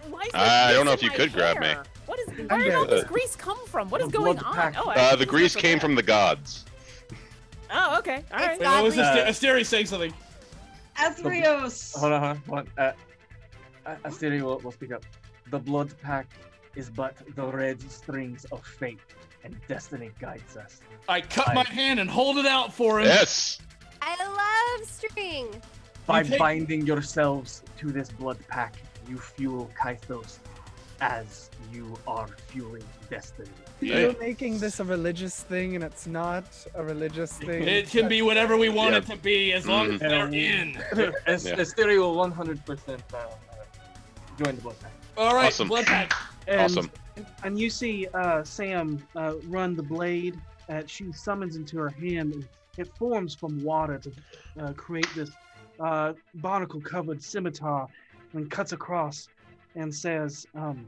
Why is there I don't know if grease in you my could grab me. hair? What is? I'm Where did all good. this grease come from? What is The going blood on? pack. Oh, I Uh, actually the grease forgot. came from the gods. Oh, okay. All right. It's Wait, what was godly. this? Uh, Asterius saying something. Athreos. Hold on, hold on. Hold on. Uh, A- Asteri will, will speak up. The blood pact is but the red strings of fate, and destiny guides us. I cut my hand and hold it out for him. Yes. I love string. By You take- binding yourselves to this blood pack, you fuel Kythos as you are fueling destiny. Yeah. You're making this a religious thing, and it's not a religious thing. It can be whatever we want it to be as long Mhm. as they're in. As- Yeah. Asteri will 100% uh, uh, join the blood pack. All right, Awesome. blood pact. And, Awesome. And you see uh, Sam uh, run the blade that she summons into her hand, and it forms from water to uh, create this uh, barnacle-covered scimitar, and cuts across, and says, um,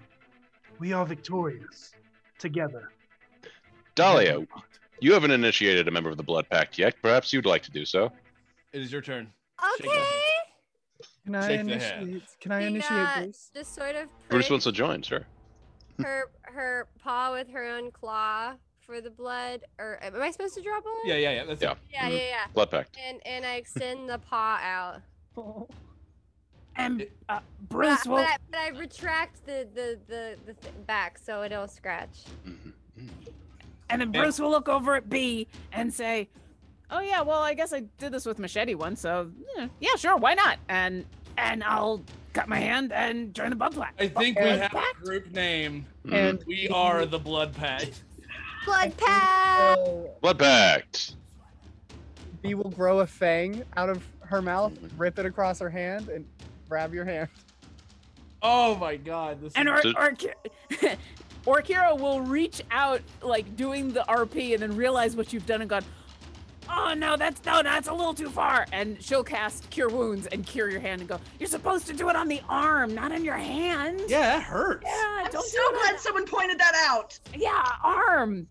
"We are victorious together." Dahlia, you haven't initiated a member of the blood pact yet. Perhaps you'd like to do so. It is your turn. Shake Okay. Can I Shake the hand. initiate? Can I The, initiate uh, Bruce? Just sort of Bruce prick wants to join, sir. her her paw with her own claw for the blood. Or am I supposed to draw blood? Yeah, yeah, yeah. That's Yeah. it. Yeah, Mhm. yeah, yeah. Blood pact. And and I extend the paw out. And uh, But I- Bruce but, will. I, but I retract the the the, the th- back so it don't scratch. Mhm. Mhm. And then Yeah. Bruce will look over at B and say, "Oh yeah, well I guess I did this with machete once, so yeah, yeah, sure, why not?" And and I'll cut my hand and joined the blood pack. I think we have a group name. Mm. And- we are the Blood Pack. Blood pack. Blood pact. Bee will grow a fang out of her mouth, rip it across her hand, and grab your hand. Oh my god. This And or, So- or, Orkiro will reach out, like doing the RP, and then realize what you've done and gone, oh no, that's no, that's a little too far. And she'll cast Cure Wounds and cure your hand and go, you're supposed to do it on the arm, not on your hand. Yeah, that hurts. Yeah, I'm don't so do it on glad the- someone pointed that out. Yeah, arm.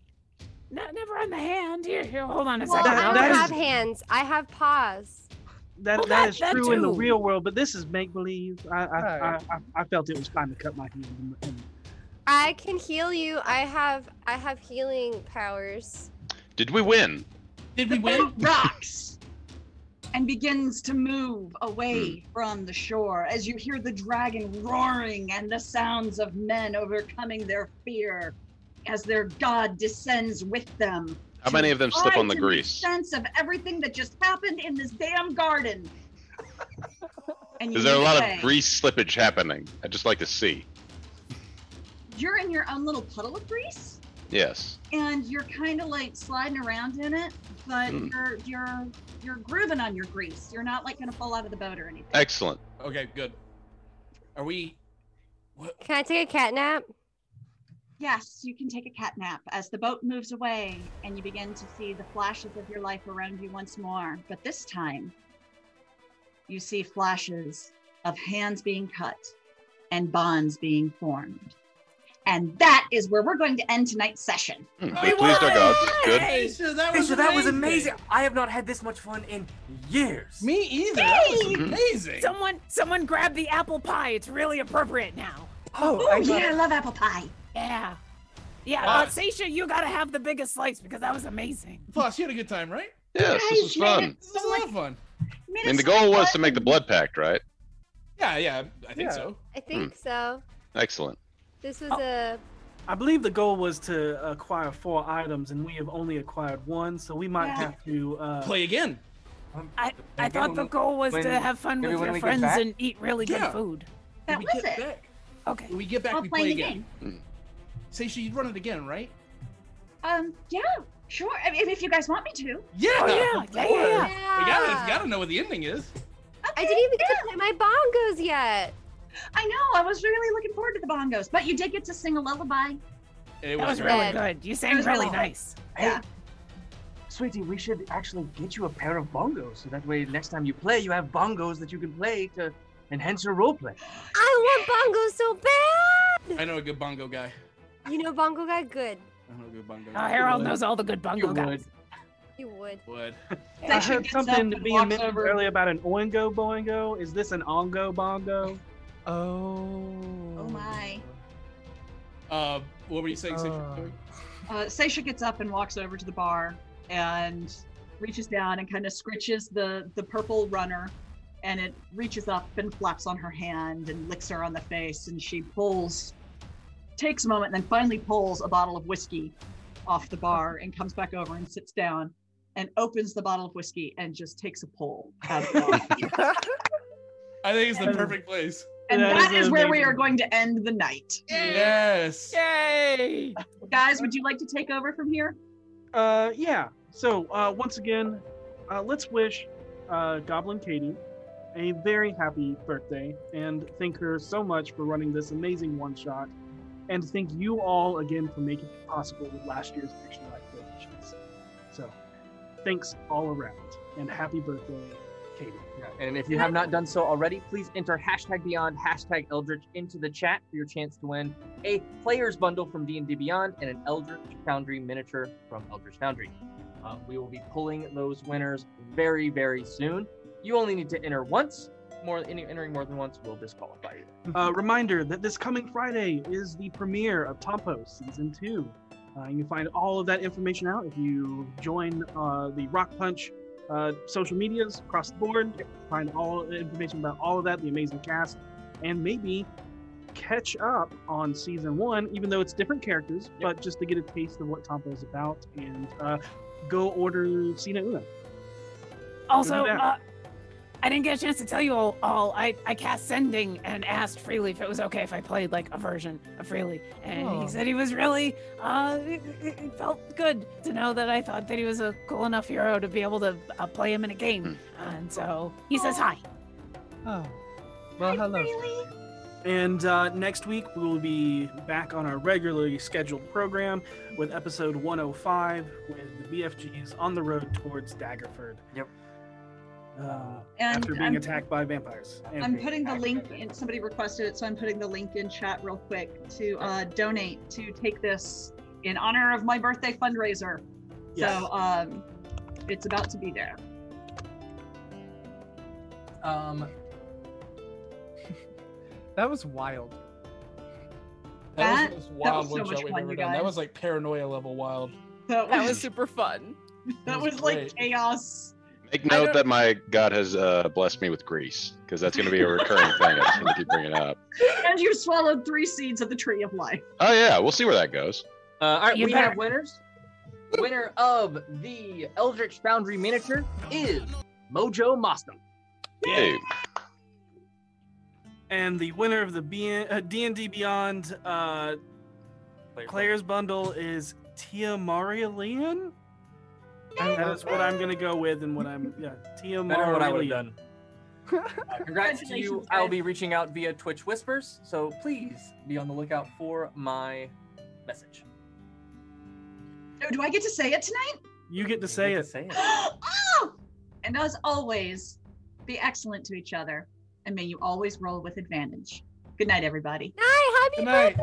No, never on the hand. Here, here, hold on a Well, second. I don't that is- have hands. I have paws. That, Well, that that- is that true in the too. real world, but this is make believe. I I, Right. I, I I felt it was time to cut my hand. And, and I can heal you. I have I have healing powers. Did we win? Did we win? Rocks and begins to move away Hmm. from the shore as you hear the dragon roaring and the sounds of men overcoming their fear as their god descends with them. How many of them slip Try on the to make grease? Sense of everything that just happened in this damn garden. and you Is there a move lot away. of grease slippage happening? I'd just like to see. You're in your own little puddle of grease. Yes. and you're kind of like sliding around in it, but Mm. you're you're you're grooving on your grease. You're not like gonna fall out of the boat or anything. Excellent. Okay, good. Are we Can I take a cat nap? Yes, you can take a cat nap as the boat moves away and you begin to see the flashes of your life around you once more. But this time, you see flashes of hands being cut and bonds being formed. And that is where we're going to end tonight's session. Hmm, They pleased our gods. Good. Aisha, that was Aisha, that was amazing. amazing. I have not had this much fun in years. Me either. That was amazing. Someone, someone grab the apple pie. It's really appropriate now. Oh, Ooh, yeah, I love apple pie. Yeah. Yeah, Ah. uh, Seisha, you gotta have the biggest slice because that was amazing. Plus, you had a good time, right? Yes, this was fun. This was a lot of fun. I mean, the goal was to make the blood pact, right? Yeah, yeah, I think Yeah. so. Hmm. I think so. Excellent. This was a I believe the goal was to acquire four items, and we have only acquired one, so we might Yeah. have to uh, Play again. I, I thought the goal was to have fun with your friends and eat really Yeah. good food. That we was get it. back. Okay. When we get back, I'll we play play the again. Mm. Seisha, you'd run it again, right? Um, yeah, sure. I mean, if you guys want me to. Yeah. yeah, of yeah, yeah, course. yeah. We gotta, we gotta know what the ending is. I didn't even get to play my bongos yet. I know. I was really looking forward to the bongos, but you did get to sing a lullaby. It That was great. really good. You sang was really really nice. Yeah. Oh, Sweetie, we should actually get you a pair of bongos so that way next time you play, you have bongos that you can play to enhance your roleplay. I want bongos so bad. I know a good bongo guy. You know bongo guy good. I know a good bongo. Oh, Harold knows all the good bungo guys. You would. Would. I heard something to be mentioned earlier about an oingo boingo. Is this an ongo bongo? Oh. Oh my. Uh, what were you saying, Uh. Seisha? Uh, Seisha gets up and walks over to the bar and reaches down and kind of scritches the the purple runner, and it reaches up and flaps on her hand and licks her on the face, and she pulls, takes a moment, and then finally pulls a bottle of whiskey off the bar and comes back over and sits down and opens the bottle of whiskey and just takes a pull. Um, out of the bottle. I think it's the perfect place. and That that is is where we amazing. are going to end the night. Yes. Yay! Guys, would you like to take over from here? Uh, yeah. So uh, once again, uh, let's wish uh, Goblin Katie a very happy birthday and thank her so much for running this amazing one shot, and thank you all again for making it possible with last year's Fiction Life donations. So thanks all around and happy birthday, Katie. And if you have not done so already, please enter hashtag beyond hashtag eldritch into the chat for your chance to win a player's bundle from D&D Beyond and an Eldritch Foundry miniature from Eldritch Foundry. Uh, we will be pulling those winners very, very soon. You only need to enter once. More any, entering more than once will disqualify you. Uh, reminder that this coming Friday is the premiere of Tompo Season 2. Uh, you can find all of that information out if you join uh, the Rock Punch uh, social medias across the board. Find all the information about all of that, the amazing cast, and maybe catch up on season one, even though it's different characters, but just to get a taste of what Tompo is about and uh, go order Cena Una. Also, that. uh, I didn't get a chance to tell you all. all. I, I cast sending and asked Freely if it was okay if I played like a version of Freely, and Oh. he said he was really. Uh, it, it- it felt good to know that I thought that he was a cool enough hero to be able to uh, play him in a game, Hmm. and so he says hi. Oh, well, hello. And uh, next week, we will be back on our regularly scheduled program with episode 105 with the BFGs on the road towards Daggerford. Yep. Uh, And after being I'm- attacked by vampires. and I'm being putting the attacked. link in, somebody requested it, so I'm putting the link in chat real quick to uh, donate to take this in honor of my birthday fundraiser. Yes. So um, it's about to be there. Um, that was wild. That, That- was the most that wild was one so much shot we've fun, ever you done. That guys. was like paranoia level wild. That was, super fun. That was like chaos. Make I note don't- that my god has uh, blessed me with grease because that's going to be a recurring thing. I'm just going to keep bringing it up. and you swallowed three seeds of the tree of life. Oh yeah, we'll see where that goes. Uh, all right, You we better- have winners. Winner of the Eldritch Foundry miniature is Mojo Mostam. Hey, And the winner of the B- uh, D&D Beyond uh, Players Bundle is Tia Maria Leon? That is what I'm going to go with and what I'm, yeah, Better Tia than Maria what I would've Leon. Uh, congrats to you. Congratulations, I'll guys. be reaching out via Twitch Whispers, so please be on the lookout for my message. Oh, do I get to say it tonight? You get to say it. oh! And as always, be excellent to each other, and may you always roll with advantage. Good night, everybody. Night, Good night.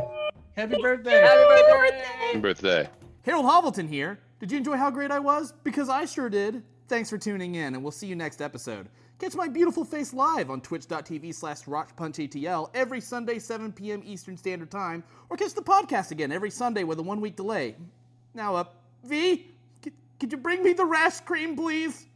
Happy birthday. happy birthday. Harold Hovelton here. Did you enjoy how great I was? Because I sure did. Thanks for tuning in, and we'll see you next episode. Catch my beautiful face live on twitch.tv slash rockpunchatl every Sunday, 7 p.m. Eastern Standard Time, or catch the podcast again every Sunday with a one-week delay. Now up. V, could, could you bring me the rash cream, please?